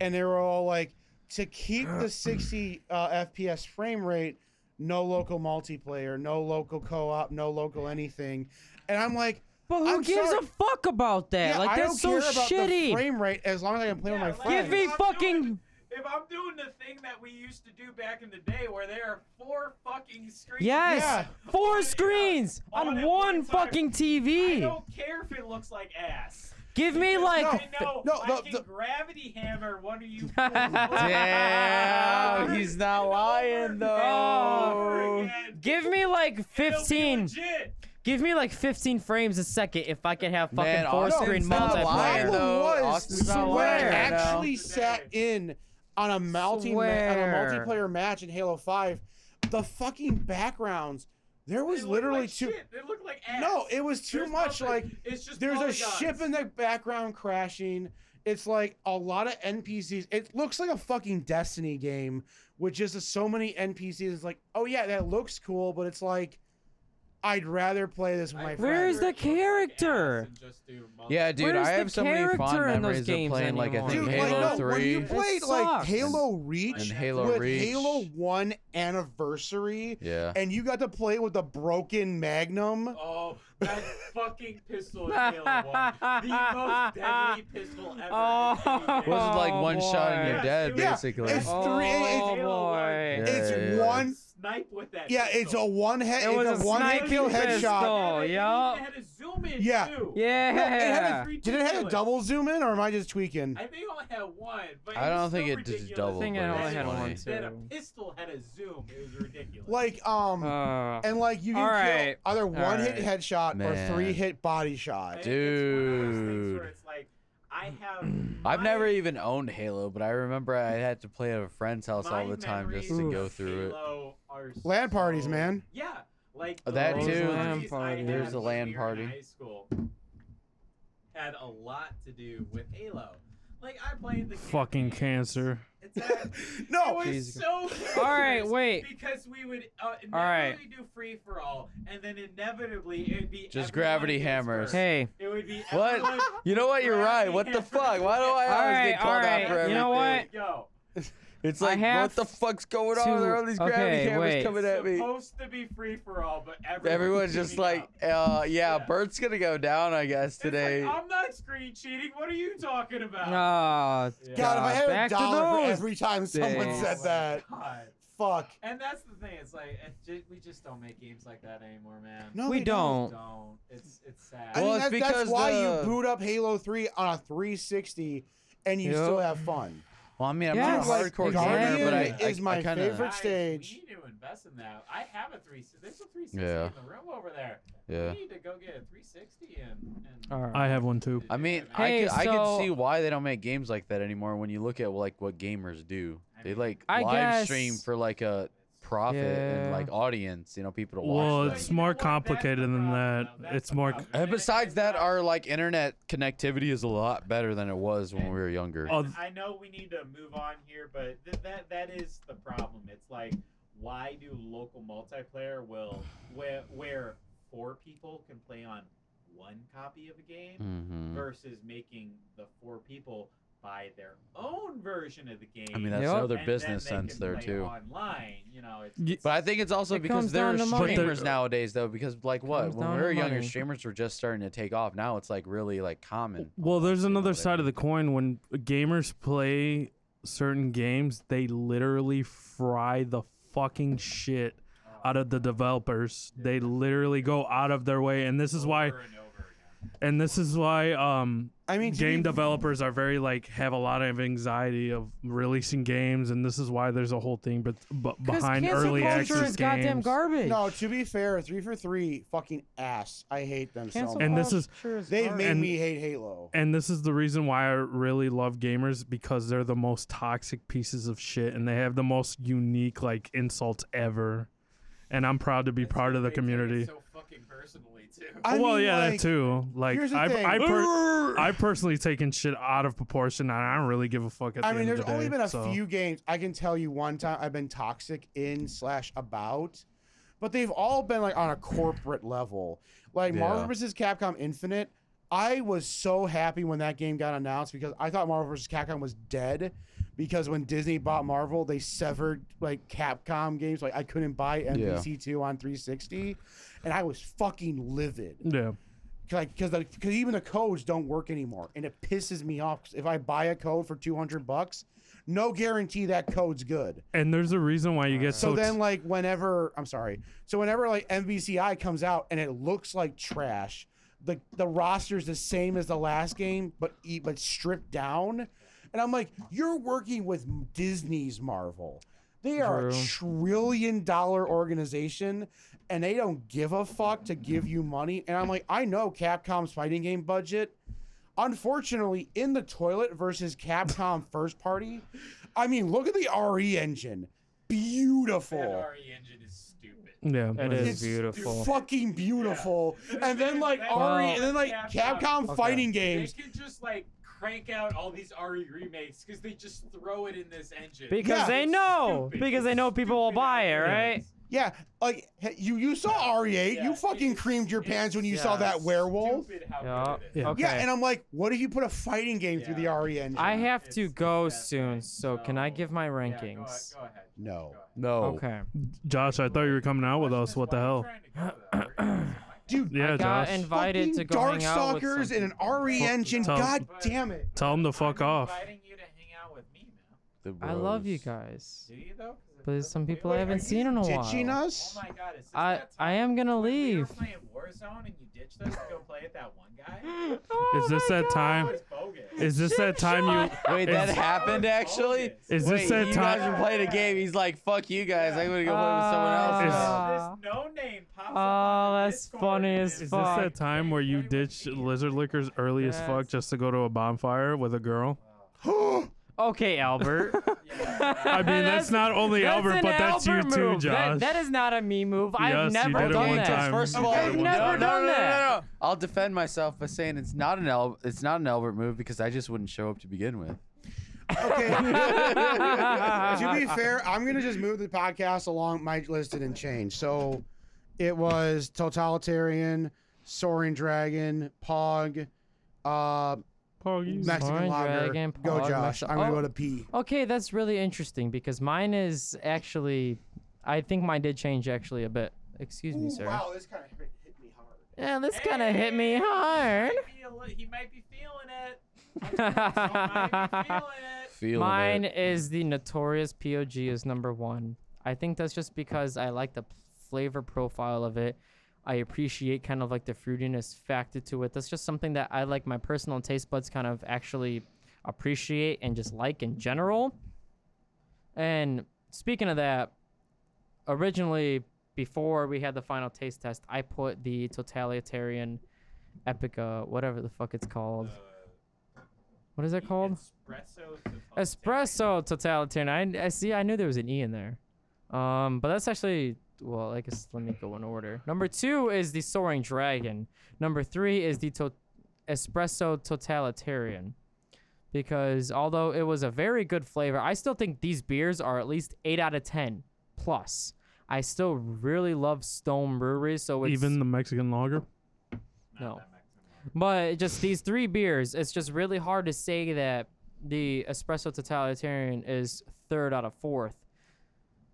D: and they were all like to keep the 60 uh, FPS frame rate, no local multiplayer, no local co-op, no local anything. And I'm like,
H: but who
D: I'm
H: gives
D: sorry.
H: a fuck about that?
D: yeah,
H: like
D: I
H: that's so
D: don't care about the
H: shitty.
D: frame rate as long as I can play
A: Yeah,
D: with
A: like,
D: my
H: Give
D: friends.
H: me
A: I'm
H: fucking-
A: doing- if I'm doing the thing that we used to do back in the day, where there are four fucking screens.
H: Yes,
D: Yeah.
H: four
A: on it,
H: screens
A: uh,
H: on
A: it
H: one
A: one time.
H: fucking
A: I
H: TV.
A: don't care if it looks like ass.
H: Give me
A: Because
H: like
A: I know
D: no,
A: I
D: no,
A: can
D: the-
A: gravity hammer one of you.
C: Damn, he's not lying, though.
H: give me like
A: Fifteen.
H: 15. Give me like 15 frames a second if I could have fucking
C: Man,
H: four
C: Austin's
H: screen
C: not lying,
H: multiplayer.
C: though.
D: problem was
C: Austin's
D: so
C: not
D: when I
C: lying, though.
D: actually sat in on a multi ma- on
H: Swear.
D: a multiplayer match in Halo 5, the fucking backgrounds, there was literally
A: like
D: two
A: Shit. They look like ass.
D: No, it was too
A: There's
D: much.
A: nothing.
D: Like
A: it's just
H: Oh
D: there's a
A: polygons.
D: ship in the background crashing. It's like a lot of NPCs. It looks like a fucking Destiny game with just so many NPCs. It's like, oh yeah, that looks cool, but it's like, I'd rather play this with my friends.
H: Where is the character?
A: Just do
C: Yeah, dude,
H: Where's
C: I
H: the
C: have so many fond
H: character in those
C: memories
H: games
C: of playing like I
H: anymore?
C: think
D: Dude,
H: Halo
D: like, no,
C: Halo
D: when
C: Three.
D: you played
H: It
D: like
H: sucks.
D: Halo Reach
C: And Halo
D: with
C: Reach.
D: Halo One Anniversary,
C: yeah.
D: and you got to play it with the broken Magnum.
A: Oh, that fucking pistol in Halo 1. The most deadly pistol ever.
H: Oh.
C: It wasn't like
H: Oh,
C: one shot and
A: boy.
C: you're dead,
D: Yeah,
C: basically.
D: it's
H: Oh,
D: three. It's,
H: boy.
D: it's
C: Yeah, yeah, yeah.
D: one.
A: Snipe with that.
D: Yeah,
A: pistol.
D: it's a one head.
H: It was
D: It's a
H: a
D: one hit
H: snipe
D: kill headshot.
H: pistol.
A: And it
H: yeah.
A: even had a zoom in
D: Yeah.
A: too.
H: Yeah.
D: No, it had
A: It's
D: Did it have a
A: ridiculous.
D: double zoom in, or am I just tweaking?
A: I think it only had one, but
C: I
A: it was
C: don't think
A: still
C: it just
A: ridiculous.
C: doubled, I
H: think it but only it's had
A: That
H: funny.
A: a
H: one, too.
A: pistol had a zoom. It was ridiculous.
D: Like um.
H: Uh,
D: and like you can
H: all
D: kill
H: right,
D: either one hit
H: right.
D: headshot or three
C: Man.
D: hit body
A: And
D: shot.
A: it's one of those things
C: dude.
A: where it's like, I have.
C: I've
A: my-
C: never even owned Halo, but I remember I had to play at a friend's house
A: my
C: all the time just to
A: memories
C: go
A: of
C: through it.
A: Halo are
D: Land parties,
A: so-
D: man.
A: Yeah, like
C: Oh, that
A: those
C: too.
A: memories
H: Land
A: I
H: party.
A: had
C: There's the
A: when
C: land
A: we were in
C: party.
A: High school had a lot to do with Halo. Like I played the
B: Fucking
A: campaigns.
B: cancer.
A: Exactly.
D: No,
A: It was
H: Jesus.
A: so
H: All right,
A: dangerous
H: wait.
A: Because we would uh, inevitably
H: right.
A: do free for all, and then inevitably it would be
C: Just
A: everyone
C: gravity
A: against
C: hammers.
A: first.
H: hey.
A: It would be
C: What?
A: everyone-
C: You know what? You're right. What the fuck? Why do I always
H: Alright,
C: get called out
H: alright,
C: for everything?
H: you know what?
A: Yo,
C: It's
H: I
C: like, what
H: have
C: the fuck's going on?
H: to-
C: There are all these gravity
H: okay,
C: cameras
H: wait.
C: coming at
A: it's
C: me.
A: supposed to be free for all, but everyone
C: Everyone's just like, uh, yeah,
A: Yeah.
C: Bert's gonna go down, I guess, today.
A: I'm not screen cheating. What are you talking about?
H: Ah,
A: Yeah.
D: God, if I had
H: back
D: a
H: to
D: dollar for
H: those
D: every time someone
H: days.
D: said
A: Oh my
D: that,
A: God.
D: fuck.
A: And that's the thing. It's like it ju- we just don't make games like that anymore, man.
D: No,
H: we
D: they
H: don't.
A: don't. It's it's sad.
D: I mean,
C: Well, it's
D: that's, that's
C: because
D: why
C: the-
D: you boot up Halo 3 on a 360 and you
H: Yep.
D: still have fun.
C: Well, I mean, I'm
H: Yes,
C: not a hardcore
H: exactly.
C: gamer, but I,
D: Guardian is
C: I- I
D: my
C: kinda,
D: favorite
A: Guys,
D: stage.
A: We need to invest in that. I have a 360. There's a 360
C: Yeah.
A: in the room over there.
C: Yeah.
A: We need to go get a 360 and. and
H: all right.
B: I have one too.
C: I mean,
H: Hey,
C: I, could, I could
H: so-
C: see why they don't make games like that anymore. When you look at like what gamers do,
A: I
C: they
A: mean-
C: like
H: I
C: live stream
H: guess-
C: for like a profit and
H: Yeah.
C: like audience, you know, people to watch.
B: Well,
C: them.
B: it's
A: you know
B: more
A: what? That's the
B: complicated than
A: problem,
B: that.
A: though. That's
B: It's
A: the
B: more-
A: problem.
C: and besides
A: it's
C: that,
A: not-
C: our like internet connectivity is a lot better than it was when we were younger.
B: Oh,
A: And I know we need to move on here, but th- that that is the problem. It's like, why do local multiplayer will where where four people can play on one copy of a game
C: hmm
A: versus making the four people buy their own version of the game.
C: I mean, that's
H: Yep.
C: another
A: and then
C: business
A: they
C: sense
A: can
C: there
A: play
C: too.
A: Online, you know, it's,
B: Ye-
A: it's-
C: But I think it's also
H: It
C: because
H: comes
C: there are
H: down to money.
C: streamers
B: But they're-
C: nowadays, though. Because like what
H: Comes
C: when
H: down
C: we
H: to
C: were younger,
H: money.
C: streamers were just starting to take off. Now it's like really like common.
B: Well,
C: almost, you
B: there's
C: know
B: another
C: what I
B: side of the
C: mean?
B: coin. When gamers play certain games, they literally fry the fucking shit out of the developers. They literally go out of their way, and this is why,
A: over and over again.
B: and this is why, um,
D: I mean, to
B: game
D: be-
B: developers are very like have a lot of anxiety of releasing games, and this is why there's a whole thing, but, but behind
H: cancel
B: early
H: culture
B: access
H: is goddamn
B: games.
H: garbage.
D: No, to be fair, 3 for 3 fucking ass. I hate them so
H: Cancel
D: much.
B: And this is-
H: culture is
D: They've
H: garbage.
D: made
B: And-
D: me hate Halo.
B: and this is the reason why I really love gamers because they're the most toxic pieces of shit and they have the most unique like insults ever. And I'm proud to be
A: That's
B: part of
A: why they
B: the
A: take it
B: community.
A: So fucking personally too.
D: I
B: well,
D: mean,
B: yeah,
D: like,
B: that too. Like
D: here's the
B: I've,
D: thing.
B: I, per- I personally taken shit out of proportion and I don't really give a fuck at
D: I
B: the
D: mean,
B: end
D: there's
B: of the
D: only
B: day,
D: been a
B: so.
D: few games I can tell you one time I've been toxic in slash about, but they've all been like on a corporate level. Like Marvel
C: Yeah.
D: vs. Capcom Infinite, I was so happy when that game got announced because I thought Marvel vs. Capcom was dead because when Disney bought Marvel, they severed like Capcom games. Like I couldn't buy MVC two on 360, and I was fucking livid
B: Yeah.
D: like because because even the codes don't work anymore, and it pisses me off. 'cause if I buy a code for two hundred bucks, no guarantee that code's good.
B: And there's a reason why you get
D: So,
B: so,
D: then, like whenever I'm sorry, so whenever like MVCI comes out and it looks like trash, the the roster's the same as the last game, but e- but stripped down, and I'm like, you're working with Disney's Marvel. They are a
H: True.
D: trillion dollar organization and they don't give a fuck to give you money. And I'm like, I know Capcom's fighting game budget. Unfortunately, in the toilet versus Capcom first party, I mean, look at the RE engine. Beautiful.
A: That E RE engine is stupid.
B: yeah,
H: It
B: like,
H: is beautiful.
D: Fucking beautiful.
A: Yeah.
D: And then like
A: Well-
D: RE and then like Capcom
H: Okay.
D: fighting games.
A: They could just like crank out all these RE remakes because they just throw it in this engine.
H: Because
D: Yeah.
H: they know.
A: Stupid.
H: Because they know people will
A: Stupid
H: buy it,
A: algorithms.
H: right?
D: Yeah, like h- you you saw RE8,
A: Yeah,
D: you fucking
A: it's-
D: creamed your pants when you saw
A: yeah,
D: that werewolf.
A: Stupid how
E: Yeah.
A: good it is.
B: Yeah.
E: Okay.
D: Yeah, and I'm like, what if you put a fighting game through the
A: Yeah.
D: RE engine?
E: I have
A: It's-
E: to
A: it's
E: go
A: that
E: soon,
A: thing,
E: so can I
A: so-
E: give my
A: Yeah, go ahead-
E: rankings?
A: go ahead.
D: no.
B: Oh.
C: No.
E: Okay.
B: Josh, I thought you were coming out with us. What the hell?
D: Dude,
B: Yeah,
E: I got
B: Josh.
E: invited to
D: fucking
E: go hang out with
D: Darkstalkers
E: some
D: and an
E: people.
D: RE
B: Fuck
D: engine.
B: Tom.
D: God damn it.
B: Tell him to fuck off.
A: Inviting you to hang out with me now.
C: The
E: I love you
C: bros.
E: guys,
A: Do you though? 'Cause it
E: but there's
A: doesn't-
E: some
A: wait,
E: people
A: wait,
E: I
A: are
E: haven't
A: you-
E: seen in a while.
D: Ditching
A: Oh
D: us?
A: my god, is this
E: I-
A: that
E: I
A: time
E: am gonna
A: when We were
E: leave.
A: playing Warzone and you ditched us to go play at that one guy.
B: Is this that
A: That
B: time?
A: was bogus.
B: Is this that time
C: Wait, that
B: Is-
C: happened actually?
A: Bogus.
B: Is this
C: Wait,
B: that
C: you
B: time-
C: guys were playing a game. He's like, "Fuck you guys! I'm gonna go play with someone else."
B: Is-
C: now."
E: Uh,
A: this no name pops up.
E: oh,
A: on the
E: that's
A: Discord
E: funny
A: and
E: as
B: you? Is this
E: fuck.
B: that time where you ditched lizard liquors early as fuck
E: Yes.
B: just to go to a bonfire with a girl?
E: Okay, Albert.
B: I mean, that's, not only
E: that's
B: Albert,
E: an
B: but that's
E: Albert
B: you too,
E: move. That-
B: Josh.
E: that is not a me move.
B: Yes,
E: I've
B: you
E: never
B: did it
E: done
B: one
E: that.
B: time.
C: First of all,
E: I've
C: no,
E: never
C: no,
E: done
C: no, no,
E: that.
C: no, no. I'll defend myself by saying it's not an El- it's not an Albert move because I just wouldn't show up to begin with.
A: Oh
D: Okay.
E: Uh-huh.
D: to be fair, I'm gonna just move the podcast along my list and change. So it was totalitarian, soaring dragon, pog, uh,
B: Poggies.
D: Mexican
E: Soaring
D: lager.
E: Dragon,
D: go,
E: Pog,
D: Josh.
E: Mexi-
D: I'm gonna
E: Oh.
D: go to P.
E: Okay, that's really interesting because mine is actually, I think mine did change actually a bit. Excuse me, sir.
D: this kind of hit me hard.
E: Yeah, this kind of hit me
A: Hey,
E: hard.
A: He might be, a li- he might be feeling it. might be feeling it.
C: Feeling
E: Mine
C: it.
E: is the notorious POG is number one. I think that's just because I like the p- flavor profile of it. I appreciate kind of like the fruitiness factor to it. That's just something that I like my personal taste buds kind of actually appreciate and just like in general. And speaking of that, originally before we had the final taste test, I put the totalitarian epica, whatever the fuck it's called. What is it called?
A: Espresso.
E: Espresso totalitarian. I, I see. I knew there was an E in there. Um, but that's actually well. I guess let me go in order. Number two is the soaring dragon. Number three is the to- espresso totalitarian. Because although it was a very good flavor, I still think these beers are at least eight out of ten plus. I still really love Stone Brewery, so it's
B: Even the Mexican lager.
E: no. But just these three beers, it's just really hard to say that the espresso totalitarian is third out of fourth.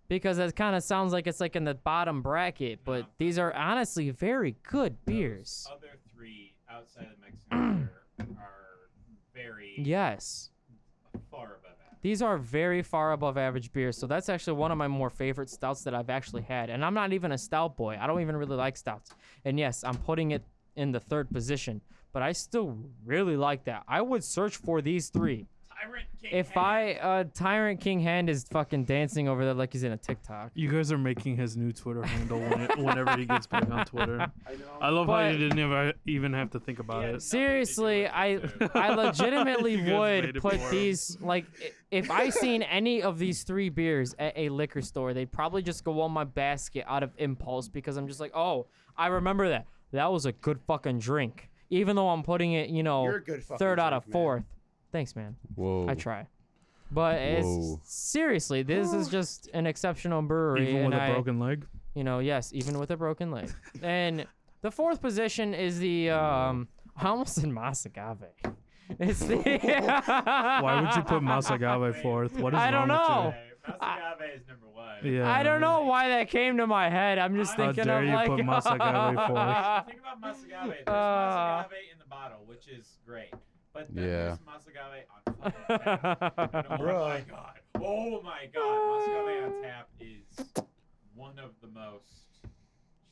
E: Because that kind of sounds like it's like in the bottom bracket, but
A: No.
E: these are honestly very good beers.
A: Other three outside of Mexican beer are very
E: Yes.
A: far above that.
E: These are very far above average beers, so that's actually one of my more favorite stouts that I've actually had. And I'm not even a stout boy. I don't even really like stouts. And yes, I'm putting it in the third position, but I still really like that. I would search for these three.
A: Tyrant King.
E: If I uh Tyrant King Hand is fucking dancing over there like he's in a TikTok.
B: You guys are making his new Twitter handle when it, whenever he gets back on Twitter.
I: I know.
B: I love how
E: But-
B: you didn't ever, even have to think about
A: Yeah,
B: it.
E: Seriously, I I
B: You
E: legitimately
B: guys
E: would
B: made it
E: put
B: more.
E: these like i- if I seen any of these three beers at a liquor store, they'd probably just go on my basket out of impulse because I'm just like, oh, I remember that. That was a good fucking drink. Even though I'm putting it, you know,
D: You're a good fucking
E: third out of
D: drink, man.
E: fourth. Thanks, man.
C: Whoa.
E: I try. But
C: Whoa.
E: it's seriously, this is just an exceptional brewery.
B: Even with
E: and
B: a
E: I-
B: broken leg.
E: You know, yes, even with a broken leg. and the fourth position is the um I almost in Masagave. It's the
B: Why would you put Masagave fourth? What is
E: I
B: wrong
E: don't know.
B: With
A: Masagave is number one.
B: you? Yeah.
E: I don't know why that came to my head. I'm just
A: How
E: thinking
B: dare
E: of
B: you
E: like
B: put Masagave fourth.
A: Think about Masagave. There's
E: Uh.
A: Masagave in the bottle, which is great. But then
C: Yeah.
A: there's Masagave on fucking tap. And oh my
D: Bruh.
A: god. Oh my god. Masagave on tap is one of the most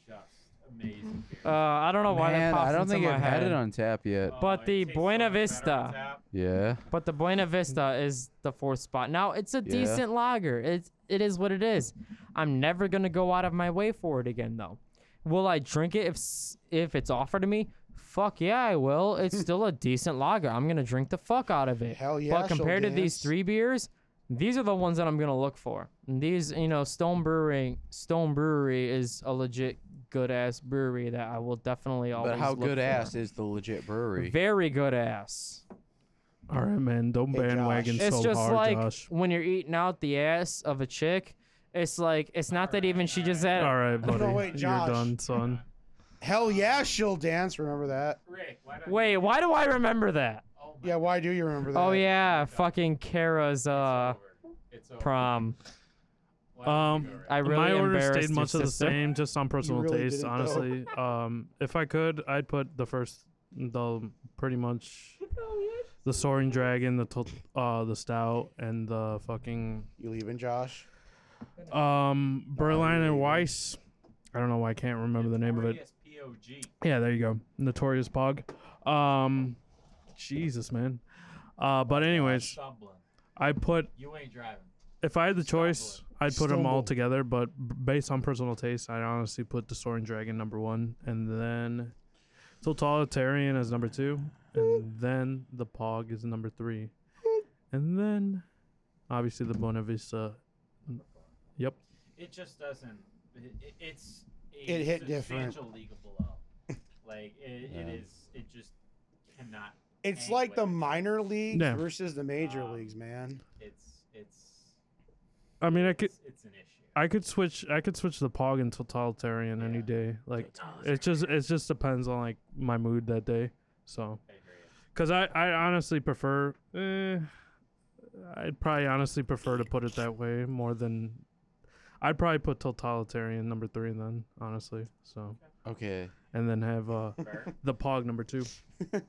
A: just amazing beers.
E: uh, I don't know why
C: Man,
E: that pops
C: I don't
E: into
C: think
E: my
C: I've
E: head.
C: had it on tap yet.
A: Oh,
E: but
A: it
E: the
A: tastes so
E: Buena
A: much better on
E: Vista.
A: tap.
C: Yeah.
E: But the Buena Vista is the fourth spot. Now it's a
C: Mm-hmm. Yeah.
E: decent lager. It's it is what it is. I'm never gonna go out of my way for it again though. Will I drink it if s- if it's offered to me? Fuck yeah, I will. It's still a decent lager. I'm gonna drink the fuck out of it.
D: Hell yeah,
E: But
D: she'll
E: compared to these
D: dance.
E: three beers, these are the ones that I'm gonna look for. And These, you know, Stone Brewing, Stone Brewery is a legit good ass brewery that I will definitely always.
C: But how
E: look
C: good
E: for.
C: ass is the legit brewery?
E: Very good ass.
B: All right, man. Don't
D: Hey,
B: bandwagon
D: Josh.
B: so
E: It's just
B: hard,
E: like
B: Josh.
E: when you're eating out the ass of a chick.
H: It's like it's not that even she just said.
B: All right, buddy.
D: wait, Josh.
B: You're done, son.
D: Hell yeah, she'll dance. Remember that?
A: Rick, why don't
H: Wait,
A: you,
H: why do I remember that?
A: Oh my
D: Yeah, why do you remember that?
H: Oh yeah, fucking Kara's uh
A: It's over. It's over.
H: prom.
A: Why don't
B: Um,
A: you go, Rick?
H: I really
B: My order
H: embarrassed
B: stayed
H: your
B: much of the
H: sister.
B: same, just on personal
D: really
B: taste,
D: didn't,
B: honestly. um, if I could, I'd put the first, the pretty much, the Soaring Dragon, the tot- uh, the Stout, and the fucking
D: You leaving, Josh?
B: um Berlin and Weiss. I don't know why I can't remember Um, the name of it.
A: Notorious POG.
B: Yeah, there you go. Notorious Pog. Um, Jesus, man. Uh, but anyways,
A: Stumbling.
B: I put
A: You ain't driving.
B: if I had the choice, I'd put them all
D: Stumble.
B: together. But b- based on personal taste, I'd honestly put the Soaring Dragon number one, and then Totalitarian as number two, and then the Pog is number three, and then obviously the Buena Vista. Yep.
A: It just doesn't. It, it- it's a
D: It hit different.
A: substantial league below. Like it, it is. It just cannot.
D: It's
A: Hey,
D: like the
A: wait.
D: minor leagues
B: Yeah.
D: versus the major
A: Um,
D: leagues, man.
A: It's it's.
B: I mean, I could
A: It's, it's an issue.
B: I could switch I could switch the Pog and Totalitarian any
A: Yeah.
B: day. Like it just it just depends on like my mood that day. So.
A: I agree.
B: Because I, I honestly prefer. Eh, I'd probably honestly prefer to put it that way more than. I'd probably put totalitarian number three then, honestly. So,
C: Okay,
B: and then have uh,
A: Fair.
B: the pog number two.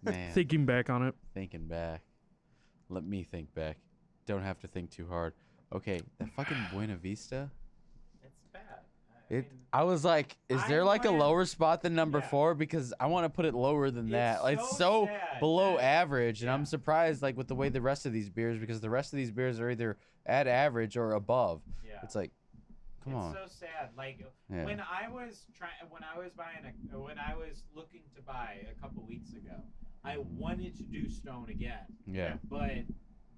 C: man.
B: Thinking back on it,
C: Thinking back. Let me think back. Don't have to think too hard. Okay, that fucking Buena Vista.
A: It's bad. I
C: It.
A: mean,
C: I was like, is there
A: I
C: like a
A: went-
C: lower spot than number
A: yeah.
C: four? Because I want to put it lower than
A: It's
C: that. Like, it's
A: so
C: so
A: sad
C: below
A: that-
C: average, and
A: yeah.
C: I'm surprised like with the way the rest of these beers, because the rest of these beers are either at average or above.
A: yeah.
C: It's like, come
A: it's
C: on.
A: so sad. Like
C: Yeah.
A: when I was trying, when I was buying a, when I was looking to buy a couple weeks ago, I wanted to do Stone again,
C: yeah.
A: but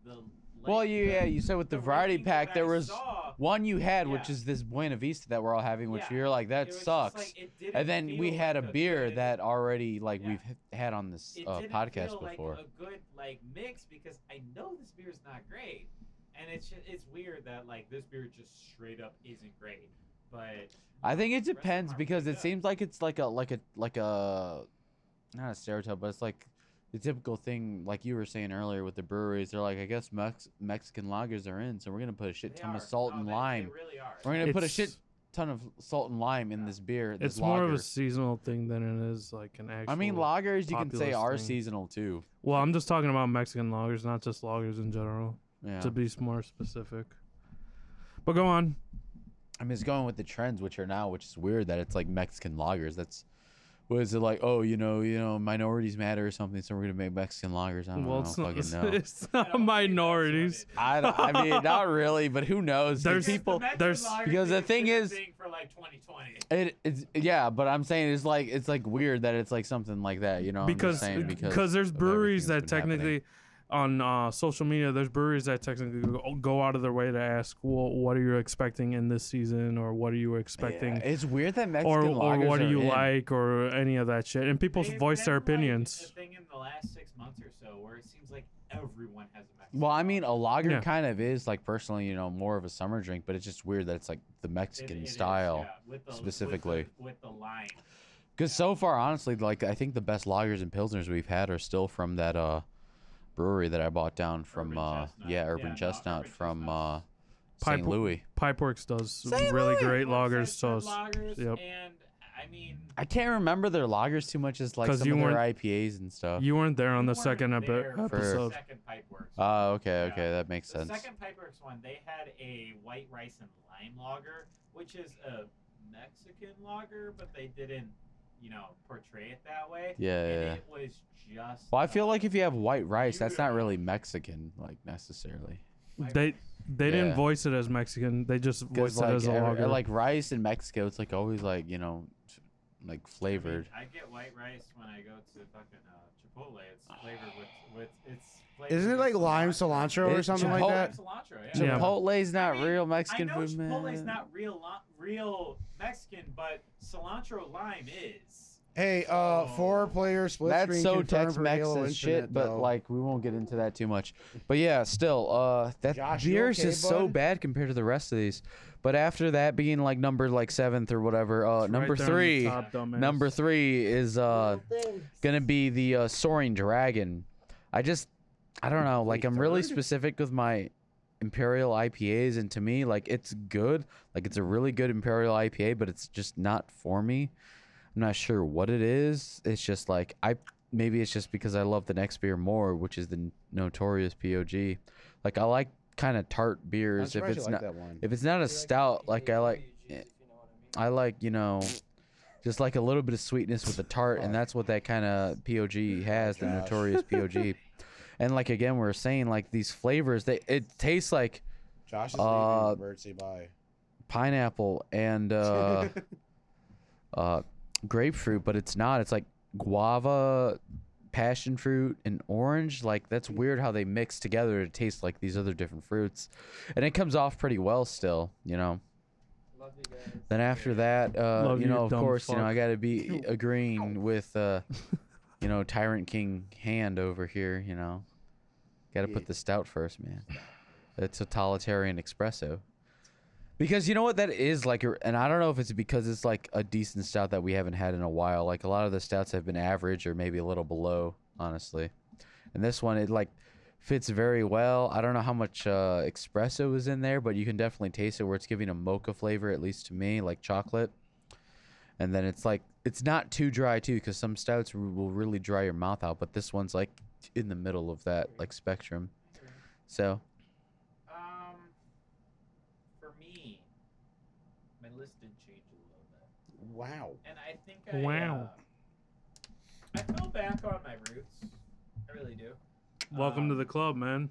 A: the
C: Well,
A: like,
C: you,
A: the-
C: yeah, you said with the,
A: the
C: variety
A: ranking that
C: pack,
A: I
C: there was
A: saw,
C: one you had,
A: Yeah.
C: which is this Buena Vista that we're all having, which
A: Yeah.
C: you're like,
A: it
C: that
A: was just
C: sucks.
A: like, it didn't
C: and then we
A: feel
C: had a
A: like
C: beer
A: good-
C: that already, like,
A: Yeah.
C: we've h- had on this
A: it
C: uh,
A: didn't
C: podcast
A: feel like
C: before.
A: a good like mix because I know this beer is not great, and it's ju- it's weird that like this beer just straight up isn't great. But
C: I think it
A: the rest of them
C: depends
A: are
C: because
A: pretty
C: it
A: good.
C: seems like it's like a like a like a not a stereotype, but it's like the typical thing, like you were saying earlier with the breweries. They're like, I guess Mex- Mexican lagers are in, so we're gonna put a shit
A: they
C: ton
A: are.
C: of salt
A: No,
C: and
A: they- they
C: lime.
A: really are.
C: We're gonna put a
B: It's-
C: shit ton of salt and lime in this beer. This
B: it's more of
C: lager.
B: a seasonal thing than it is like an actual.
C: I mean, lagers you can say
B: populist
C: are
B: thing.
C: seasonal too.
B: Well, I'm just talking about Mexican lagers, not just lagers in general.
C: Yeah,
B: To be s- more specific. But go on.
C: I mean, it's going with the trends, which are now, which is weird that it's like Mexican lagers. That's what is it like? Oh, you know, you know, minorities matter or something, so we're gonna make Mexican lagers. I don't know,
B: well, it's not,
C: fucking
B: it's,
C: know.
A: I
B: it's
A: don't
B: not
A: think that's what
B: minorities.
A: it is.
C: I don't, I mean, not really, but who knows?
B: There's-
C: There's
A: Because the
C: people.
A: Mexican
B: there's-
A: lager
C: because the
A: thing's
C: thing
A: been a
C: is-
A: thing for like 2020.
C: It, it's yeah, but I'm saying it's like it's like weird that it's like something like that, you know? I'm just
B: because
C: saying
B: because there's
C: of
B: breweries that
C: everything that's been happening.
B: technically on uh, social media there's breweries that technically go- go out of their way to ask well, what are you expecting in this season or what are you expecting
C: Yeah, it's weird that Mexican
B: or, or
C: lagers
B: what do
C: are
B: you
C: in.
B: like or any of that shit and people
A: They've
B: voice their
A: been, like,
B: opinions
A: a thing in the last six months or so where it seems like everyone has a Mexican.
C: Well, I mean, a
A: lager.
C: lager
B: Yeah.
C: kind of is like personally, you know, more of a summer drink, but it's just weird that it's like the
A: It-
C: Mexican
A: it is,
C: style.
A: yeah, with the- with the-
C: specifically.
A: with the lime.
C: Because so far, honestly, like I think the best lagers and pilsners we've had are still from that uh brewery that I bought down from
A: Urban
C: uh
A: Chestnut.
C: yeah,
A: Yeah,
C: Urban
A: no,
C: Chestnut
A: Urban
C: from
A: Chestnut's-
C: uh St.
B: Pipe-
C: Louis.
B: pipeworks does really great lagers so
A: Sunset
B: s-
A: lagers,
B: yep.
A: And I mean,
C: I can't remember their lagers too much as like
B: 'Cause
C: some
B: you
C: of their
B: weren't-
C: IPAs and stuff.
B: you weren't there on
A: we weren't
B: the second epi-
A: there for the
B: episode
A: Second Pipeworks.
C: Oh, okay,
A: Yeah.
C: okay, that makes
A: the
C: sense.
A: second Pipeworks one, they had a white rice and lime lager, which is a Mexican lager, but they didn't, you know, portray it that way.
C: Yeah,
A: And
C: yeah.
A: it was just.
C: Well, I
A: a-
C: feel like if you have white rice, that's not
A: Beautiful.
C: really Mexican, like necessarily.
A: White
B: they
A: rice.
B: they didn't
C: Yeah.
B: voice it as mexican they just voiced
C: Because
B: it
C: like,
B: as a
C: every-
B: lager
C: like rice in Mexico, it's like always like you know, t- like
A: I mean,
C: flavored.
A: I, get white rice when I go to fucking uh, Chipotle. It's flavored with with it's. Flavored
D: Isn't it
A: with
D: like lime
A: cilantro
D: cilantro or
C: It-
D: something like
C: Chipotle-
D: that?
A: Cilantro, yeah.
B: Yeah.
C: Chipotle's not
A: I mean,
C: real
A: I
C: Mexican
A: know
C: food, man.
A: Chipotle's not real lo- real Mexican, but cilantro lime is.
D: Hey, uh, four player split
C: That's
D: screen
C: so
D: confirmed
C: text
D: for
C: Max
D: Halo
C: and
D: Infinite,
C: shit, but
D: though.
C: like we won't get into that too much. But yeah, still, uh, that
D: Josh, you
C: yours
D: okay,
C: is so
D: bud?
C: bad compared to the rest of these. But after that, being like number like seventh or whatever, uh,
B: It's right
C: number
B: there on the
C: three,
B: top, dumbass.
C: number three is uh gonna be the uh, soaring dragon. I just, I don't know. Like I'm really specific with my imperial IPAs, and to me, like it's good. Like it's a really good imperial IPA, but it's just not for me. I'm not sure what it is. It's just like I maybe it's just because I love the next beer more, which is the notorious POG. Like I like kind of tart
D: I'm
C: beers if
D: surprised you
C: it's
D: like
C: not
D: that one.
C: if it's not a stout. Like I like I like you know. Just like a little bit of sweetness with the tart, and that's what that kind of POG has, the
D: Josh.
C: notorious POG. and like again, we are saying like these flavors, they it tastes like
D: Josh is
C: Uh,
D: leaving. Bert, say bye.
C: pineapple and uh, uh, grapefruit, but it's not. It's like guava, passion fruit, and orange. Like that's
F: Mm.
C: weird how they mix together to taste like these other different fruits, and it comes off pretty well still. You know.
F: Love you guys.
C: Then after that, uh,
B: Love
C: you
B: you,
C: know, of
B: dumb
C: course, you know,
B: fuck.
C: I got to be agreeing with, uh, you know, Tyrant King hand over here. You know, got to put the stout first, man. A totalitarian espresso. Because you know what that is like, a- and I don't know if it's because it's like a decent stout that we haven't had in a while. Like a lot of the stouts have been average or maybe a little below, honestly. And this one, it like fits very well. I don't know how much uh, espresso is in there, but you can definitely taste it where it's giving a mocha flavor, at least to me, like chocolate. And then it's like it's not too dry too, because some stouts r- will really dry your mouth out, but this one's like in the middle of that like spectrum. So
A: Um, for me, my list did change a little bit,
D: Wow.
A: and I think I
B: Wow.
A: uh, I fell back on my roots. I really do.
B: Welcome to
A: Um,
B: the club, man.
A: I mean,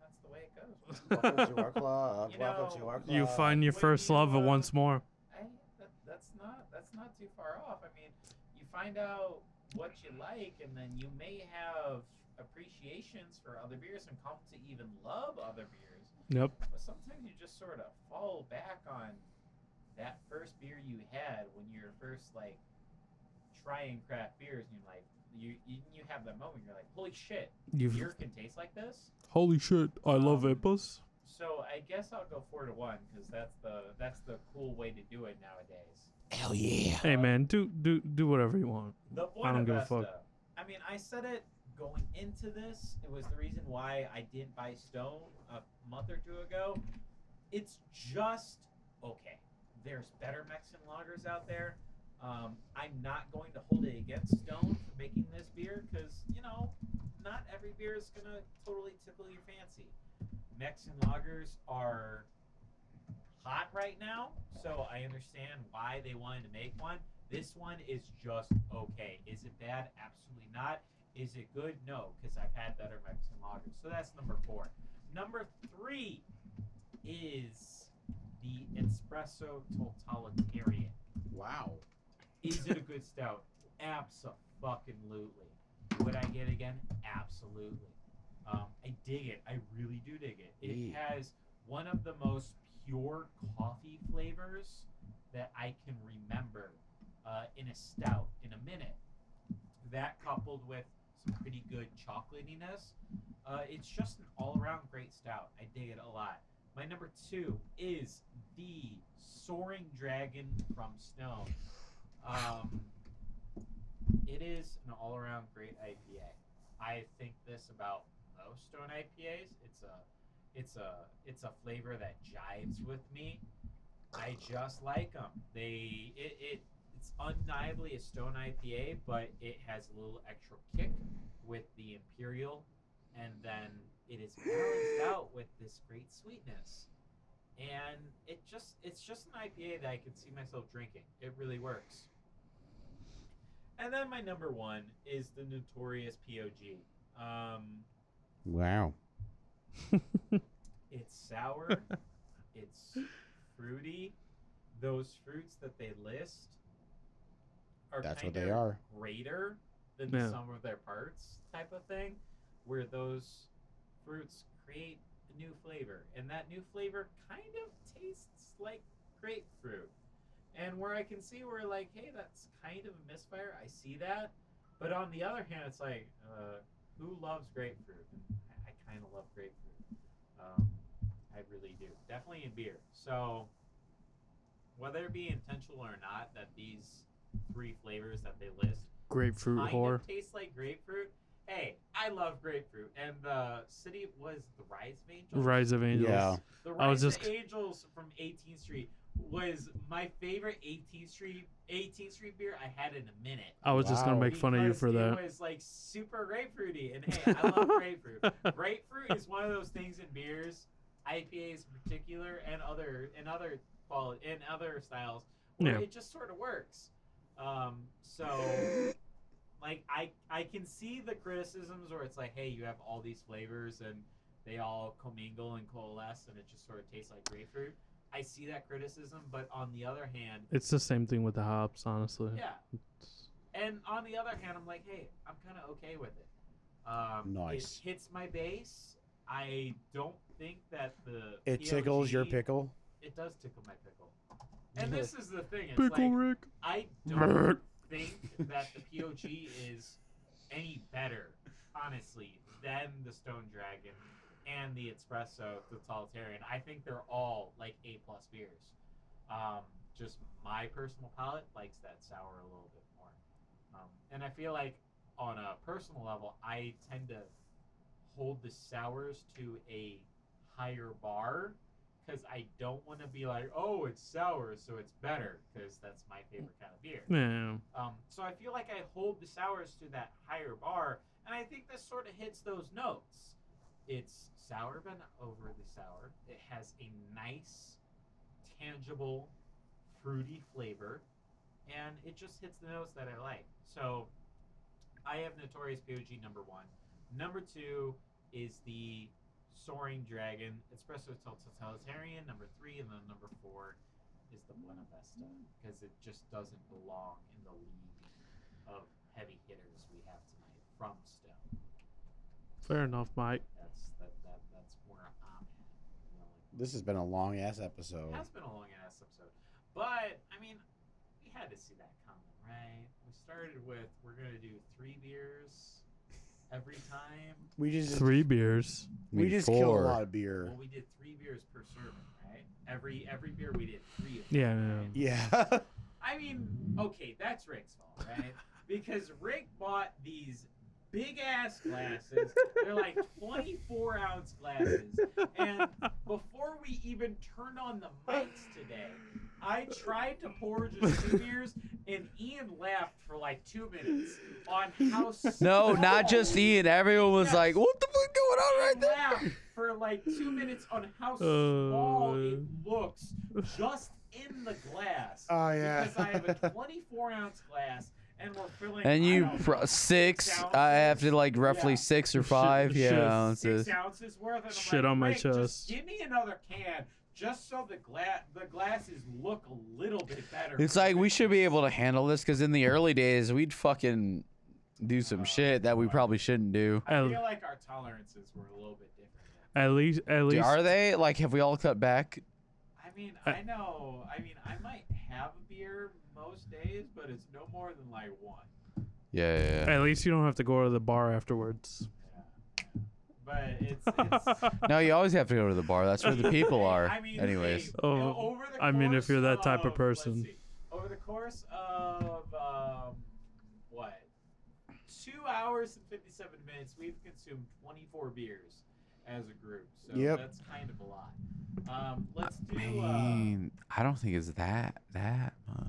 A: that's the way it goes.
F: Welcome to our club.
A: You
F: Welcome to
A: know,
F: our club.
B: you find your
A: when
B: first
A: you,
B: love
A: uh,
B: once more.
A: I, that, that's not that's not too far off. I mean, you find out what you like, and then you may have appreciations for other beers and come to even love other beers.
B: Yep.
A: But sometimes you just sort of fall back on that first beer you had when you're first like trying craft beers, and you're like, you you, you have that moment. You're like, holy shit,
B: You've
A: beer can taste like this.
B: holy shit! I love
A: Um,
B: Epos.
A: So I guess I'll go four to one because that's the that's the cool way to do it nowadays.
C: hell yeah.
B: Hey man, do do do whatever you want.
A: The
B: I
A: Buena
B: don't give a fuck.
A: Vista. I mean, I said it going into this. It was the reason why I didn't buy Stone a month or two ago. It's just okay. There's better Mexican lagers out there. Um, I'm not going to hold it against Stone for making this beer because you know, not every beer is gonna totally tickle your fancy. Mexican lagers are hot right now, so I understand why they wanted to make one. This one is just okay. Is it bad? Absolutely not. Is it good? No, because I've had better Mexican lagers. So that's number four. Number three is the espresso totalitarian.
D: Wow.
A: Is it a good stout? Absolutely. Would I get it again? Absolutely. Um, I dig it. I really do dig it. It has one of the most pure coffee flavors that I can remember uh, in a stout in a minute. That coupled with some pretty good chocolatiness, uh, it's just an all-around great stout. I dig it a lot. My number two is the Soaring Dragon from Stone. Um, it is an all around great IPA. I think this about most stone IPAs. It's a it's a it's a flavor that jives with me. I just like them. They it, it it's undeniably a stone IPA, but it has a little extra kick with the imperial, and then it is balanced out with this great sweetness. And it just it's just an IPA that I could see myself drinking. It really works. And then my number one is the notorious POG. Um,
D: Wow.
A: it's sour. it's fruity. Those fruits that they list are
D: That's what
A: kinda
D: they are.
A: greater than
B: Yeah.
A: the sum of their parts type of thing, where those fruits create a new flavor, and that new flavor kind of tastes like grapefruit. and where I can see where like, hey, that's kind of a misfire. I see that, but on the other hand, it's like, uh, who loves grapefruit? And I, I kind of love grapefruit. Um, I really do. Definitely in beer. So whether it be intentional or not, that these three flavors that they list
B: Grapefruit
A: kind
B: whore.
A: of tastes like grapefruit. Hey, I love grapefruit. And the city was the Rise of Angels.
B: Rise of Angels.
C: Yeah.
A: The
B: I was
A: Rise of
B: just-
A: Angels from 18th Street was my favorite 18th Street 18th Street beer I had in a minute.
B: I was just gonna
D: Wow.
B: make fun of you
A: because
B: for that.
A: It was like super grapefruity, and hey, I love grapefruit. grapefruit is one of those things in beers, IPAs in particular, and other and other quali- and other styles where
B: Yeah.
A: it just sort of works. Um, so, like I I can see the criticisms where it's like, hey, you have all these flavors and they all commingle and coalesce, and it just sort of tastes like grapefruit. I see that criticism, but on the other hand,
B: It's the same thing with the hops, honestly.
A: yeah. And on the other hand, I'm like, hey, I'm kind of okay with it. Um,
D: Nice.
A: It hits my base. I don't think that the
D: It tickles your
A: PLG
D: pickle.
A: It does tickle my pickle. And this is the thing. It's
B: Pickle
A: like,
B: Rick.
A: I don't think that the POG is any better, honestly, than the Stone Dragon and the Espresso Totalitarian. I think they're all like A plus beers. Um, just my personal palate likes that sour a little bit more, um, and I feel like on a personal level, I tend to hold the sours to a higher bar because I don't want to be like, oh, it's sour, so it's better, because that's my favorite kind of beer.
B: Yeah.
A: Um, so I feel like I hold the sours to that higher bar, and I think this sort of hits those notes. It's sour but not overly sour. It has a nice, tangible, fruity flavor, and it just hits the notes that I like. So I have Notorious POG number one. Number two is the Soaring Dragon Espresso Tel- Totalitarian number three, and then number four is the Buena Vesta because it just doesn't belong in the league of heavy hitters we have tonight from Stone.
B: Fair enough, Mike.
A: That's that, that that's where I'm at. You know, like,
D: This has been a long ass episode.
A: it has been a long ass episode, but I mean, we had to see that coming, right? We started with we're gonna do three beers every time.
D: We just
B: Three beers.
D: we
C: Mean
D: just killed a
C: four.
D: lot of beer.
A: Well, we did three beers per serving, right? Every every beer we did three. Of them,
B: Yeah, yeah,
A: right?
D: Yeah.
A: I mean, okay, that's Rick's fault, right? because Rick bought these big ass glasses. They're like 24 ounce glasses. And before we even turned on the mics today, I tried to pour just two beers, and Ian laughed for like two minutes on how.
C: No,
A: small-
C: not just Ian. Everyone was
A: Yes.
C: like, "What the fuck going on right there?"
A: laughed for like two minutes on how
B: Oh,
A: small it looks just in the glass.
D: Oh yeah.
A: Because I have a 24 ounce glass and we're filling.
C: And
A: I
C: you
A: don't know,
C: pro- six?
A: Ounces.
C: I have to like roughly
A: Yeah.
C: six or
B: Shit-
C: five.
B: shit.
C: yeah,
A: six
C: ounces.
A: ounces worth. And I'm
B: Shit
A: like,
B: on my
A: "Rick, just
B: chest."
A: give me another can just so the glass the glasses look a little bit better.
C: It's like we should be able to handle this because in the early days we'd fucking do some shit that we probably shouldn't do.
A: I feel like our tolerances were a little bit different.
B: At least, at least.
C: Are they like? Have we all cut back?
A: I mean,
B: I-
A: I know. I mean, I might have a beer most days, but it's no more than like one.
C: Yeah, yeah.
B: At least you don't have to go to the bar afterwards.
A: But it's, it's
C: yeah. no, you always have to go to the bar. That's where the people are.
A: I mean,
C: Anyways,
A: hey, you know,
B: Oh,
A: over the
B: I mean, if
A: course
B: you're that type of
A: let's
B: person.
A: see, over the course of um, what, two hours and fifty-seven minutes, we've consumed twenty-four beers as a group. So
D: Yep.
A: that's kind of a lot. Um, let's do. Uh,
C: man, I don't think it's that that much.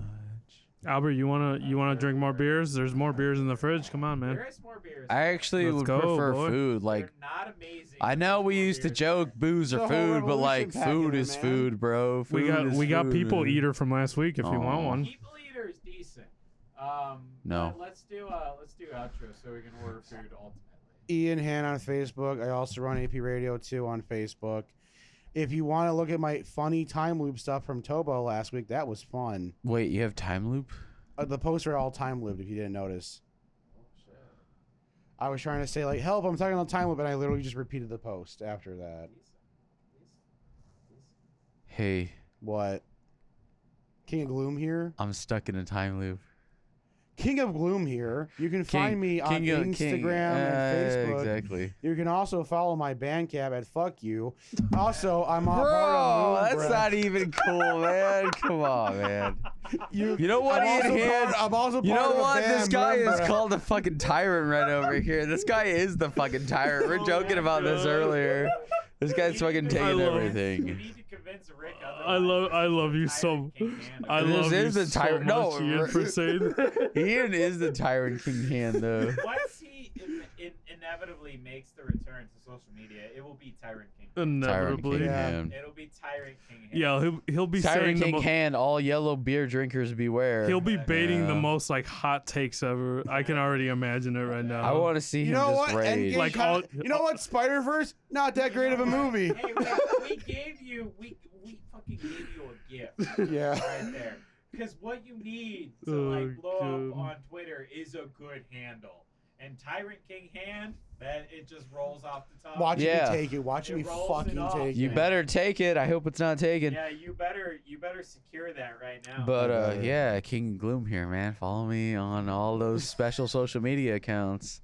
B: Albert, you wanna you wanna drink more beers? There's more beers in the fridge. Come on, man.
A: there is more beers.
C: I actually
B: Let's
C: would
B: go,
C: prefer
B: boy.
C: food.
A: They're
C: Like
A: not amazing.
C: I
A: but
C: know
A: there's
C: we
A: more
C: used to
A: beers.
C: joke booze
D: The
C: or
D: whole
C: food, but
D: revolution
C: like
D: pack in
C: food
D: there,
C: is
D: man.
C: food, bro. Food
B: we got
C: is
B: we got
C: food.
B: people eater from last week. If you want
C: Aw.
B: one,
A: People eater is decent. Um,
C: No.
A: but Let's do uh, let's do outro so we can order food ultimately.
D: Ian Han on Facebook. I also run AP Radio 2 on Facebook. If you want to look at my funny time loop stuff from Tobo last week, that was fun.
C: Wait, you have time loop?
D: Uh, the posts are all time looped. If you didn't notice, I was trying to say like, "Help! I'm talking on time loop," and I literally just repeated the post after that.
C: Hey,
D: What? King of Gloom here.
C: I'm stuck in a time loop.
D: King of Gloom here. You can find me on
C: King of-
D: Instagram
C: King-
D: and
C: uh,
D: Facebook.
C: Exactly.
D: You can also follow my Bandcamp at fuck you. Also, I'm on
C: Bro,
D: part of
C: that's
D: Moonbreath.
C: not even cool, man. Come on, man.
D: You,
C: You know what,
D: I'm
C: Ian
D: also
C: Hands?
D: Part, I'm also
C: You
D: part
C: know
D: of a
C: what? This
D: band uh,
C: guy is
D: member.
C: called the fucking tyrant right over here. This guy is the fucking tyrant.
D: Oh,
B: Oh
C: We're joking about this earlier. This guy's fucking taking
B: love-
A: You
C: everything.
A: need to convince Rick.
B: I love I love you so. I
C: This
B: love
C: is
B: you
C: the
B: so
C: tyrant-
B: much,
C: no,
B: Ian,
C: we're-
B: for saying.
C: Ian is the tyrant king hand though.
A: Once he in, in, inevitably makes the return to social media, it will be Tyrant King.
C: Uh, Tyrant king
B: Inevitably.
D: Yeah.
C: hand.
A: It'll be Tyrant King.
B: Yeah, he'll, he'll be saying
C: Tyrant
B: the
C: king
B: mo-
C: hand. All yellow beer drinkers beware.
B: he'll be baiting the
C: Yeah.
B: most like hot takes ever. I can already imagine it right now.
C: I want to see
D: You
C: him
D: know
C: just
D: what?
C: rage.
D: Endgame
B: Like,
D: kinda-
B: all-
D: you know what? Spider Verse, not that great of a movie.
A: Hey, we, we gave you we we fucking gave you a gift.
D: Yeah.
A: right there. Because what you need to
B: Oh,
A: like blow up
B: God.
A: on Twitter is a good handle. And Tyrant King hand, that it just rolls off the top.
D: Watch
C: Yeah.
D: me take it. Watch
A: It
D: me
A: rolls it
D: fucking
A: off,
D: take
C: You
D: it.
C: better take it. I hope it's not taken.
A: Yeah, you better you better secure that right now.
C: But uh,
D: Okay.
C: yeah, King Gloom here, man. Follow me on all those special social media accounts,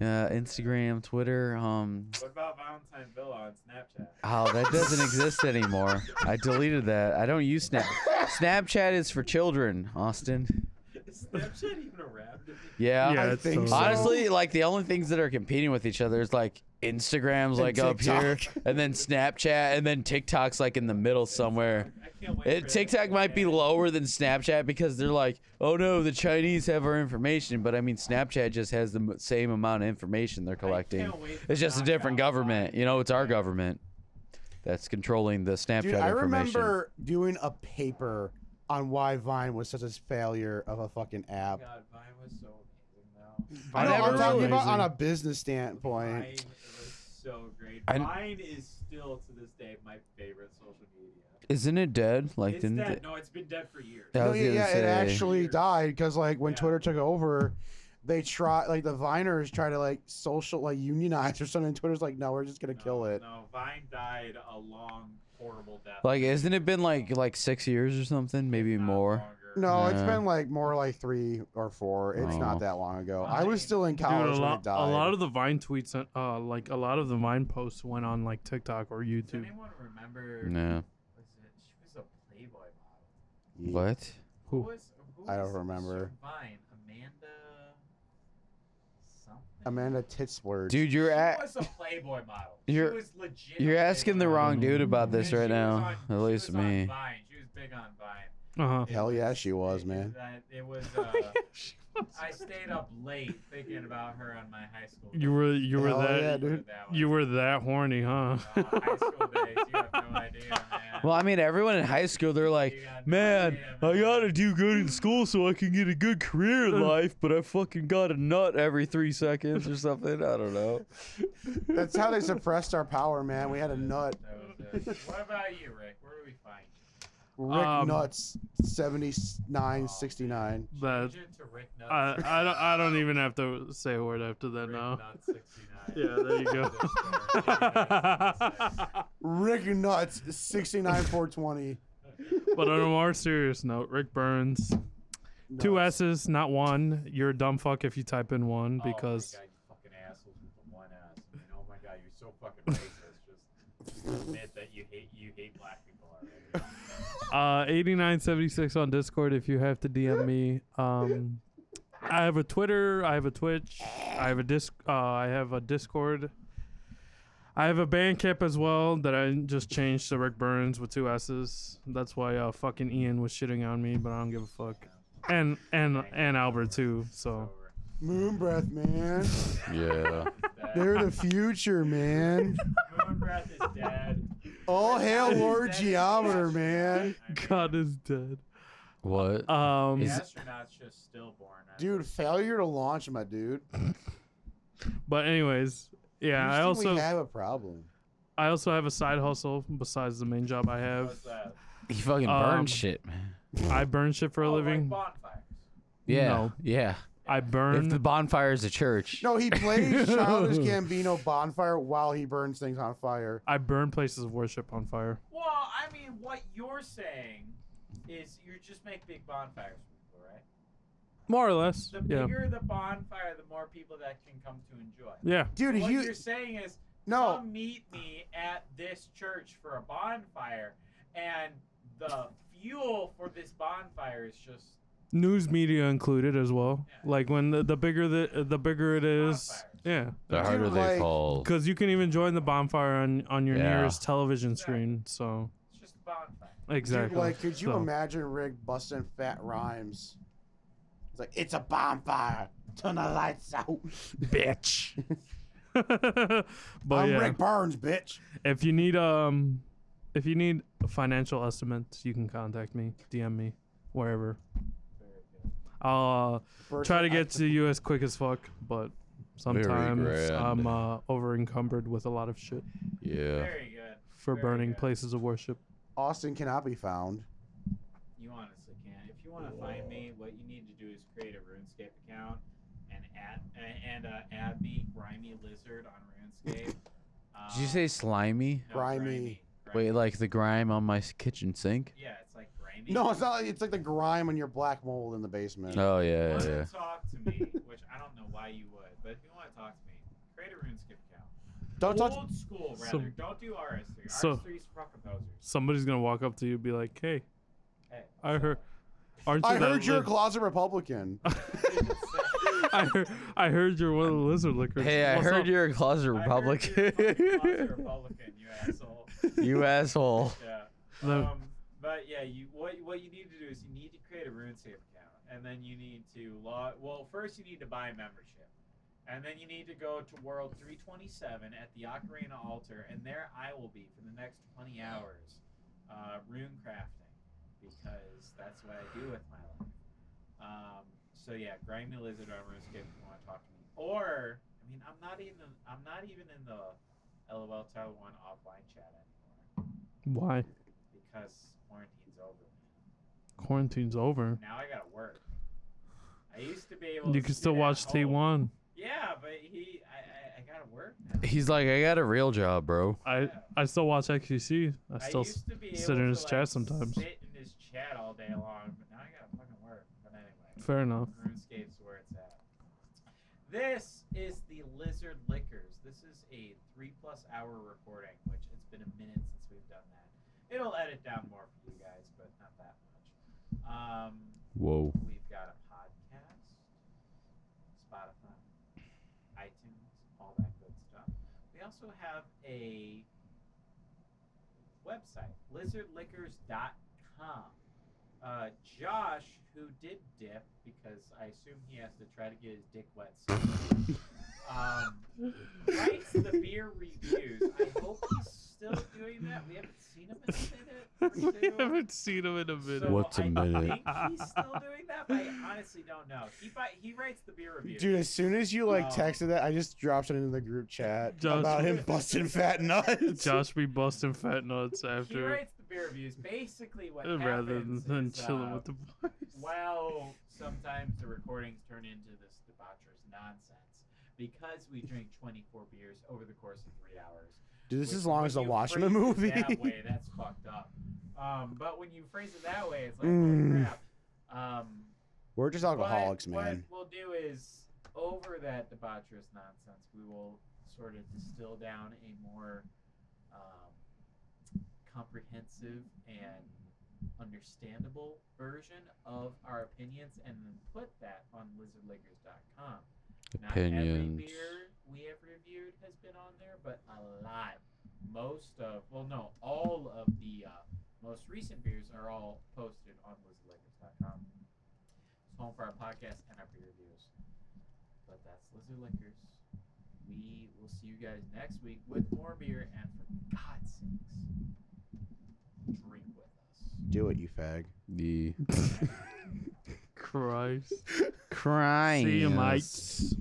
C: uh, Instagram, Twitter. Um,
A: what about Valentine Villa on Snapchat?
C: oh, that doesn't exist anymore. I deleted that. I don't use Snap. Snapchat is for children, Austin.
A: Is Snapchat even around?
C: Yeah.
B: Yeah,
D: I
B: it's
D: think
B: so-
C: Honestly, like the only things that are competing with each other is like Instagram's
D: And
C: like up here,
D: TikTok.
C: and then Snapchat, and then TikTok's like in the middle somewhere.
A: I can't wait. for
C: It,
A: that.
C: TikTok might be lower than Snapchat because they're like, oh no, the Chinese have our information, but I mean, Snapchat just has the m- same amount of information they're collecting.
A: wait for Oh
C: It's just a
A: knockout
C: different government,
A: box.
C: you know. It's our government that's controlling the Snapchat
D: Dude, I
C: information.
D: remember doing a paper on why Vine was such a failure of a fucking app.
A: God, Vine was so amazing though.
D: I know
C: never
D: I'm talking
B: realized
D: about on
B: it.
D: a business
A: Vine
D: standpoint.
A: was so great.
C: I-
A: Vine is still to this day my favorite social media.
C: Isn't it dead? Like,
A: it's
C: didn't
A: dead.
C: it?
A: No, it's been dead for years.
C: I
D: No,
C: was
D: yeah,
C: gonna
D: yeah, it
C: say-
D: actually
A: Years.
D: died because like when
A: Yeah.
D: Twitter took over, they try like the Viners try to like social like unionize or something. And Twitter's like, no, we're just gonna
A: No,
D: kill it.
A: No, Vine died a long, horrible death.
C: Like, isn't it been like like six years or something, maybe
A: Not
C: more?
A: longer.
D: No, it's
C: Yeah.
D: been like more like three or four. It's
C: Oh.
D: not that long ago. I was
A: Fine.
D: still in
B: Dude,
D: college
B: a
D: when
B: lot,
D: it
B: a
D: died.
B: lot of the Vine tweets, and, uh, like a lot of the Vine posts went on like TikTok or
A: Does
B: YouTube.
A: anyone remember?
C: No.
A: Was it? She was a Playboy model.
D: Yeah.
C: What?
B: Who?
A: was? Who
D: I don't
A: was
D: remember.
A: from Vine, Amanda. Something.
D: Amanda Titsworth.
C: Dude, you're
A: She
C: at
A: was a Playboy model.
C: You're-
A: she was legit. a
C: you're asking the
A: Playboy
C: wrong
A: model.
C: dude about this
A: And
C: right
A: she was
C: now.
A: on- she
C: At least
A: was on
C: me.
A: Vine. She was big on Vine.
B: Uh huh.
A: It
D: Hell yeah, she was,
A: it-
D: man.
A: That, it was. Uh, I stayed up late thinking about her on my high school.
B: You were you were
D: Hell
B: that
D: yeah,
A: days.
D: dude.
A: That
B: you
A: one.
B: were that horny, huh?
A: Uh, high school days. You have no idea, man.
C: Well, I mean, everyone in high school, they're like,
A: You got no
C: man,
A: idea,
C: I
A: man."
C: gotta do good in school so I can get a good career
A: Uh.
C: in life, but I fucking got a nut every three seconds or something. I don't know.
D: That's how they suppressed our power, man. We had a nut.
A: That was it. What about you, Rick? Where do we find you?
D: Rick
B: Um,
D: Nuts, seventy-nine, sixty-nine.
B: That
A: Change it to Rick Nuts.
B: I I don't, I don't even have to say a word after that
A: Rick
B: now.
A: Nuts 69.
B: Yeah, there you go. but
D: Rick Nuts, sixty-nine, four twenty.
B: on a more serious note, Rick Burns, two S's, not one. You're a dumb fuck if you type in one because
A: Oh my God, you fucking assholes with the one ass. Man, oh my God, you're so fucking racist. Just admit that you hate you hate black people already.
B: uh 8976 on discord if you have to dm me um i have a twitter i have a twitch i have a disc uh i have a discord i have a bandcamp as well that i just changed to rick burns with two s's that's why uh fucking ian was shitting on me but i don't give a fuck and and and albert too so
D: Moon breath, man.
C: Yeah.
A: That
D: They're the future, man.
A: moon breath is dead.
D: All hail Lord
A: That is
D: Geometer,
A: astronaut.
D: man.
A: I mean,
B: god is dead
C: What?
B: um
A: The astronaut's just stillborn. I
D: Dude, failure to launch, my dude.
B: but anyways yeah
D: You
B: i
D: see
B: also
D: we have a problem.
B: i also have a side hustle besides the main job i have
A: What's that?
C: He fucking
B: Um,
C: burned shit, man.
B: i burn shit for a
A: Oh, like
B: living
A: bonfires.
C: Yeah.
B: no.
C: Yeah.
B: I burn.
C: If the bonfire is a church.
D: No, he plays Childish Gambino bonfire while he burns things on fire.
B: I burn places of worship on fire.
A: Well, I mean, what you're saying is you just make big bonfires for people, right?
B: More or less.
A: The
B: yeah.
A: bigger the bonfire, the more people that can come to enjoy.
B: Yeah.
D: Dude,
A: what
D: you
A: are saying is
D: no.
A: come meet me at this church for a bonfire and the fuel for this bonfire is just
B: News media included as well.
A: Yeah.
B: Like when the, the bigger the the bigger it is.
A: Bonfires.
B: Yeah.
C: The harder
D: like-
C: they fall.
B: Because you can even join the bonfire on on your
C: Yeah.
B: nearest television
A: Exactly.
B: screen. So
A: it's just a bonfire.
B: exactly.
D: Dude, like, could you
B: So,
D: imagine Rick busting fat rhymes? It's like, it's a bonfire. Turn the lights out, bitch.
B: but
D: I'm
B: yeah,
D: Rick Burns, bitch.
B: if you need um, if you need financial estimates, you can contact me, DM me, wherever. I'll uh, try to get to you as quick as fuck, but sometimes
C: grand.
B: I'm uh, over encumbered with a lot of shit
C: yeah.
A: Very good.
B: for
A: Very
B: burning
A: good.
B: places of worship.
D: Austin cannot be found.
A: You honestly can. If you want to find me, what you need to do is create a RuneScape account and add and uh, add me grimy lizard on RuneScape. Um,
C: Did you say slimy?
A: no,
D: Grimy.
C: Wait,
A: grimy.
C: like the grime on my s- kitchen sink?
A: yeah, it's like grimy.
D: No, it's not. Like, it's like the grime on your black mold in the basement.
C: Oh
A: If you
C: yeah,
A: want
C: yeah, yeah.
A: to talk to me, which I don't know why you would, but if you want to talk to me, create a RuneScape account.
D: Don't
A: Old
D: touch.
A: school, rather.
B: So-
A: don't do RS3.
B: so-
A: RS3 is for composers.
B: Somebody's gonna walk up to you and be like, "Hey,
A: Hey,
B: I heard- aren't you
D: I
B: that
D: heard you're a
B: lid-
D: closet Republican.
B: I heard, I heard you're one of the lizard lickers.
C: Hey, I
B: What's
C: heard
B: up?
C: you're a closet
A: I heard you're a
C: Republican.
A: fucking closet Republican, you asshole.
C: you asshole.
A: Yeah.
B: The-
A: Um, but yeah, you what what you need to do is you need to create a RuneScape account, and then you need to log. Well, first you need to buy membership, and then you need to go to World 327 at the Ocarina altar, and there I will be for the next 20 hours, uh, rune crafting, because that's what I do with my life. Um, so yeah, grimy lizard on RuneScape if you want to talk to me, or I mean, I'm not even I'm not even in the LOL Tower One offline chat anymore
B: Why?
A: because quarantine's over.
B: Quarantine's over.
A: Now I gotta work. I used to be able. to
B: You can
A: sit
B: still
A: at
B: watch
A: home.
B: T1.
A: Yeah, but he, I, I, I gotta work. Now.
C: He's like, I got a real job, bro.
B: I I still watch XQC. I still. s-
A: used to be
B: sit
A: able
B: in
A: to,
B: his
A: like,
B: chat sometimes.
A: Sit in his chat all day long, but now I gotta fucking work. But anyway,
B: Fair enough.
A: RuneScape's where it's at. This is the Lizard Liquors. This is a three plus hour recording, which it's been a minute since we've done that. It'll edit down more for you guys, but not that much. Um,
C: Whoa.
A: We've got a podcast, Spotify, iTunes, all that good stuff. We also have a website, lizardliquors.com. Uh, Josh, who did dip, because I assume he has to try to get his dick wet soon, um, writes the beer reviews. I hope he's still doing that. We haven't seen him in a
B: we
A: minute. or two.
B: haven't seen him in a minute.
A: So
C: What's a
A: I
C: minute?
A: think he's still doing that, but I honestly don't know. He buy, he writes the beer review.
D: Dude, as soon as you like
A: Um,
D: texted that, I just dropped it into the group chat
B: Josh-
D: about him busting fat nuts.
B: Josh be busting fat nuts
A: he
B: after,
A: writes the beer reviews. Basically, what
B: rather
A: happens
B: than
A: is,
B: chilling
A: uh,
B: with the.
A: well, sometimes the recordings turn into this debaucherous nonsense because we drink 24 beers over the course of three hours.
D: Dude, this
A: which
D: is as long
A: when
D: as the
A: you
D: Watchmen
A: phrase it
D: movie.
A: That way, that's fucked up. Um, but when you phrase it that way, it's like,
D: Mm.
A: holy crap. Um,
D: We're just alcoholics,
A: what,
D: man.
A: What we'll do is over that debaucherous nonsense, we will sort of distill down a more um, comprehensive and understandable version of our opinions, and then put that on lizardlickers.com. Not every
C: Opinions.
A: beer we have reviewed has been on there, but a lot. Most of, well, no, all of the uh, most recent beers are all posted on lizardlickers.com. It's home for our podcast and our beer reviews. But that's Lizard Liquors. We will see you guys next week with more beer, and for God's sakes, drink with us.
D: Do it, you fag.
C: The
B: Christ.
C: crying.
B: See you, mates.